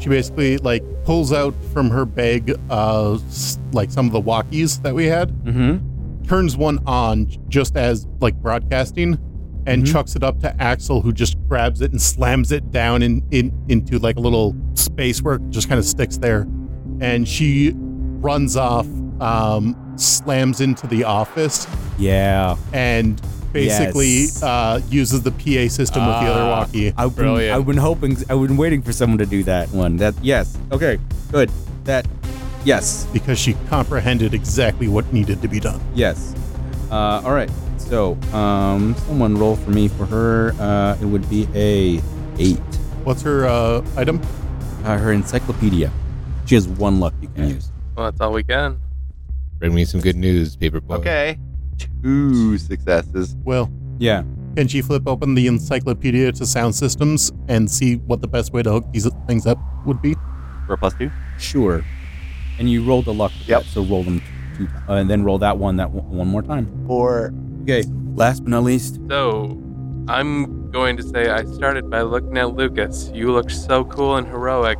[SPEAKER 4] she basically like pulls out from her bag uh s- like some of the walkies that we had
[SPEAKER 1] Mm-hmm.
[SPEAKER 4] turns one on just as like broadcasting and
[SPEAKER 1] Mhm.
[SPEAKER 4] chucks it up to Axel who just grabs it and slams it down in, in into like a little space where it just kind of sticks there and she runs off um slams into the office
[SPEAKER 1] Yeah.
[SPEAKER 4] and basically
[SPEAKER 1] Yes.
[SPEAKER 4] uh uses the PA system with the other
[SPEAKER 2] Ah.
[SPEAKER 4] walkie
[SPEAKER 1] I've been,
[SPEAKER 2] Brilliant.
[SPEAKER 1] I've been hoping, I've been waiting for someone to do that one. That yes, okay, good. That yes,
[SPEAKER 4] because she comprehended exactly what needed to be done.
[SPEAKER 1] yes. Uh, all right. So, um, someone roll for me for her. Uh, it would be a eight.
[SPEAKER 4] What's her uh item?
[SPEAKER 1] Uh, her encyclopedia. She has one luck you can use.
[SPEAKER 3] Well, that's all we can.
[SPEAKER 2] Bring me some good news, paper boy.
[SPEAKER 5] Okay, two successes.
[SPEAKER 4] Well,
[SPEAKER 1] Yeah.
[SPEAKER 4] Can she flip open the encyclopedia to sound systems and see what the best way to hook these things up would be?
[SPEAKER 5] For a plus two.
[SPEAKER 1] Sure. And you rolled the luck. with
[SPEAKER 5] Yep.
[SPEAKER 1] that, So roll them two, uh, and then roll that one that one, one more time.
[SPEAKER 5] Four.
[SPEAKER 1] Okay. Last but not least,
[SPEAKER 3] So, I'm going to say I started by looking at Lucas. You look so cool and heroic.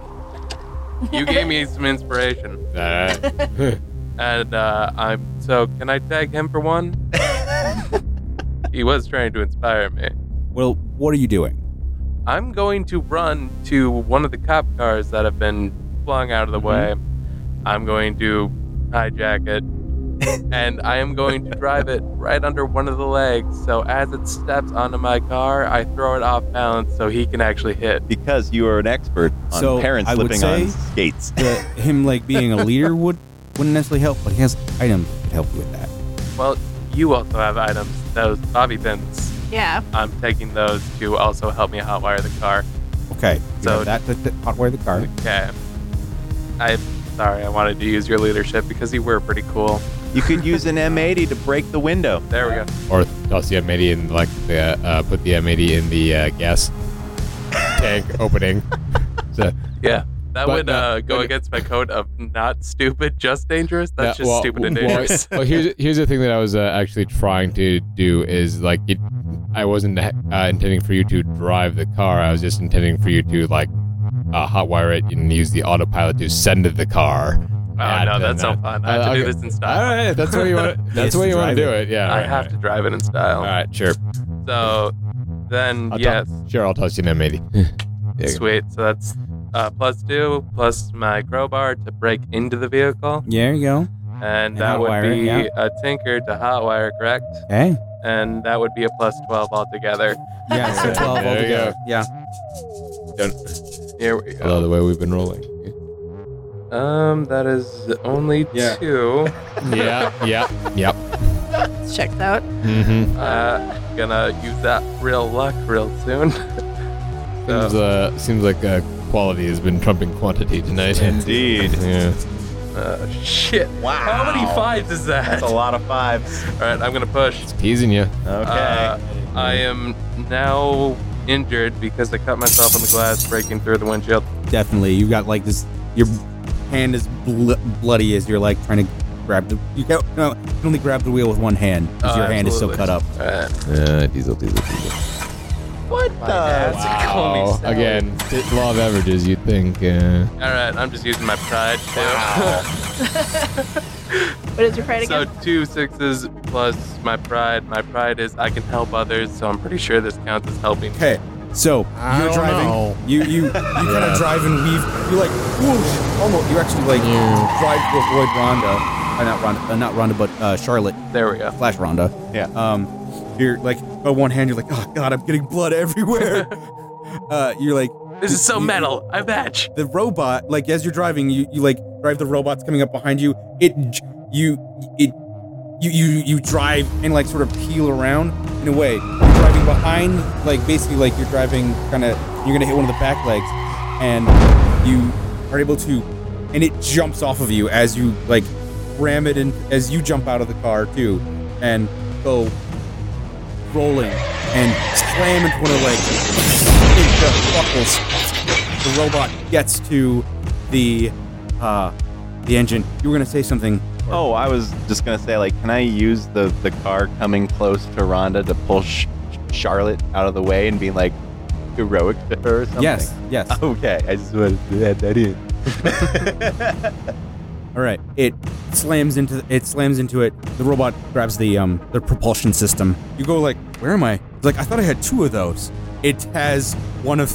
[SPEAKER 3] You gave <laughs> me some inspiration,
[SPEAKER 2] All right.
[SPEAKER 3] and uh, I'm so. Can I tag him for <laughs> one? he was trying to inspire me.
[SPEAKER 1] well, what are you doing?
[SPEAKER 3] I'm going to run to one of the cop cars that have been flung out of the way. I'm going to hijack it. and I am going to drive it right under one of the legs. So as it steps onto my car, I throw it off balance so he can actually hit.
[SPEAKER 5] Because you are an expert on
[SPEAKER 1] So,
[SPEAKER 5] parents
[SPEAKER 1] I would
[SPEAKER 5] slipping
[SPEAKER 1] say-
[SPEAKER 5] on skates.
[SPEAKER 1] The, him like being a leader would wouldn't necessarily help, but he has items that could help you with that.
[SPEAKER 3] Well, you also have items, those bobby pins.
[SPEAKER 6] Yeah.
[SPEAKER 3] I'm taking those to also help me hotwire the car.
[SPEAKER 1] Okay. You
[SPEAKER 3] So-
[SPEAKER 1] have that to, to hotwire the car.
[SPEAKER 3] Okay. I'm sorry, I wanted to use your leadership because you were pretty cool.
[SPEAKER 5] you could use an M80 to break the window.
[SPEAKER 3] There we go.
[SPEAKER 2] or toss the M80 in like the uh, put the M80 in the uh, gas tank opening. So
[SPEAKER 3] Yeah. That
[SPEAKER 2] But
[SPEAKER 3] would
[SPEAKER 2] no,
[SPEAKER 3] uh, go
[SPEAKER 2] but-
[SPEAKER 3] against my code of not stupid, just dangerous. That's
[SPEAKER 2] Yeah,
[SPEAKER 3] just
[SPEAKER 2] well-
[SPEAKER 3] stupid and
[SPEAKER 2] well, <laughs>
[SPEAKER 3] dangerous.
[SPEAKER 2] well, here's here's the thing that I was uh, actually trying to do is like it, I wasn't uh, intending for you to drive the car. I was just intending for you to like uh, hotwire it and use the autopilot to send the car.
[SPEAKER 3] oh, no, that's so fun. I have
[SPEAKER 2] Uh,
[SPEAKER 3] to
[SPEAKER 2] okay.
[SPEAKER 3] do this in
[SPEAKER 2] All
[SPEAKER 3] style.
[SPEAKER 2] right, that's what you
[SPEAKER 3] <laughs>
[SPEAKER 2] want.
[SPEAKER 1] Yes,
[SPEAKER 2] That's what you
[SPEAKER 1] drive
[SPEAKER 2] want to do it. Yeah,
[SPEAKER 3] I have to drive it in style.
[SPEAKER 2] All right, sure.
[SPEAKER 3] So then,
[SPEAKER 2] I'll
[SPEAKER 3] yes.
[SPEAKER 2] toss- sure, I'll toss you an M80. There you go.
[SPEAKER 3] Sweet. So that's uh, plus two, plus my crowbar to break into the vehicle.
[SPEAKER 1] There you go.
[SPEAKER 3] And
[SPEAKER 1] And
[SPEAKER 3] that would
[SPEAKER 1] hotwire,
[SPEAKER 3] be
[SPEAKER 1] yeah.
[SPEAKER 3] a tinker to hotwire, correct?
[SPEAKER 1] Okay.
[SPEAKER 3] And that would be a plus 12 altogether.
[SPEAKER 1] Yeah, so 12
[SPEAKER 2] There you
[SPEAKER 1] altogether. Yeah.
[SPEAKER 3] Here we
[SPEAKER 2] I love
[SPEAKER 3] go.
[SPEAKER 2] the way we've been rolling.
[SPEAKER 3] Um, that is only
[SPEAKER 1] Yeah.
[SPEAKER 3] two.
[SPEAKER 2] yeah, yeah, <laughs> yep.
[SPEAKER 6] It's checked out.
[SPEAKER 2] Mm-hmm.
[SPEAKER 3] Uh, gonna use that real luck real soon. <laughs>
[SPEAKER 2] Seems,
[SPEAKER 3] Oh.
[SPEAKER 2] uh, seems like uh, quality has been trumping quantity tonight.
[SPEAKER 5] Indeed.
[SPEAKER 2] <laughs> yeah.
[SPEAKER 3] Uh, shit.
[SPEAKER 5] Wow.
[SPEAKER 3] How many fives is that?
[SPEAKER 5] That's a lot of fives.
[SPEAKER 3] All right, I'm gonna push.
[SPEAKER 2] Teasing you.
[SPEAKER 5] Okay.
[SPEAKER 3] Uh, I am now injured because I cut myself on the glass, breaking through the windshield.
[SPEAKER 1] Definitely. You got like this, your hand is bl- bloody as you're like trying to grab the, you can no, you can only grab the wheel with one hand because
[SPEAKER 3] Oh,
[SPEAKER 1] your hand is so
[SPEAKER 3] absolutely.
[SPEAKER 1] cut up.
[SPEAKER 3] All right.
[SPEAKER 2] Uh, diesel, diesel, diesel.
[SPEAKER 5] what the?
[SPEAKER 2] Wow. Again, t- law of averages, you'd think. Uh,
[SPEAKER 3] All right, I'm just using my pride too. <laughs>
[SPEAKER 6] What is your pride
[SPEAKER 3] so
[SPEAKER 6] again?
[SPEAKER 3] two sixes plus my pride. My pride is I can help others, so I'm pretty sure this counts as helping.
[SPEAKER 1] Okay. So
[SPEAKER 4] I
[SPEAKER 1] you're
[SPEAKER 4] don't
[SPEAKER 1] driving.
[SPEAKER 4] know.
[SPEAKER 1] You you you
[SPEAKER 4] <laughs>
[SPEAKER 1] kind of drive and weave. You like whoosh, almost. You actually like drive to avoid Rhonda. Uh, not Rhonda, uh, not Rhonda, but uh, Charlotte
[SPEAKER 3] There we go.
[SPEAKER 1] slash Rhonda.
[SPEAKER 5] Yeah.
[SPEAKER 1] Um, you're like by one hand, you're like, oh god, I'm getting blood <laughs>
[SPEAKER 4] <laughs>
[SPEAKER 1] everywhere. uh, you're like,
[SPEAKER 3] This is so
[SPEAKER 1] you-
[SPEAKER 3] metal. I match.
[SPEAKER 1] the robot like as you're driving you, you like drive the robots coming up behind you it j- you it you you you drive and like sort of peel around in a way you're driving behind like basically like you're driving kind of you're gonna hit one of the back legs and you are able to and it jumps off of you as you like ram it in as you jump out of the car too and go rolling and slam into one of the legs it just buckles the robot gets to the uh, the engine. You were gonna say something.
[SPEAKER 5] Oh, I was just gonna say, like, can I use the the car coming close to Rhonda to pull Sh- Charlotte out of the way and be like heroic to her or something?
[SPEAKER 1] Yes, yes.
[SPEAKER 5] Okay, I just wanted to add that in.
[SPEAKER 1] All right. It slams into it slams into it. The robot grabs the um the propulsion system. You go like, where am I? It's Like I thought I had two of those. It has one of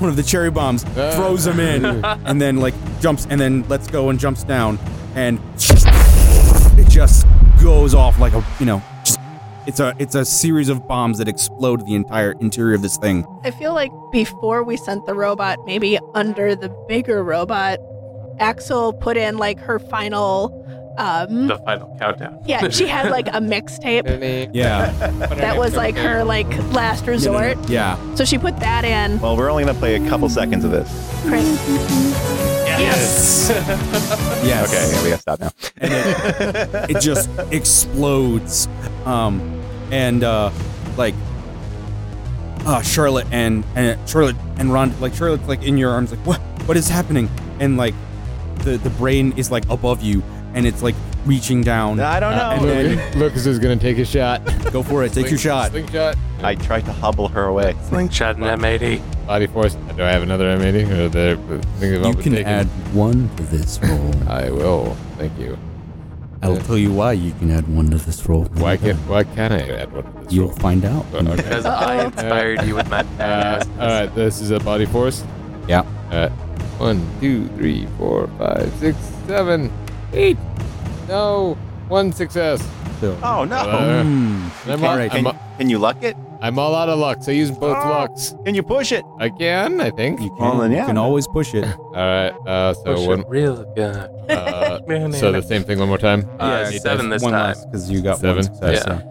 [SPEAKER 1] <laughs> one of the cherry bombs, throws them in, and then like jumps and then lets go and jumps down, and <laughs> it just goes off like a you know. just- It's a it's a series of bombs that explode the entire interior of this thing.
[SPEAKER 6] I feel like before we sent the robot, maybe under the bigger robot, Axel put in like her final. Um,
[SPEAKER 3] The final countdown.
[SPEAKER 6] yeah, she had like a mixtape
[SPEAKER 1] Yeah.
[SPEAKER 6] that was like her like last resort.
[SPEAKER 1] Yeah.
[SPEAKER 6] So she put that in.
[SPEAKER 5] Well, we're only gonna play a couple seconds of this.
[SPEAKER 6] Chris,
[SPEAKER 1] Yes. yes.
[SPEAKER 5] Okay, yeah, we gotta stop now.
[SPEAKER 1] And it, it just explodes, um, and uh, like, uh, Charlotte and and Charlotte and Ron, like Charlotte's like in your arms, like what what is happening? And like, the the brain is like above you, and it's like reaching down.
[SPEAKER 5] I don't
[SPEAKER 1] Uh,
[SPEAKER 5] know.
[SPEAKER 1] and then-
[SPEAKER 2] Luke, Lucas is gonna take a shot.
[SPEAKER 1] Go for it. Take your shot.
[SPEAKER 2] Slingshot.
[SPEAKER 5] I tried to hobble her away.
[SPEAKER 3] Shot an M80.
[SPEAKER 2] Body force. Do I have another M80? Or the the thing that
[SPEAKER 1] You
[SPEAKER 2] I've been
[SPEAKER 1] can
[SPEAKER 2] taking?
[SPEAKER 1] add one to this
[SPEAKER 2] <laughs>
[SPEAKER 1] roll.
[SPEAKER 2] I will. Thank you.
[SPEAKER 1] I'll tell you why you can add one to this roll.
[SPEAKER 2] Why can't Why can't I add one? of these
[SPEAKER 1] You'll
[SPEAKER 2] rolls?
[SPEAKER 1] find out.
[SPEAKER 2] Oh, okay.
[SPEAKER 3] Because I inspired you with my
[SPEAKER 2] Uh,
[SPEAKER 3] badass.
[SPEAKER 2] all right, this is a body force.
[SPEAKER 1] Yeah.
[SPEAKER 2] Uh, one, two, three, four, five, six, seven, eight. No, one success.
[SPEAKER 1] So-
[SPEAKER 5] Oh no!
[SPEAKER 2] Uh,
[SPEAKER 1] Hmm.
[SPEAKER 2] I'm, all,
[SPEAKER 1] all right.
[SPEAKER 5] can,
[SPEAKER 2] I'm,
[SPEAKER 5] can you luck it?
[SPEAKER 2] I'm all out of luck, so I use both lucks.
[SPEAKER 5] Can you push it?
[SPEAKER 2] I can, I think.
[SPEAKER 1] You can,
[SPEAKER 5] Well, then,
[SPEAKER 1] you
[SPEAKER 5] yeah.
[SPEAKER 1] can always push it.
[SPEAKER 2] All right, uh, so
[SPEAKER 3] Push it
[SPEAKER 2] one.
[SPEAKER 3] real good.
[SPEAKER 2] Uh, so the same thing one more time.
[SPEAKER 3] Yeah,
[SPEAKER 2] Uh,
[SPEAKER 3] it's
[SPEAKER 2] eight
[SPEAKER 3] seven
[SPEAKER 2] dice.
[SPEAKER 3] this time.
[SPEAKER 1] because you got
[SPEAKER 2] Seven.
[SPEAKER 1] one success.
[SPEAKER 3] Yeah.
[SPEAKER 1] so-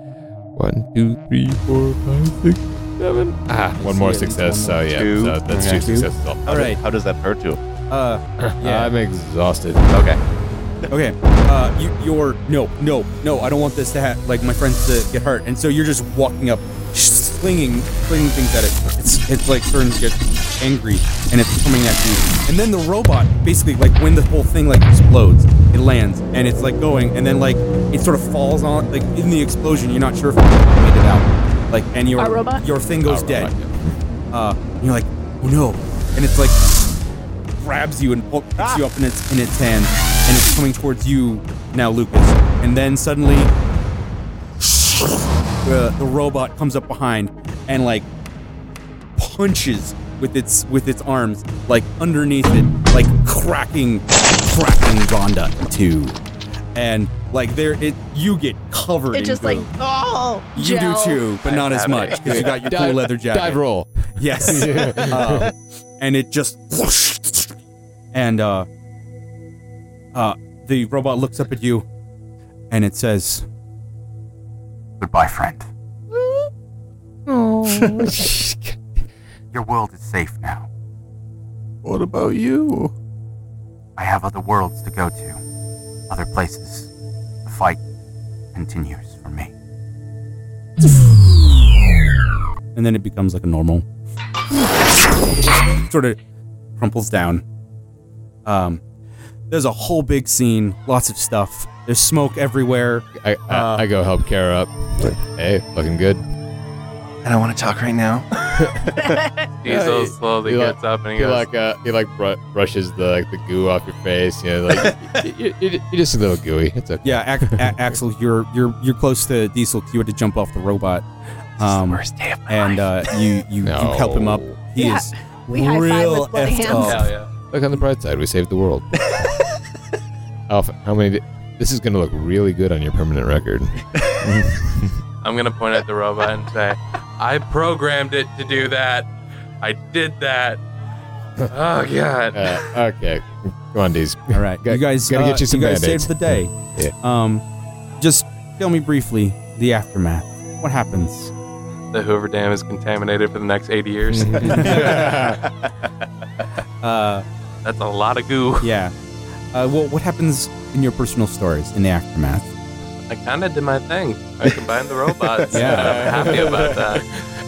[SPEAKER 2] One, two, three, four, five, six, seven. Ah, one more success. So yeah,
[SPEAKER 5] Two.
[SPEAKER 2] so that's
[SPEAKER 5] Okay.
[SPEAKER 2] two successes. All.
[SPEAKER 5] How does-
[SPEAKER 1] right.
[SPEAKER 5] How does that hurt you?
[SPEAKER 1] Uh, yeah.
[SPEAKER 2] I'm exhausted.
[SPEAKER 5] Okay.
[SPEAKER 1] okay. Uh, you, you're no, no, no. I don't want this to ha- like my friends to get hurt. And so you're just walking up, slinging, slinging things at it. It's, it's like starting to get angry, and it's coming at you. And then the robot basically like when the whole thing like explodes, it lands, and it's like going, and then like it sort of falls on like in the explosion. You're not sure if it made it out. Like and your
[SPEAKER 6] Our robot?
[SPEAKER 1] your thing goes
[SPEAKER 2] Oh,
[SPEAKER 1] dead.
[SPEAKER 2] right,
[SPEAKER 1] Uh, and you're like, oh no. And it's like grabs you and pull, picks you up in its in its hand, and it's coming towards you now, Lucas. And then suddenly, the, the robot comes up behind and like punches with its with its arms like underneath it, like cracking cracking Rhonda in two. And like there, it you get covered.
[SPEAKER 6] it
[SPEAKER 1] in
[SPEAKER 6] just like
[SPEAKER 1] goo.
[SPEAKER 6] oh,
[SPEAKER 1] you do
[SPEAKER 6] gel.
[SPEAKER 1] too, but not as
[SPEAKER 3] have it.
[SPEAKER 1] much because you got your cool
[SPEAKER 2] Dive-
[SPEAKER 1] leather jacket.
[SPEAKER 2] Dive roll.
[SPEAKER 1] Yes.
[SPEAKER 2] <laughs>
[SPEAKER 1] Uh, and it just and uh uh the robot looks up at you and it says Goodbye, friend. Your world is safe now.
[SPEAKER 4] What about you?
[SPEAKER 8] I have other worlds to go to, other places. The fight continues for me.
[SPEAKER 1] And then it becomes like a normal sort of crumples down. Um there's a whole big scene, lots of stuff. There's smoke everywhere.
[SPEAKER 2] I, I,
[SPEAKER 1] Uh,
[SPEAKER 2] I go help Kara up. Hey, looking good.
[SPEAKER 5] I don't want to talk right now.
[SPEAKER 3] Diesel
[SPEAKER 2] Yeah,
[SPEAKER 3] slowly
[SPEAKER 2] you like-
[SPEAKER 3] gets up and he
[SPEAKER 2] He
[SPEAKER 3] goes,
[SPEAKER 2] like uh, he like br- brushes the like the goo off your face. You know, like you, you, you- you're just a little gooey. It's okay.
[SPEAKER 1] Yeah, Ac- A- Axel, you're you're you're close to Diesel 'cause you had to jump off the robot. Um,
[SPEAKER 8] Worst day of my
[SPEAKER 1] and
[SPEAKER 8] life.
[SPEAKER 1] uh, you you,
[SPEAKER 2] No.
[SPEAKER 1] you help him up. He
[SPEAKER 6] Yeah.
[SPEAKER 1] is
[SPEAKER 6] We high-five
[SPEAKER 1] real
[SPEAKER 6] with bloody
[SPEAKER 1] effed
[SPEAKER 6] hands.
[SPEAKER 1] up.
[SPEAKER 3] "Oh, Hell yeah.
[SPEAKER 2] Look on the bright side, we saved the
[SPEAKER 1] <laughs>
[SPEAKER 2] world. Alpha, how many? Di- this is gonna look really good on your permanent record.
[SPEAKER 3] I'm gonna point at the robot and say, "I programmed it to do that. I did
[SPEAKER 2] <laughs>
[SPEAKER 3] that." Oh
[SPEAKER 1] <laughs>
[SPEAKER 3] god.
[SPEAKER 2] Uh, okay, come on, D's.
[SPEAKER 1] All right,
[SPEAKER 2] Got-
[SPEAKER 1] you guys
[SPEAKER 2] gotta
[SPEAKER 1] uh,
[SPEAKER 2] get you some
[SPEAKER 1] guys
[SPEAKER 2] Band-Aids.
[SPEAKER 1] saved the day.
[SPEAKER 2] Yeah.
[SPEAKER 1] Um, just tell me briefly the aftermath. What happens?
[SPEAKER 3] The Hoover Dam is contaminated for the next 80 years.
[SPEAKER 2] <laughs>
[SPEAKER 1] Uh,
[SPEAKER 3] That's a lot of goo.
[SPEAKER 1] yeah. Uh, well, what happens in your personal stories in the aftermath?
[SPEAKER 3] I kind of did my thing. I combined
[SPEAKER 2] <laughs>
[SPEAKER 3] the robots.
[SPEAKER 1] Yeah.
[SPEAKER 3] and I'm happy about that.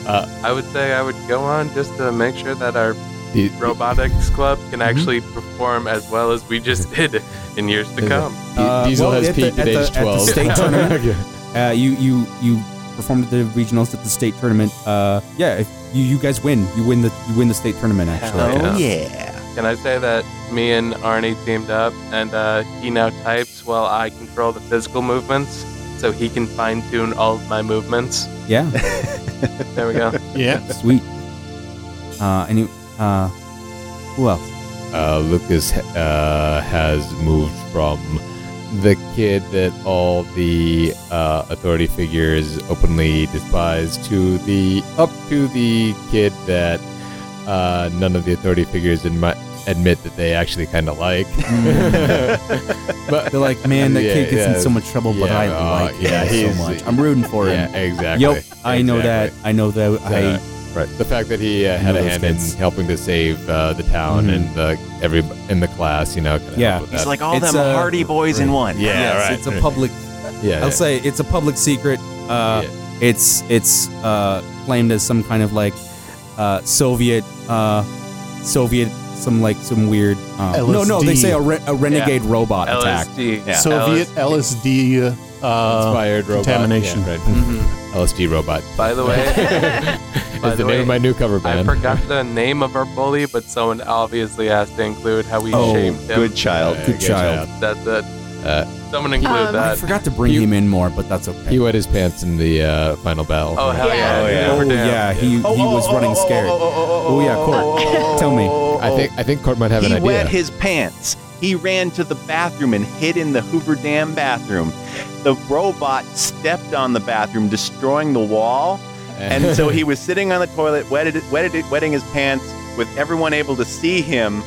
[SPEAKER 2] Uh,
[SPEAKER 3] I would say I would go on just to make sure that our
[SPEAKER 2] D-
[SPEAKER 3] robotics club
[SPEAKER 2] Mm-hmm.
[SPEAKER 3] can actually perform as well as we just did in years to
[SPEAKER 2] Yeah.
[SPEAKER 3] come.
[SPEAKER 2] D-
[SPEAKER 1] Uh,
[SPEAKER 2] Diesel
[SPEAKER 1] well,
[SPEAKER 2] has
[SPEAKER 1] at the-
[SPEAKER 2] peaked
[SPEAKER 1] at
[SPEAKER 2] at,
[SPEAKER 1] the-
[SPEAKER 2] age
[SPEAKER 1] at the
[SPEAKER 2] 12.
[SPEAKER 1] state
[SPEAKER 2] <laughs>
[SPEAKER 1] tournament. Uh, you you you performed at the regionals at the state tournament. Uh, yeah, if you you guys win. You win the you win the state tournament actually.
[SPEAKER 5] Oh,
[SPEAKER 3] Yeah.
[SPEAKER 5] yeah.
[SPEAKER 3] Can I say that me and Arnie teamed up and uh, he now types while I control the physical movements so he can fine tune all of my movements?
[SPEAKER 1] Yeah,
[SPEAKER 3] There we go.
[SPEAKER 4] Yeah.
[SPEAKER 1] sweet. Uh, and you, uh, who else?
[SPEAKER 2] Uh, Lucas uh, has moved from the kid that all the uh, authority figures openly despise to the up to the kid that uh, none of the authority figures admi- admit that they actually kind of like.
[SPEAKER 1] Mm.
[SPEAKER 2] <laughs>
[SPEAKER 1] <laughs>
[SPEAKER 2] but
[SPEAKER 1] They're like, man, that
[SPEAKER 2] Yeah,
[SPEAKER 1] kid gets
[SPEAKER 2] yeah.
[SPEAKER 1] in so much trouble, but
[SPEAKER 2] Yeah,
[SPEAKER 1] I
[SPEAKER 2] uh,
[SPEAKER 1] like
[SPEAKER 2] yeah,
[SPEAKER 1] him
[SPEAKER 2] he's-
[SPEAKER 1] so much. I'm rooting for him.
[SPEAKER 2] yeah, exactly.
[SPEAKER 1] Yep, I know that. I know that.
[SPEAKER 2] Yeah.
[SPEAKER 1] I
[SPEAKER 2] Right. The fact that he uh, had
[SPEAKER 1] know
[SPEAKER 2] a
[SPEAKER 1] those
[SPEAKER 2] hand
[SPEAKER 1] kids.
[SPEAKER 2] in helping to save uh, the town
[SPEAKER 1] Mhm.
[SPEAKER 2] and the every in the class, you know. kinda
[SPEAKER 1] Yeah.
[SPEAKER 2] helped with
[SPEAKER 5] He's
[SPEAKER 2] that.
[SPEAKER 5] like all
[SPEAKER 1] It's,
[SPEAKER 5] them
[SPEAKER 1] uh,
[SPEAKER 5] hardy boys in one.
[SPEAKER 2] Yeah,
[SPEAKER 1] yes,
[SPEAKER 2] right.
[SPEAKER 1] it's a public.
[SPEAKER 2] yeah,
[SPEAKER 1] I'll say it's a public secret. Uh,
[SPEAKER 2] Yeah.
[SPEAKER 1] It's it's uh, claimed as some kind of like uh, Soviet uh, Soviet some like some weird. Uh, no, no, they
[SPEAKER 4] LSD.
[SPEAKER 1] say a, re- a renegade robot attack.
[SPEAKER 3] LSD.
[SPEAKER 5] Yeah.
[SPEAKER 4] Soviet LSD. uh,
[SPEAKER 2] inspired robot
[SPEAKER 4] contamination.
[SPEAKER 2] Yeah, right. Mm-hmm.
[SPEAKER 3] Mhm.
[SPEAKER 2] LSD robot.
[SPEAKER 3] By the way,
[SPEAKER 2] is
[SPEAKER 3] By
[SPEAKER 2] the,
[SPEAKER 3] the
[SPEAKER 2] name
[SPEAKER 3] way,
[SPEAKER 2] of my new cover
[SPEAKER 3] I
[SPEAKER 2] band.
[SPEAKER 3] forgot the name of our bully, but someone obviously has to include how we
[SPEAKER 1] Oh,
[SPEAKER 3] shamed him.
[SPEAKER 5] Good child.
[SPEAKER 2] Uh,
[SPEAKER 1] Good child.
[SPEAKER 3] That, that, someone include
[SPEAKER 6] Um,
[SPEAKER 1] I
[SPEAKER 3] that.
[SPEAKER 1] forgot to bring
[SPEAKER 2] You-
[SPEAKER 1] him in more, but that's okay.
[SPEAKER 2] He wet his pants in the uh, final battle.
[SPEAKER 3] Oh, hell yeah.
[SPEAKER 5] Yeah. Oh, yeah.
[SPEAKER 1] oh
[SPEAKER 3] Hoover Dam.
[SPEAKER 1] yeah, he he was running scared.
[SPEAKER 5] Oh,
[SPEAKER 1] yeah, Court. Tell me.
[SPEAKER 2] I think I think Court might have
[SPEAKER 5] he
[SPEAKER 2] an idea. <laughs>
[SPEAKER 5] wet his pants. He ran to the bathroom and hid in the Hoover Dam bathroom. The robot stepped on the bathroom, destroying the
[SPEAKER 1] <laughs>
[SPEAKER 5] wall. And so he was sitting on the toilet, wetted, wetted, wetting his pants, with everyone able to see him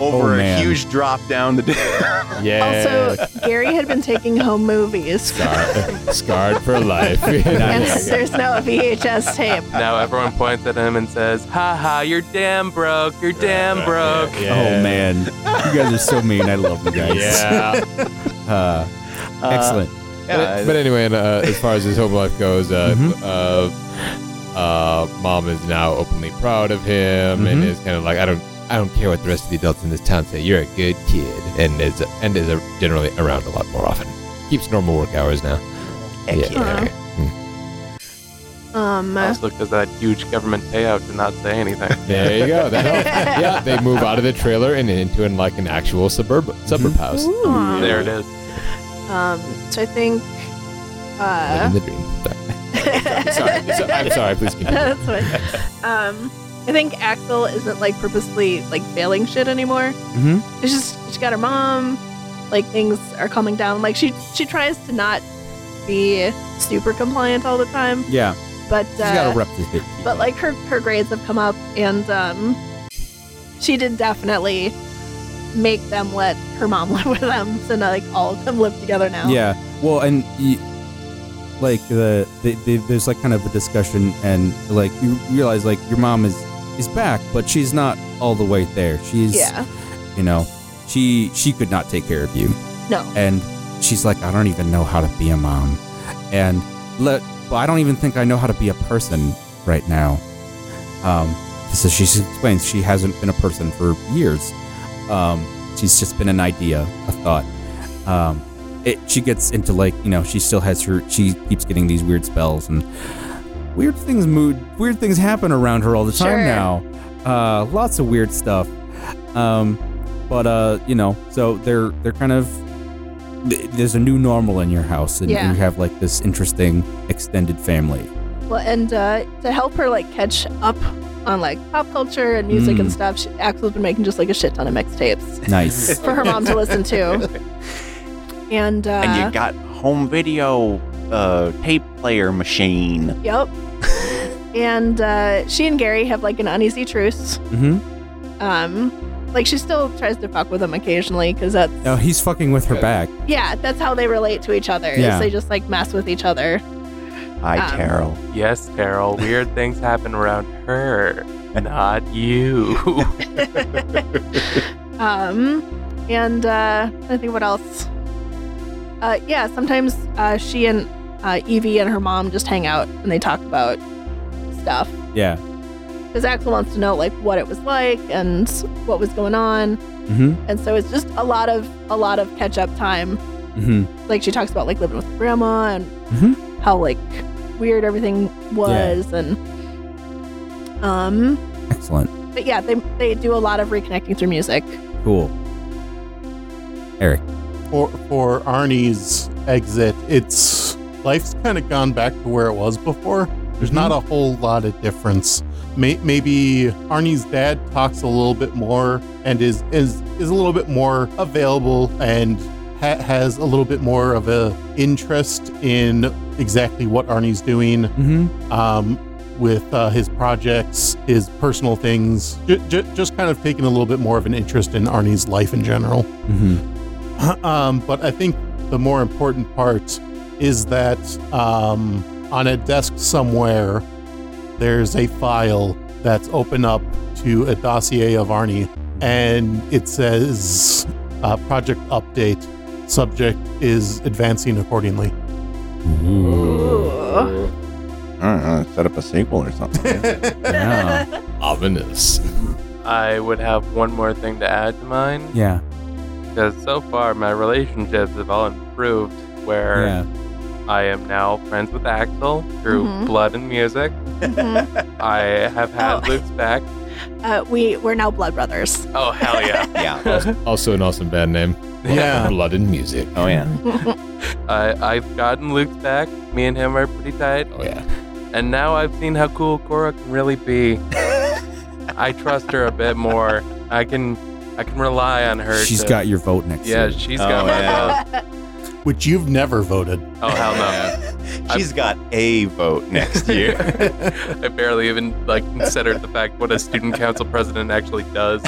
[SPEAKER 1] Oh,
[SPEAKER 5] over a
[SPEAKER 1] man.
[SPEAKER 5] huge drop down the <laughs> dam.
[SPEAKER 2] yeah.
[SPEAKER 6] Also, Gary had been taking home movies,
[SPEAKER 2] scarred, scarred for life. <laughs>
[SPEAKER 6] and
[SPEAKER 1] Nice.
[SPEAKER 6] there's no VHS tape.
[SPEAKER 3] Now everyone points at him and says, "Ha ha! You're damn broke. You're damn broke."
[SPEAKER 2] Yeah.
[SPEAKER 1] <laughs> Oh man, you guys are so mean. I love you
[SPEAKER 2] <laughs>
[SPEAKER 1] guys.
[SPEAKER 2] Yeah.
[SPEAKER 1] Uh, excellent.
[SPEAKER 5] yeah,
[SPEAKER 2] but, but anyway, and, uh, as far as his home life goes, uh,
[SPEAKER 1] Mhm.
[SPEAKER 2] uh, uh, mom is now openly proud of him and
[SPEAKER 1] Mhm.
[SPEAKER 2] is kind of like, I don't, I don't care what the rest of the adults in this town say. You're a good kid, and is and is generally around a lot more often. Keeps normal work hours now.
[SPEAKER 6] Excellent. Um,
[SPEAKER 3] Also, because that huge government payout did not say anything.
[SPEAKER 2] There you go. That helps. yeah, they move out of the trailer and into an, like an actual suburb suburb house.
[SPEAKER 6] Ooh.
[SPEAKER 3] There it is.
[SPEAKER 6] um, so I think. Uh,
[SPEAKER 2] Living the dream. Sorry. Sorry. So- I'm sorry. Please continue.
[SPEAKER 6] <laughs> That's fine. Um, I think Axel isn't like purposely like failing shit anymore.
[SPEAKER 1] Mhm.
[SPEAKER 6] It's just she got her mom. Like things are calming down. Like she she tries to not be super compliant all the time,
[SPEAKER 1] Yeah,
[SPEAKER 6] but
[SPEAKER 1] he's got
[SPEAKER 6] uh,
[SPEAKER 1] to rep this bit.
[SPEAKER 6] but like her her grades have come up, and um, she did definitely make them let her mom <laughs> live with them. So now like all of them live together now.
[SPEAKER 1] Yeah. Well, and y like the, the, the there's like kind of a discussion, and like you realize like your mom is is back, but she's not all the way there. She's
[SPEAKER 6] Yeah.
[SPEAKER 1] you know she she could not take care of you,
[SPEAKER 6] No.
[SPEAKER 1] and she's like I don't even know how to be a mom, and let well, I don't even think I know how to be a person right now. Um, so she explains she hasn't been a person for years. Um, she's just been an idea, a thought. Um, it, she gets into like you know she still has her she keeps getting these weird spells and weird things mood weird things happen around her all the time
[SPEAKER 6] Sure.
[SPEAKER 1] now. Uh, lots of weird stuff. Um, but uh, you know, so they're they're kind of th- there's a new normal in your house, and
[SPEAKER 6] Yeah.
[SPEAKER 1] you have like this interesting extended family
[SPEAKER 6] Well, and uh, to help her like catch up on like pop culture and music and
[SPEAKER 1] Mm.
[SPEAKER 6] stuff, she, Axel's been making just like a shit ton of mixtapes <laughs>
[SPEAKER 1] Nice.
[SPEAKER 6] for her mom to listen
[SPEAKER 1] <laughs>
[SPEAKER 6] to. And, uh,
[SPEAKER 5] and you got home video uh, tape player machine.
[SPEAKER 6] yep. and uh, she and Gary have like an uneasy truce.
[SPEAKER 1] hmm
[SPEAKER 6] Um, like she still tries to fuck with him occasionally because that's
[SPEAKER 1] Oh, he's fucking with her back.
[SPEAKER 6] yeah, that's how they relate to each other.
[SPEAKER 1] Yeah.
[SPEAKER 6] Is they just like mess with each other.
[SPEAKER 5] Hi,
[SPEAKER 6] Um,
[SPEAKER 5] Carol.
[SPEAKER 3] Yes, Carol, weird things happen around her, not you. <laughs>
[SPEAKER 6] Um, and uh, I think what else? Uh, yeah, sometimes uh, she and uh, Evie and her mom just hang out and they talk about stuff
[SPEAKER 1] Yeah.
[SPEAKER 6] because Axel wants to know like what it was like and what was going on,
[SPEAKER 1] hmm
[SPEAKER 6] and so it's just a lot of a lot of catch up time.
[SPEAKER 1] hmm
[SPEAKER 6] Like she talks about like living with grandma and
[SPEAKER 1] Mhm.
[SPEAKER 6] how like weird everything was, and um,
[SPEAKER 1] Excellent.
[SPEAKER 6] but yeah, they they do a lot of reconnecting through music.
[SPEAKER 1] Cool.
[SPEAKER 4] for for Arnie's exit, it's life's kind of gone back to where it was before. There's not a whole lot of difference. May, maybe Arnie's dad talks a little bit more and is is is a little bit more available and ha- has a little bit more of a interest in exactly what Arnie's doing
[SPEAKER 1] hmm
[SPEAKER 4] um, with uh, his projects, his personal things. J- j- just kind of taking a little bit more of an interest in Arnie's life in general. <clears throat>
[SPEAKER 1] hmm
[SPEAKER 4] Um, but I think the more important part is that um, on a desk somewhere, there's a file that's open up to a dossier of Arnie, and it says uh, project update. Subject is advancing accordingly.
[SPEAKER 6] Ooh.
[SPEAKER 5] I don't know, Uh-huh, set up a sequel or something.
[SPEAKER 1] Yeah.
[SPEAKER 2] Ominous.
[SPEAKER 3] I would have one more thing to add to mine. <laughs>
[SPEAKER 1] Yeah.
[SPEAKER 3] Because so far, my relationships have all improved where
[SPEAKER 1] Yeah.
[SPEAKER 3] I am now friends with Axel through
[SPEAKER 6] Mhm.
[SPEAKER 3] blood and music.
[SPEAKER 6] Mhm.
[SPEAKER 3] I have had
[SPEAKER 6] Oh.
[SPEAKER 3] Luke's back.
[SPEAKER 6] Uh, we we're now blood
[SPEAKER 1] <laughs>
[SPEAKER 6] brothers.
[SPEAKER 3] Oh, hell yeah.
[SPEAKER 5] <laughs> <laughs> yeah.
[SPEAKER 2] Also an awesome band name.
[SPEAKER 4] Yeah.
[SPEAKER 2] Blood and music.
[SPEAKER 5] Oh yeah.
[SPEAKER 3] I, I've gotten Luke's back. Me and him are pretty tight.
[SPEAKER 2] Oh yeah.
[SPEAKER 3] And now I've seen how cool Cora can really
[SPEAKER 5] <laughs>
[SPEAKER 3] be. I trust her a bit more. I can I can rely on her.
[SPEAKER 1] She's
[SPEAKER 3] to-
[SPEAKER 1] got your vote next
[SPEAKER 3] Yeah,
[SPEAKER 1] year.
[SPEAKER 3] she's
[SPEAKER 5] Oh,
[SPEAKER 3] got my
[SPEAKER 6] <laughs>
[SPEAKER 5] yeah.
[SPEAKER 3] vote.
[SPEAKER 4] Which you've never voted.
[SPEAKER 3] Oh, hell no.
[SPEAKER 5] She's got a vote <laughs>
[SPEAKER 3] <laughs>
[SPEAKER 5] next year.
[SPEAKER 3] I barely even like considered the fact what a student council president actually does.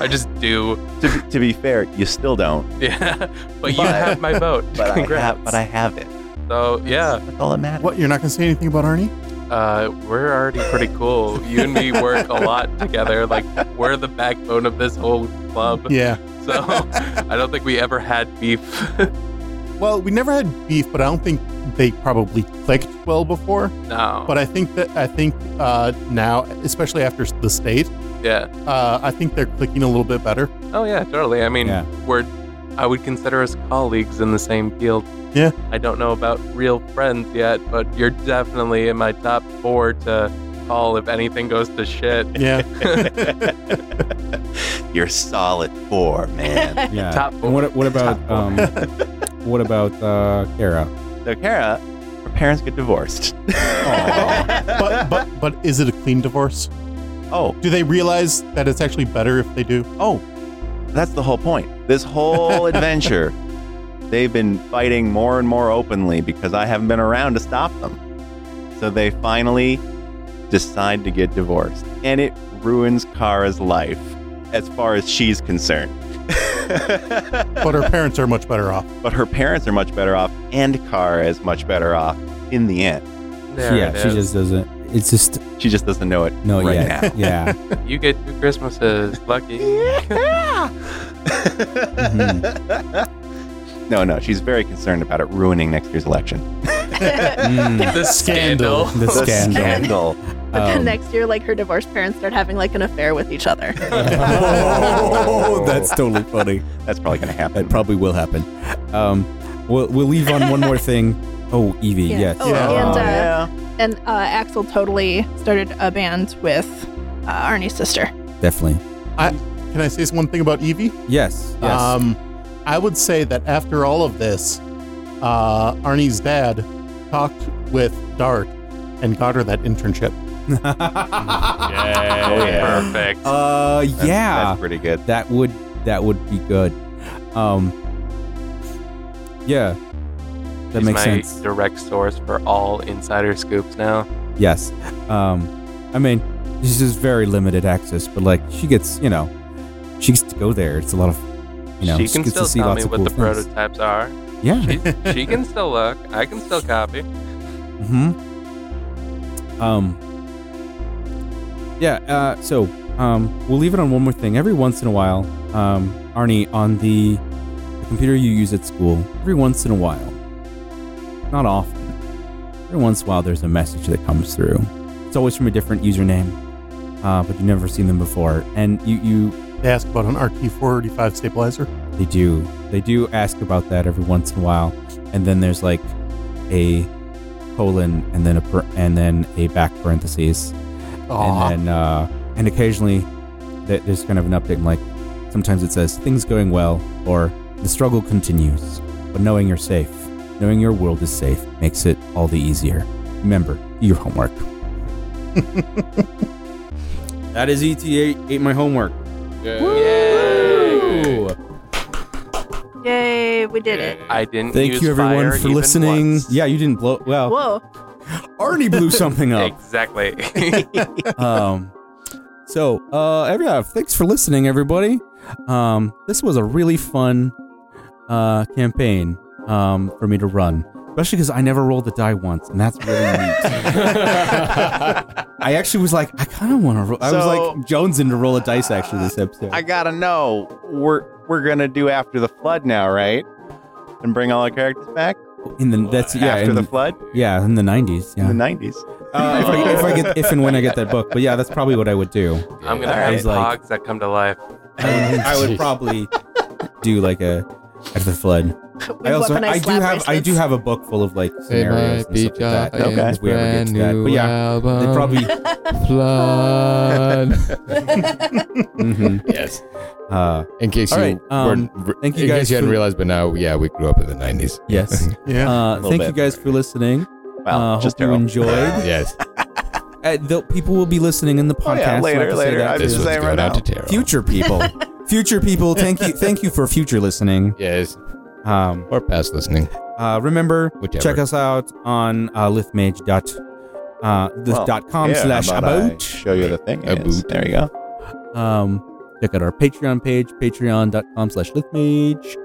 [SPEAKER 3] I just do. <laughs>
[SPEAKER 5] to, be, to be fair, you still don't.
[SPEAKER 3] Yeah. But you
[SPEAKER 5] But-
[SPEAKER 3] have my vote.
[SPEAKER 5] <laughs> But I
[SPEAKER 3] Congrats.
[SPEAKER 5] have. But I have it.
[SPEAKER 3] so yeah,
[SPEAKER 5] That's all that matters.
[SPEAKER 4] What? You're not going to say anything about Arnie?
[SPEAKER 3] uh, we're already pretty cool. You and me work a lot together. Like we're the backbone of this whole club.
[SPEAKER 4] Yeah.
[SPEAKER 3] So <laughs> I don't think we ever had beef.
[SPEAKER 4] Well, we never had beef, but I don't think they probably clicked well before.
[SPEAKER 3] no.
[SPEAKER 4] But I think that I think uh, now, especially after the state,
[SPEAKER 3] yeah.
[SPEAKER 4] Uh, I think they're clicking a little bit better.
[SPEAKER 3] Oh yeah, totally. I mean,
[SPEAKER 1] Yeah.
[SPEAKER 3] we're. I would consider us colleagues in the same field.
[SPEAKER 4] Yeah.
[SPEAKER 3] I don't know about real friends yet, but you're definitely in my top four to call if anything goes to shit.
[SPEAKER 4] Yeah.
[SPEAKER 5] You're solid four, man.
[SPEAKER 1] <laughs> Yeah.
[SPEAKER 3] Top
[SPEAKER 1] And what, what about
[SPEAKER 5] Top
[SPEAKER 1] um, <laughs> what about uh, Kara?
[SPEAKER 5] so Kara, her parents get <laughs> divorced.
[SPEAKER 4] but but but is it a clean divorce?
[SPEAKER 5] Oh,
[SPEAKER 4] Do they realize that it's actually better if they do?
[SPEAKER 5] oh, that's the whole point. This whole adventure, they've been fighting more and more openly because I haven't been around to stop them. So they finally decide to get divorced, and it ruins Kara's life as far as she's concerned.
[SPEAKER 4] But her parents are much better off.
[SPEAKER 5] but her parents are much better off, and Kara is much better off in the end.
[SPEAKER 3] There
[SPEAKER 1] yeah,
[SPEAKER 3] it
[SPEAKER 1] she
[SPEAKER 3] is.
[SPEAKER 1] just doesn't. It's just
[SPEAKER 5] She just doesn't know it
[SPEAKER 1] no
[SPEAKER 5] right
[SPEAKER 1] yeah,
[SPEAKER 5] now.
[SPEAKER 3] <laughs>
[SPEAKER 1] yeah.
[SPEAKER 3] You get two Christmases,
[SPEAKER 1] <laughs>
[SPEAKER 3] lucky.
[SPEAKER 1] Mm-hmm.
[SPEAKER 5] No, no, she's very concerned about it ruining next year's election.
[SPEAKER 1] Mm,
[SPEAKER 3] the
[SPEAKER 4] Scandal.
[SPEAKER 1] the <laughs> scandal.
[SPEAKER 5] Scandal.
[SPEAKER 6] But then
[SPEAKER 1] Um,
[SPEAKER 6] next year, like her divorced parents start having like an affair with
[SPEAKER 1] <laughs>
[SPEAKER 6] each other.
[SPEAKER 1] <laughs> oh, that's totally funny.
[SPEAKER 5] That's probably going to happen.
[SPEAKER 1] That probably will happen. Um, we'll we'll leave on one more thing. Oh, Evie,
[SPEAKER 6] Yeah.
[SPEAKER 1] yes. Um,
[SPEAKER 6] Oh,
[SPEAKER 4] Yeah.
[SPEAKER 6] and uh,
[SPEAKER 5] yeah.
[SPEAKER 6] and uh, Axel totally started a band with uh, Arnie's sister.
[SPEAKER 1] definitely.
[SPEAKER 4] Can I say one thing about Evie?
[SPEAKER 1] Yes, yes. <laughs>
[SPEAKER 4] Um, I would say that after all of this, uh, Arnie's dad talked with Dart and got her that internship.
[SPEAKER 5] Oh, yeah.
[SPEAKER 3] Perfect.
[SPEAKER 1] Uh,
[SPEAKER 5] That's-
[SPEAKER 1] yeah,
[SPEAKER 5] That's pretty good.
[SPEAKER 1] that would that would be good. Um, yeah, that
[SPEAKER 3] She's
[SPEAKER 1] makes
[SPEAKER 3] my
[SPEAKER 1] sense.
[SPEAKER 3] direct source for all insider scoops now.
[SPEAKER 1] Yes. Um, I mean, this is very limited access, but like she gets, you know, she gets to go there. It's a lot of, you know,
[SPEAKER 3] she can
[SPEAKER 1] gets
[SPEAKER 3] still
[SPEAKER 1] to see
[SPEAKER 3] tell
[SPEAKER 1] lots
[SPEAKER 3] me
[SPEAKER 1] of
[SPEAKER 3] what
[SPEAKER 1] cool
[SPEAKER 3] the
[SPEAKER 1] things.
[SPEAKER 3] prototypes are.
[SPEAKER 1] Yeah.
[SPEAKER 3] She,
[SPEAKER 1] <laughs>
[SPEAKER 3] she can still look. I can still copy.
[SPEAKER 1] Mm-hmm. Um. Yeah. Uh, so, um, we'll leave it on one more thing. Every once in a while, um, Arnie, on the, the computer you use at school, every once in a while, not often, every once in a while, there's a message that comes through. It's always from a different username, uh, but you've never seen them before, and you you
[SPEAKER 4] They asked about an RT485 stabilizer.
[SPEAKER 1] they do. They do ask about that every once in a while, and then there's like a colon and then a per- and then a back parentheses,
[SPEAKER 4] Aw.
[SPEAKER 1] and then uh, and occasionally th- there's kind of an update. and, Like sometimes it says things going well or the struggle continues, but knowing you're safe, knowing your world is safe, makes it all the easier. Remember do your homework. <laughs> that is E ETA ate my homework. Woo!
[SPEAKER 6] Yay, we did it.
[SPEAKER 3] I didn't.
[SPEAKER 1] Thank
[SPEAKER 3] use
[SPEAKER 1] you
[SPEAKER 3] fire
[SPEAKER 1] everyone for
[SPEAKER 3] even
[SPEAKER 1] listening.
[SPEAKER 3] once.
[SPEAKER 1] Yeah, you didn't blow. Well,
[SPEAKER 6] Whoa.
[SPEAKER 1] Arnie
[SPEAKER 5] <laughs>
[SPEAKER 1] blew something up.
[SPEAKER 3] <laughs> Exactly.
[SPEAKER 1] um, so, uh, yeah, thanks for listening, everybody. Um, this was a really fun uh, campaign um, for me to run, especially because I never rolled the die once, and that's really neat.
[SPEAKER 5] <laughs>
[SPEAKER 1] I actually was like, I kind of want to. roll I was
[SPEAKER 5] So-
[SPEAKER 1] like jonesing to roll a dice actually this episode.
[SPEAKER 5] I gotta know. We're we're gonna do after the flood now, right? And bring all our characters back
[SPEAKER 1] in the that's yeah,
[SPEAKER 5] after
[SPEAKER 1] in,
[SPEAKER 5] the flood
[SPEAKER 1] yeah, in the nineties. Yeah,
[SPEAKER 5] in the nineties.
[SPEAKER 1] Uh, if, I, if I get if and when I get that book, but yeah, that's probably what I would do.
[SPEAKER 3] I'm gonna
[SPEAKER 5] I
[SPEAKER 3] have
[SPEAKER 1] was like-
[SPEAKER 3] pogs that come to life.
[SPEAKER 5] <laughs>
[SPEAKER 1] I would, I would probably do like a after the flood. I also
[SPEAKER 6] weaponized
[SPEAKER 1] I do
[SPEAKER 6] lab
[SPEAKER 1] have I do
[SPEAKER 6] bracelets.
[SPEAKER 1] have a book full of like
[SPEAKER 2] It
[SPEAKER 1] scenarios
[SPEAKER 2] might
[SPEAKER 1] and
[SPEAKER 2] be
[SPEAKER 1] stuff like that.
[SPEAKER 5] Giant
[SPEAKER 1] yeah, if we ever get
[SPEAKER 2] brand
[SPEAKER 1] to that.
[SPEAKER 2] new
[SPEAKER 1] But yeah,
[SPEAKER 2] album.
[SPEAKER 1] they probably <laughs>
[SPEAKER 2] flood.
[SPEAKER 1] mhm.
[SPEAKER 2] yes.
[SPEAKER 1] uh,
[SPEAKER 2] In case
[SPEAKER 1] All
[SPEAKER 2] you,
[SPEAKER 1] right, um,
[SPEAKER 2] weren't-
[SPEAKER 1] thank you
[SPEAKER 2] in
[SPEAKER 1] guys
[SPEAKER 2] case you hadn't
[SPEAKER 1] for-
[SPEAKER 2] realized, but now, yeah, we grew up in the nineties.
[SPEAKER 1] <laughs>
[SPEAKER 2] <laughs>
[SPEAKER 1] yes.
[SPEAKER 4] Yeah.
[SPEAKER 1] Uh,
[SPEAKER 5] little
[SPEAKER 1] thank you
[SPEAKER 5] bit.
[SPEAKER 1] guys for listening.
[SPEAKER 5] Well,
[SPEAKER 1] uh, hope
[SPEAKER 5] just
[SPEAKER 1] you
[SPEAKER 5] terrible.
[SPEAKER 1] <laughs>
[SPEAKER 5] <laughs>
[SPEAKER 1] enjoyed.
[SPEAKER 2] yes.
[SPEAKER 1] uh, the, people will be listening in the podcast.
[SPEAKER 5] Oh,
[SPEAKER 1] so I
[SPEAKER 5] yeah, later,
[SPEAKER 1] have to say
[SPEAKER 5] later.
[SPEAKER 1] that
[SPEAKER 5] I
[SPEAKER 1] too.
[SPEAKER 2] This
[SPEAKER 5] was just
[SPEAKER 2] one's
[SPEAKER 5] saying
[SPEAKER 2] going
[SPEAKER 5] right
[SPEAKER 2] out
[SPEAKER 5] now.
[SPEAKER 2] to Tara.
[SPEAKER 1] future
[SPEAKER 5] <laughs>
[SPEAKER 1] people, future people. Thank you, thank you for future listening.
[SPEAKER 2] Yes.
[SPEAKER 1] Um,
[SPEAKER 2] Or past listening.
[SPEAKER 1] Uh, remember,
[SPEAKER 2] Whichever.
[SPEAKER 1] check us out on uh, lithmage dot uh, this
[SPEAKER 5] Well,
[SPEAKER 1] dot com
[SPEAKER 5] Yeah, how
[SPEAKER 1] slash
[SPEAKER 5] about I
[SPEAKER 1] about.
[SPEAKER 5] Show you the thing.
[SPEAKER 2] A
[SPEAKER 5] it is?
[SPEAKER 2] boot.
[SPEAKER 5] There you go.
[SPEAKER 1] Um, check out our Patreon page, patreon.com slash lithmage.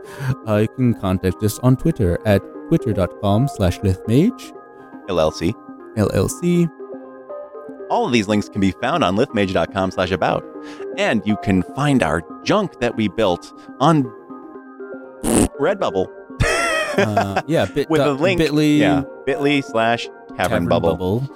[SPEAKER 1] Uh, you can contact us on Twitter at twitter.com slash lithmage,
[SPEAKER 5] LLC.
[SPEAKER 1] LLC.
[SPEAKER 5] All of these links can be found on lithmage.com slash about. And you can find our junk that we built on Redbubble.
[SPEAKER 1] Uh, yeah, bit,
[SPEAKER 5] With
[SPEAKER 1] dot-
[SPEAKER 5] a link.
[SPEAKER 1] bit.ly
[SPEAKER 5] yeah. Bit.ly slash cavern bubble.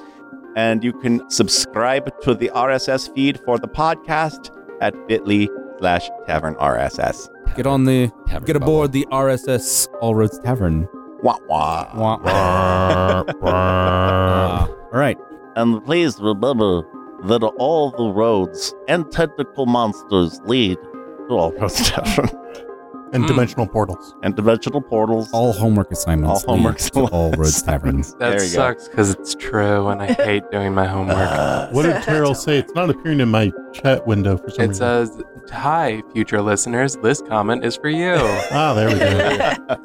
[SPEAKER 5] And you can subscribe to the RSS feed for the podcast at bit.ly slash tavern RSS.
[SPEAKER 1] Get on the,
[SPEAKER 2] Tavern
[SPEAKER 1] get
[SPEAKER 2] bubble.
[SPEAKER 1] aboard the RSS All Roads Tavern.
[SPEAKER 5] Wah wah.
[SPEAKER 1] Wah, wah. Uh, all right.
[SPEAKER 5] And please remember that all the roads and tentacle monsters lead to all roads tavern
[SPEAKER 4] and
[SPEAKER 3] Mm.
[SPEAKER 4] dimensional portals.
[SPEAKER 5] <laughs> and dimensional portals.
[SPEAKER 1] All homework assignments.
[SPEAKER 5] All
[SPEAKER 1] lead
[SPEAKER 5] homework
[SPEAKER 1] to All Roads Tavern.
[SPEAKER 3] That
[SPEAKER 5] <laughs> There you go.
[SPEAKER 3] sucks because it's true, <laughs> and I hate doing my homework.
[SPEAKER 5] Uh,
[SPEAKER 4] What did Terrell say? It's not appearing in my chat window for some
[SPEAKER 3] it
[SPEAKER 4] reason.
[SPEAKER 3] says, "Hi, future listeners. This comment is for you."
[SPEAKER 4] ah, there we go.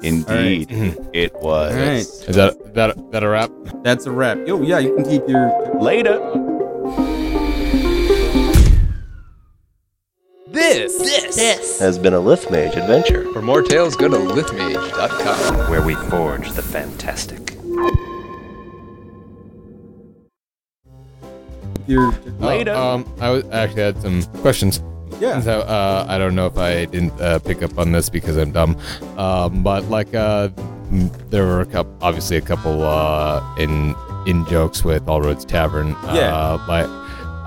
[SPEAKER 5] Indeed, <laughs> it was.
[SPEAKER 1] All right.
[SPEAKER 2] <laughs> Is that that that a wrap?
[SPEAKER 1] That's a wrap. Oh, yeah, you can keep your.
[SPEAKER 5] Later.
[SPEAKER 9] has been a Lith Mage adventure.
[SPEAKER 10] For more tales, go to lithmage.com.
[SPEAKER 9] where we forge the fantastic.
[SPEAKER 1] your
[SPEAKER 2] Later. um, I was actually had some questions.
[SPEAKER 1] yeah.
[SPEAKER 2] So uh, I don't know if I didn't uh, pick up on this because I'm dumb, um, but like uh, m- there were a couple, obviously a couple uh, in in jokes with All Roads Tavern.
[SPEAKER 1] Yeah.
[SPEAKER 2] Uh, but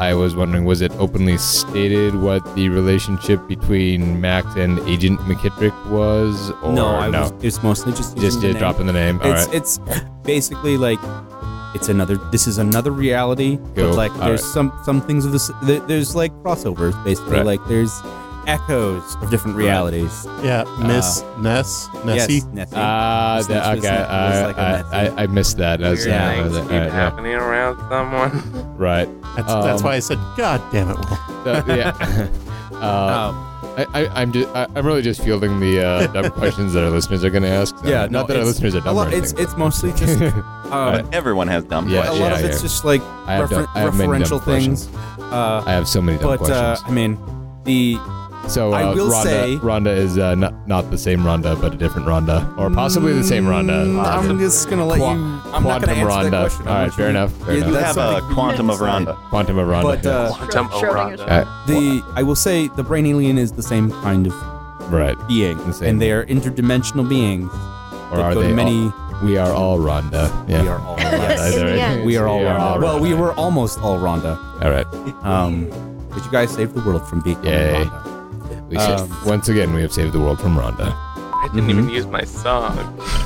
[SPEAKER 2] I was wondering, was it openly stated what the relationship between Max and Agent McKittrick was? Or
[SPEAKER 1] no, I
[SPEAKER 2] Oh, no?
[SPEAKER 1] Was, it's mostly just using
[SPEAKER 2] just
[SPEAKER 1] the
[SPEAKER 2] did
[SPEAKER 1] name.
[SPEAKER 2] drop in the name. All
[SPEAKER 1] it's
[SPEAKER 2] right.
[SPEAKER 1] it's basically like it's another. This is another reality,
[SPEAKER 2] Cool.
[SPEAKER 1] but like
[SPEAKER 2] All
[SPEAKER 1] there's
[SPEAKER 2] right.
[SPEAKER 1] some some things of this. There, there's like crossovers basically.
[SPEAKER 2] Right.
[SPEAKER 1] Like there's echoes of different realities.
[SPEAKER 4] Yeah, Miss Ness, Nessie.
[SPEAKER 1] Yes, Nessie.
[SPEAKER 2] Ah,
[SPEAKER 1] It's
[SPEAKER 2] the-
[SPEAKER 1] literally
[SPEAKER 2] okay.
[SPEAKER 1] something- it's like a
[SPEAKER 2] uh, I,
[SPEAKER 1] method.
[SPEAKER 2] I, I missed that. I was,
[SPEAKER 1] Weird
[SPEAKER 2] yeah, I
[SPEAKER 3] things
[SPEAKER 2] was-
[SPEAKER 3] keep
[SPEAKER 2] all right, yeah,
[SPEAKER 3] happening around someone.
[SPEAKER 2] uh, right.
[SPEAKER 4] That's, that's
[SPEAKER 2] Um,
[SPEAKER 4] why I said, God damn it, Will.
[SPEAKER 2] So,
[SPEAKER 1] <laughs>
[SPEAKER 2] yeah. <laughs> uh,
[SPEAKER 1] Um,
[SPEAKER 2] I, I, I'm just, I, I'm really just fielding the uh, <laughs> dumb questions that our listeners are going to ask. Uh,
[SPEAKER 1] yeah,
[SPEAKER 2] not
[SPEAKER 1] no,
[SPEAKER 2] that our
[SPEAKER 1] it's-
[SPEAKER 2] listeners are
[SPEAKER 1] a
[SPEAKER 2] dumb.
[SPEAKER 1] lot-
[SPEAKER 2] or
[SPEAKER 1] it's
[SPEAKER 2] anything,
[SPEAKER 1] it's mostly just
[SPEAKER 2] <laughs>
[SPEAKER 1] um,
[SPEAKER 5] Everyone has dumb
[SPEAKER 2] Yeah,
[SPEAKER 1] a
[SPEAKER 5] questions.
[SPEAKER 1] lot of it's
[SPEAKER 2] yeah.
[SPEAKER 1] just like
[SPEAKER 2] I have
[SPEAKER 1] refer-
[SPEAKER 2] dumb- I have many dumb
[SPEAKER 1] referential things. Uh,
[SPEAKER 2] I have so many dumb
[SPEAKER 1] but uh,
[SPEAKER 2] questions.
[SPEAKER 1] I mean, the
[SPEAKER 2] so uh,
[SPEAKER 1] I will
[SPEAKER 2] Rhonda,
[SPEAKER 1] say-
[SPEAKER 2] Rhonda is uh, not not the same Rhonda, but a different Rhonda, or possibly the same Rhonda.
[SPEAKER 1] Mm, I'm
[SPEAKER 2] Possibly.
[SPEAKER 1] just gonna let
[SPEAKER 2] Qua-
[SPEAKER 1] you. I'm not
[SPEAKER 2] quantum
[SPEAKER 1] gonna answer
[SPEAKER 2] Rhonda.
[SPEAKER 1] that question. I
[SPEAKER 2] All
[SPEAKER 1] want
[SPEAKER 2] right,
[SPEAKER 1] you
[SPEAKER 2] fair
[SPEAKER 1] to-
[SPEAKER 2] enough. Fair
[SPEAKER 1] Yeah,
[SPEAKER 2] enough.
[SPEAKER 5] you
[SPEAKER 1] that's
[SPEAKER 5] have a
[SPEAKER 1] something you-
[SPEAKER 5] quantum of Rhonda.
[SPEAKER 2] Quantum of Rhonda.
[SPEAKER 1] But uh,
[SPEAKER 3] Quantum
[SPEAKER 6] Schrödinger's
[SPEAKER 3] Oranda.
[SPEAKER 2] Uh,
[SPEAKER 1] the I will say the brain alien is the same kind of
[SPEAKER 2] right.
[SPEAKER 1] being,
[SPEAKER 2] The same.
[SPEAKER 1] and they are interdimensional beings
[SPEAKER 2] Or
[SPEAKER 1] that
[SPEAKER 2] are
[SPEAKER 1] go
[SPEAKER 2] they
[SPEAKER 1] to many.
[SPEAKER 2] all- we are all Rhonda. Yeah.
[SPEAKER 1] We are <laughs> all.
[SPEAKER 6] Yes.
[SPEAKER 1] Rhonda.
[SPEAKER 6] In the end.
[SPEAKER 1] We are all. Rhonda.
[SPEAKER 2] Rhonda.
[SPEAKER 1] Well, we were almost all Rhonda.
[SPEAKER 2] All right.
[SPEAKER 1] Um, but you guys saved the world from becoming
[SPEAKER 2] Yay.
[SPEAKER 1] Rhonda.
[SPEAKER 2] We sa-
[SPEAKER 1] Um,
[SPEAKER 2] once again, we have saved the world from Rhonda.
[SPEAKER 3] I didn't even use my song.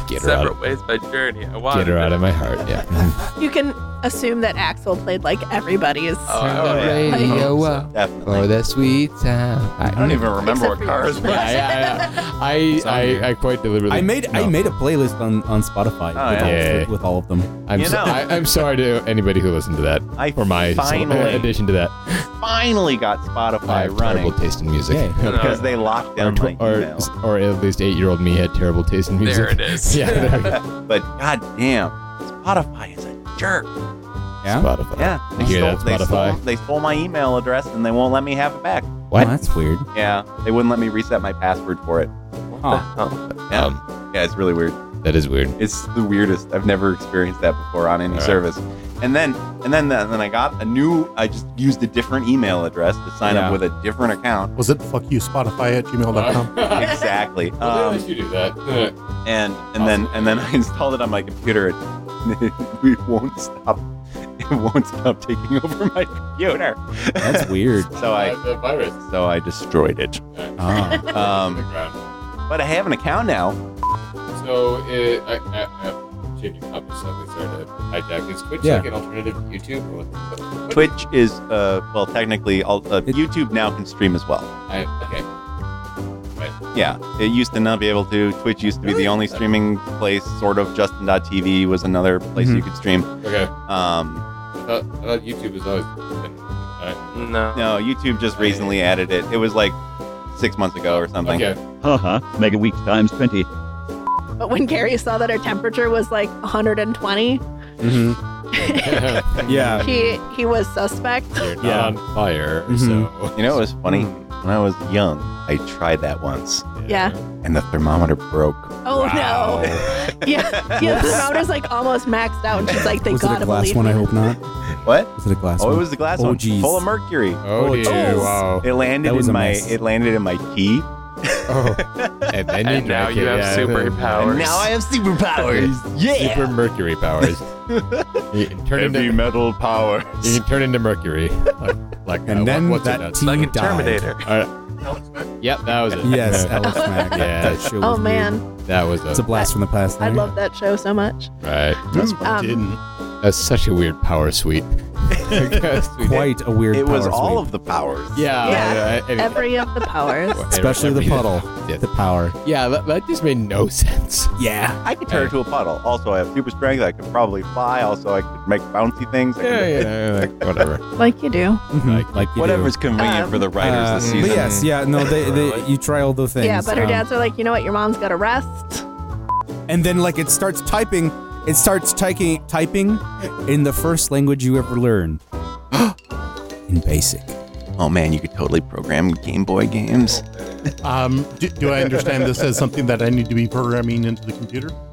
[SPEAKER 2] Get her
[SPEAKER 3] Separate
[SPEAKER 2] out.
[SPEAKER 3] ways by journey. I wanted
[SPEAKER 2] Get her
[SPEAKER 3] it.
[SPEAKER 2] out of my heart.
[SPEAKER 1] <laughs>
[SPEAKER 2] Yeah.
[SPEAKER 6] You can assume that Axel played like everybody's.
[SPEAKER 3] Oh,
[SPEAKER 1] Uh.
[SPEAKER 3] I
[SPEAKER 6] Turn the
[SPEAKER 3] hope
[SPEAKER 6] radio
[SPEAKER 3] so.
[SPEAKER 2] uh,
[SPEAKER 5] Definitely.
[SPEAKER 2] the Oh, sweet time.
[SPEAKER 5] I
[SPEAKER 2] <laughs>
[SPEAKER 5] don't even remember
[SPEAKER 6] Except
[SPEAKER 5] what
[SPEAKER 6] for
[SPEAKER 5] cars
[SPEAKER 6] yours.
[SPEAKER 5] were.
[SPEAKER 2] Yeah, yeah, yeah. I, I, I quite deliberately.
[SPEAKER 1] I made
[SPEAKER 2] no.
[SPEAKER 1] I made a playlist on on Spotify
[SPEAKER 5] Oh,
[SPEAKER 1] with,
[SPEAKER 5] yeah.
[SPEAKER 1] all,
[SPEAKER 2] Yay.
[SPEAKER 1] with, with all of them.
[SPEAKER 2] I'm,
[SPEAKER 5] You
[SPEAKER 2] so,
[SPEAKER 5] know.
[SPEAKER 2] I, I'm sorry to anybody who listened to that.
[SPEAKER 5] I
[SPEAKER 2] For my uh,
[SPEAKER 5] Finally.
[SPEAKER 2] addition to that,
[SPEAKER 5] finally got
[SPEAKER 2] I
[SPEAKER 5] Spotify
[SPEAKER 2] have
[SPEAKER 5] running
[SPEAKER 2] terrible taste in music.
[SPEAKER 1] Yay.
[SPEAKER 5] because they locked
[SPEAKER 2] <laughs> Or,
[SPEAKER 5] down my
[SPEAKER 2] tw- or,
[SPEAKER 5] email.
[SPEAKER 2] or at least eight-year-old me had terrible taste in music.
[SPEAKER 3] There it is.
[SPEAKER 2] <laughs> yeah, there we go.
[SPEAKER 5] But goddamn, Spotify is a jerk.
[SPEAKER 1] Yeah.
[SPEAKER 2] Spotify.
[SPEAKER 5] <laughs> Yeah,
[SPEAKER 2] I hear that,
[SPEAKER 5] they, stole,
[SPEAKER 2] Spotify.
[SPEAKER 5] they stole my email address and they won't let me have it back.
[SPEAKER 1] Oh, that's weird.
[SPEAKER 5] Yeah, they wouldn't let me reset my password for it.
[SPEAKER 1] Huh.
[SPEAKER 5] Yeah,
[SPEAKER 2] Um,
[SPEAKER 5] yeah it's really weird.
[SPEAKER 2] that is weird.
[SPEAKER 5] It's the weirdest. I've never experienced that before on any
[SPEAKER 2] Alright.
[SPEAKER 5] service. And then, and then, and then I got a new. I just used a different email address to sign
[SPEAKER 1] Yeah.
[SPEAKER 5] up with a different account.
[SPEAKER 4] Was it fuck you, Spotify at
[SPEAKER 2] <laughs>
[SPEAKER 4] gmail.com?
[SPEAKER 5] Exactly. Um,
[SPEAKER 2] you do that?
[SPEAKER 5] and and then and then I installed it <laughs> on my computer. And we won't stop. It won't stop taking over my computer.
[SPEAKER 1] <laughs> That's weird.
[SPEAKER 5] <laughs> so I
[SPEAKER 2] the virus.
[SPEAKER 5] so I destroyed it.
[SPEAKER 1] Ah.
[SPEAKER 5] Um, but I have an account now.
[SPEAKER 2] So it, I, I, I'm changing topics slightly. Sorry to hijack. Is Twitch
[SPEAKER 1] Yeah.
[SPEAKER 2] like an alternative to YouTube? Or what? what-
[SPEAKER 5] Twitch is uh well technically all, uh,
[SPEAKER 1] It-
[SPEAKER 5] YouTube now can stream as well.
[SPEAKER 2] I, okay.
[SPEAKER 5] Yeah, it used to not be able to. Twitch used to be the only streaming place, sort of. Justin.tv was another place
[SPEAKER 1] Mhm.
[SPEAKER 5] you could stream.
[SPEAKER 2] Okay.
[SPEAKER 5] Um,
[SPEAKER 2] I thought, I thought YouTube was always. Been, I,
[SPEAKER 3] No.
[SPEAKER 5] no, YouTube just recently added it. It was like six months ago or something.
[SPEAKER 2] okay. <laughs>
[SPEAKER 11] Haha, mega week times 20.
[SPEAKER 6] But when Gary saw that her temperature was like 120,
[SPEAKER 1] Mhm. Yeah.
[SPEAKER 6] he he was suspect.
[SPEAKER 2] You're not
[SPEAKER 1] Yeah.
[SPEAKER 2] on fire,
[SPEAKER 1] Mhm.
[SPEAKER 2] so.
[SPEAKER 5] You know, it was funny.
[SPEAKER 3] Hmm.
[SPEAKER 5] When I was young, I tried that once,
[SPEAKER 6] Yeah.
[SPEAKER 5] and the thermometer broke.
[SPEAKER 6] Oh no. <laughs>
[SPEAKER 1] <laughs>
[SPEAKER 6] yeah. Yeah. The thermometer's like almost maxed out, and she's like, they
[SPEAKER 1] Was it
[SPEAKER 6] gotta
[SPEAKER 1] a glass
[SPEAKER 6] believe
[SPEAKER 1] one?
[SPEAKER 6] me.
[SPEAKER 1] I hope not.
[SPEAKER 5] What?
[SPEAKER 1] Was it a glass
[SPEAKER 5] Oh,
[SPEAKER 1] one?
[SPEAKER 5] it was the glass
[SPEAKER 1] Oh,
[SPEAKER 5] one,
[SPEAKER 1] geez.
[SPEAKER 5] full of mercury.
[SPEAKER 2] Oh,
[SPEAKER 1] Oh,
[SPEAKER 2] dear.
[SPEAKER 1] geez.
[SPEAKER 2] Wow.
[SPEAKER 5] It landed
[SPEAKER 1] That was
[SPEAKER 5] in
[SPEAKER 1] a
[SPEAKER 5] my
[SPEAKER 1] mess.
[SPEAKER 5] it landed in my tea.
[SPEAKER 2] Oh. <laughs> And then you
[SPEAKER 3] And now
[SPEAKER 2] drank
[SPEAKER 3] you
[SPEAKER 2] it,
[SPEAKER 3] have
[SPEAKER 2] yeah.
[SPEAKER 3] superpowers.
[SPEAKER 5] have superpowers.
[SPEAKER 2] <laughs> Super mercury powers. you can turn into
[SPEAKER 5] metal
[SPEAKER 2] you
[SPEAKER 5] powers.
[SPEAKER 2] can turn into mercury. Like, like uh,
[SPEAKER 1] And then
[SPEAKER 2] what, what's her
[SPEAKER 1] that
[SPEAKER 2] nuts?
[SPEAKER 1] team
[SPEAKER 3] Like in
[SPEAKER 1] died.
[SPEAKER 3] Terminator.
[SPEAKER 2] Yep, that was
[SPEAKER 1] <laughs> <laughs>
[SPEAKER 2] it.
[SPEAKER 1] Yes,
[SPEAKER 2] Yeah,
[SPEAKER 1] Alex Mack.
[SPEAKER 2] Yeah.
[SPEAKER 1] That show was
[SPEAKER 6] Oh
[SPEAKER 1] weird.
[SPEAKER 2] <laughs>
[SPEAKER 6] man,
[SPEAKER 2] that was
[SPEAKER 1] It's a
[SPEAKER 2] a
[SPEAKER 1] blast from the past.
[SPEAKER 6] I
[SPEAKER 1] thing.
[SPEAKER 6] love that show so much.
[SPEAKER 2] right.
[SPEAKER 4] That's what I
[SPEAKER 6] Um,
[SPEAKER 4] didn't.
[SPEAKER 2] That's such a weird power suite.
[SPEAKER 5] <laughs>
[SPEAKER 2] yeah,
[SPEAKER 1] Quite a weird.
[SPEAKER 5] It was
[SPEAKER 1] power
[SPEAKER 5] all
[SPEAKER 1] sweep.
[SPEAKER 5] of the powers.
[SPEAKER 6] Yeah.
[SPEAKER 2] I- I mean-
[SPEAKER 6] Every of the powers.
[SPEAKER 4] <laughs>
[SPEAKER 1] especially the
[SPEAKER 2] Every-
[SPEAKER 1] puddle,
[SPEAKER 2] Yeah.
[SPEAKER 1] the power.
[SPEAKER 2] Yeah, that, that just made no <laughs> sense.
[SPEAKER 1] Yeah.
[SPEAKER 5] I could turn into a puddle. Also, I have super strength. I could probably fly. Also, I could make bouncy things. I could-
[SPEAKER 2] Yeah, yeah, yeah, like, whatever.
[SPEAKER 6] Like you do.
[SPEAKER 1] Like, you
[SPEAKER 5] Whatever's convenient
[SPEAKER 6] Um,
[SPEAKER 5] for the
[SPEAKER 1] do.
[SPEAKER 5] writers this
[SPEAKER 1] Uh,
[SPEAKER 5] season.
[SPEAKER 1] But yes, yeah, no, they, they
[SPEAKER 3] Really?
[SPEAKER 1] you try all the things.
[SPEAKER 6] Yeah, but her
[SPEAKER 1] um,
[SPEAKER 6] dads are like, you know what, your mom's gotta rest.
[SPEAKER 1] And then like it starts typing, it starts typing typing in the first language you ever
[SPEAKER 5] <gasps>
[SPEAKER 1] learned. in basic.
[SPEAKER 5] Oh man, you could totally program Game Boy games.
[SPEAKER 4] Um, do, do I understand this as something that I need to be programming into the computer?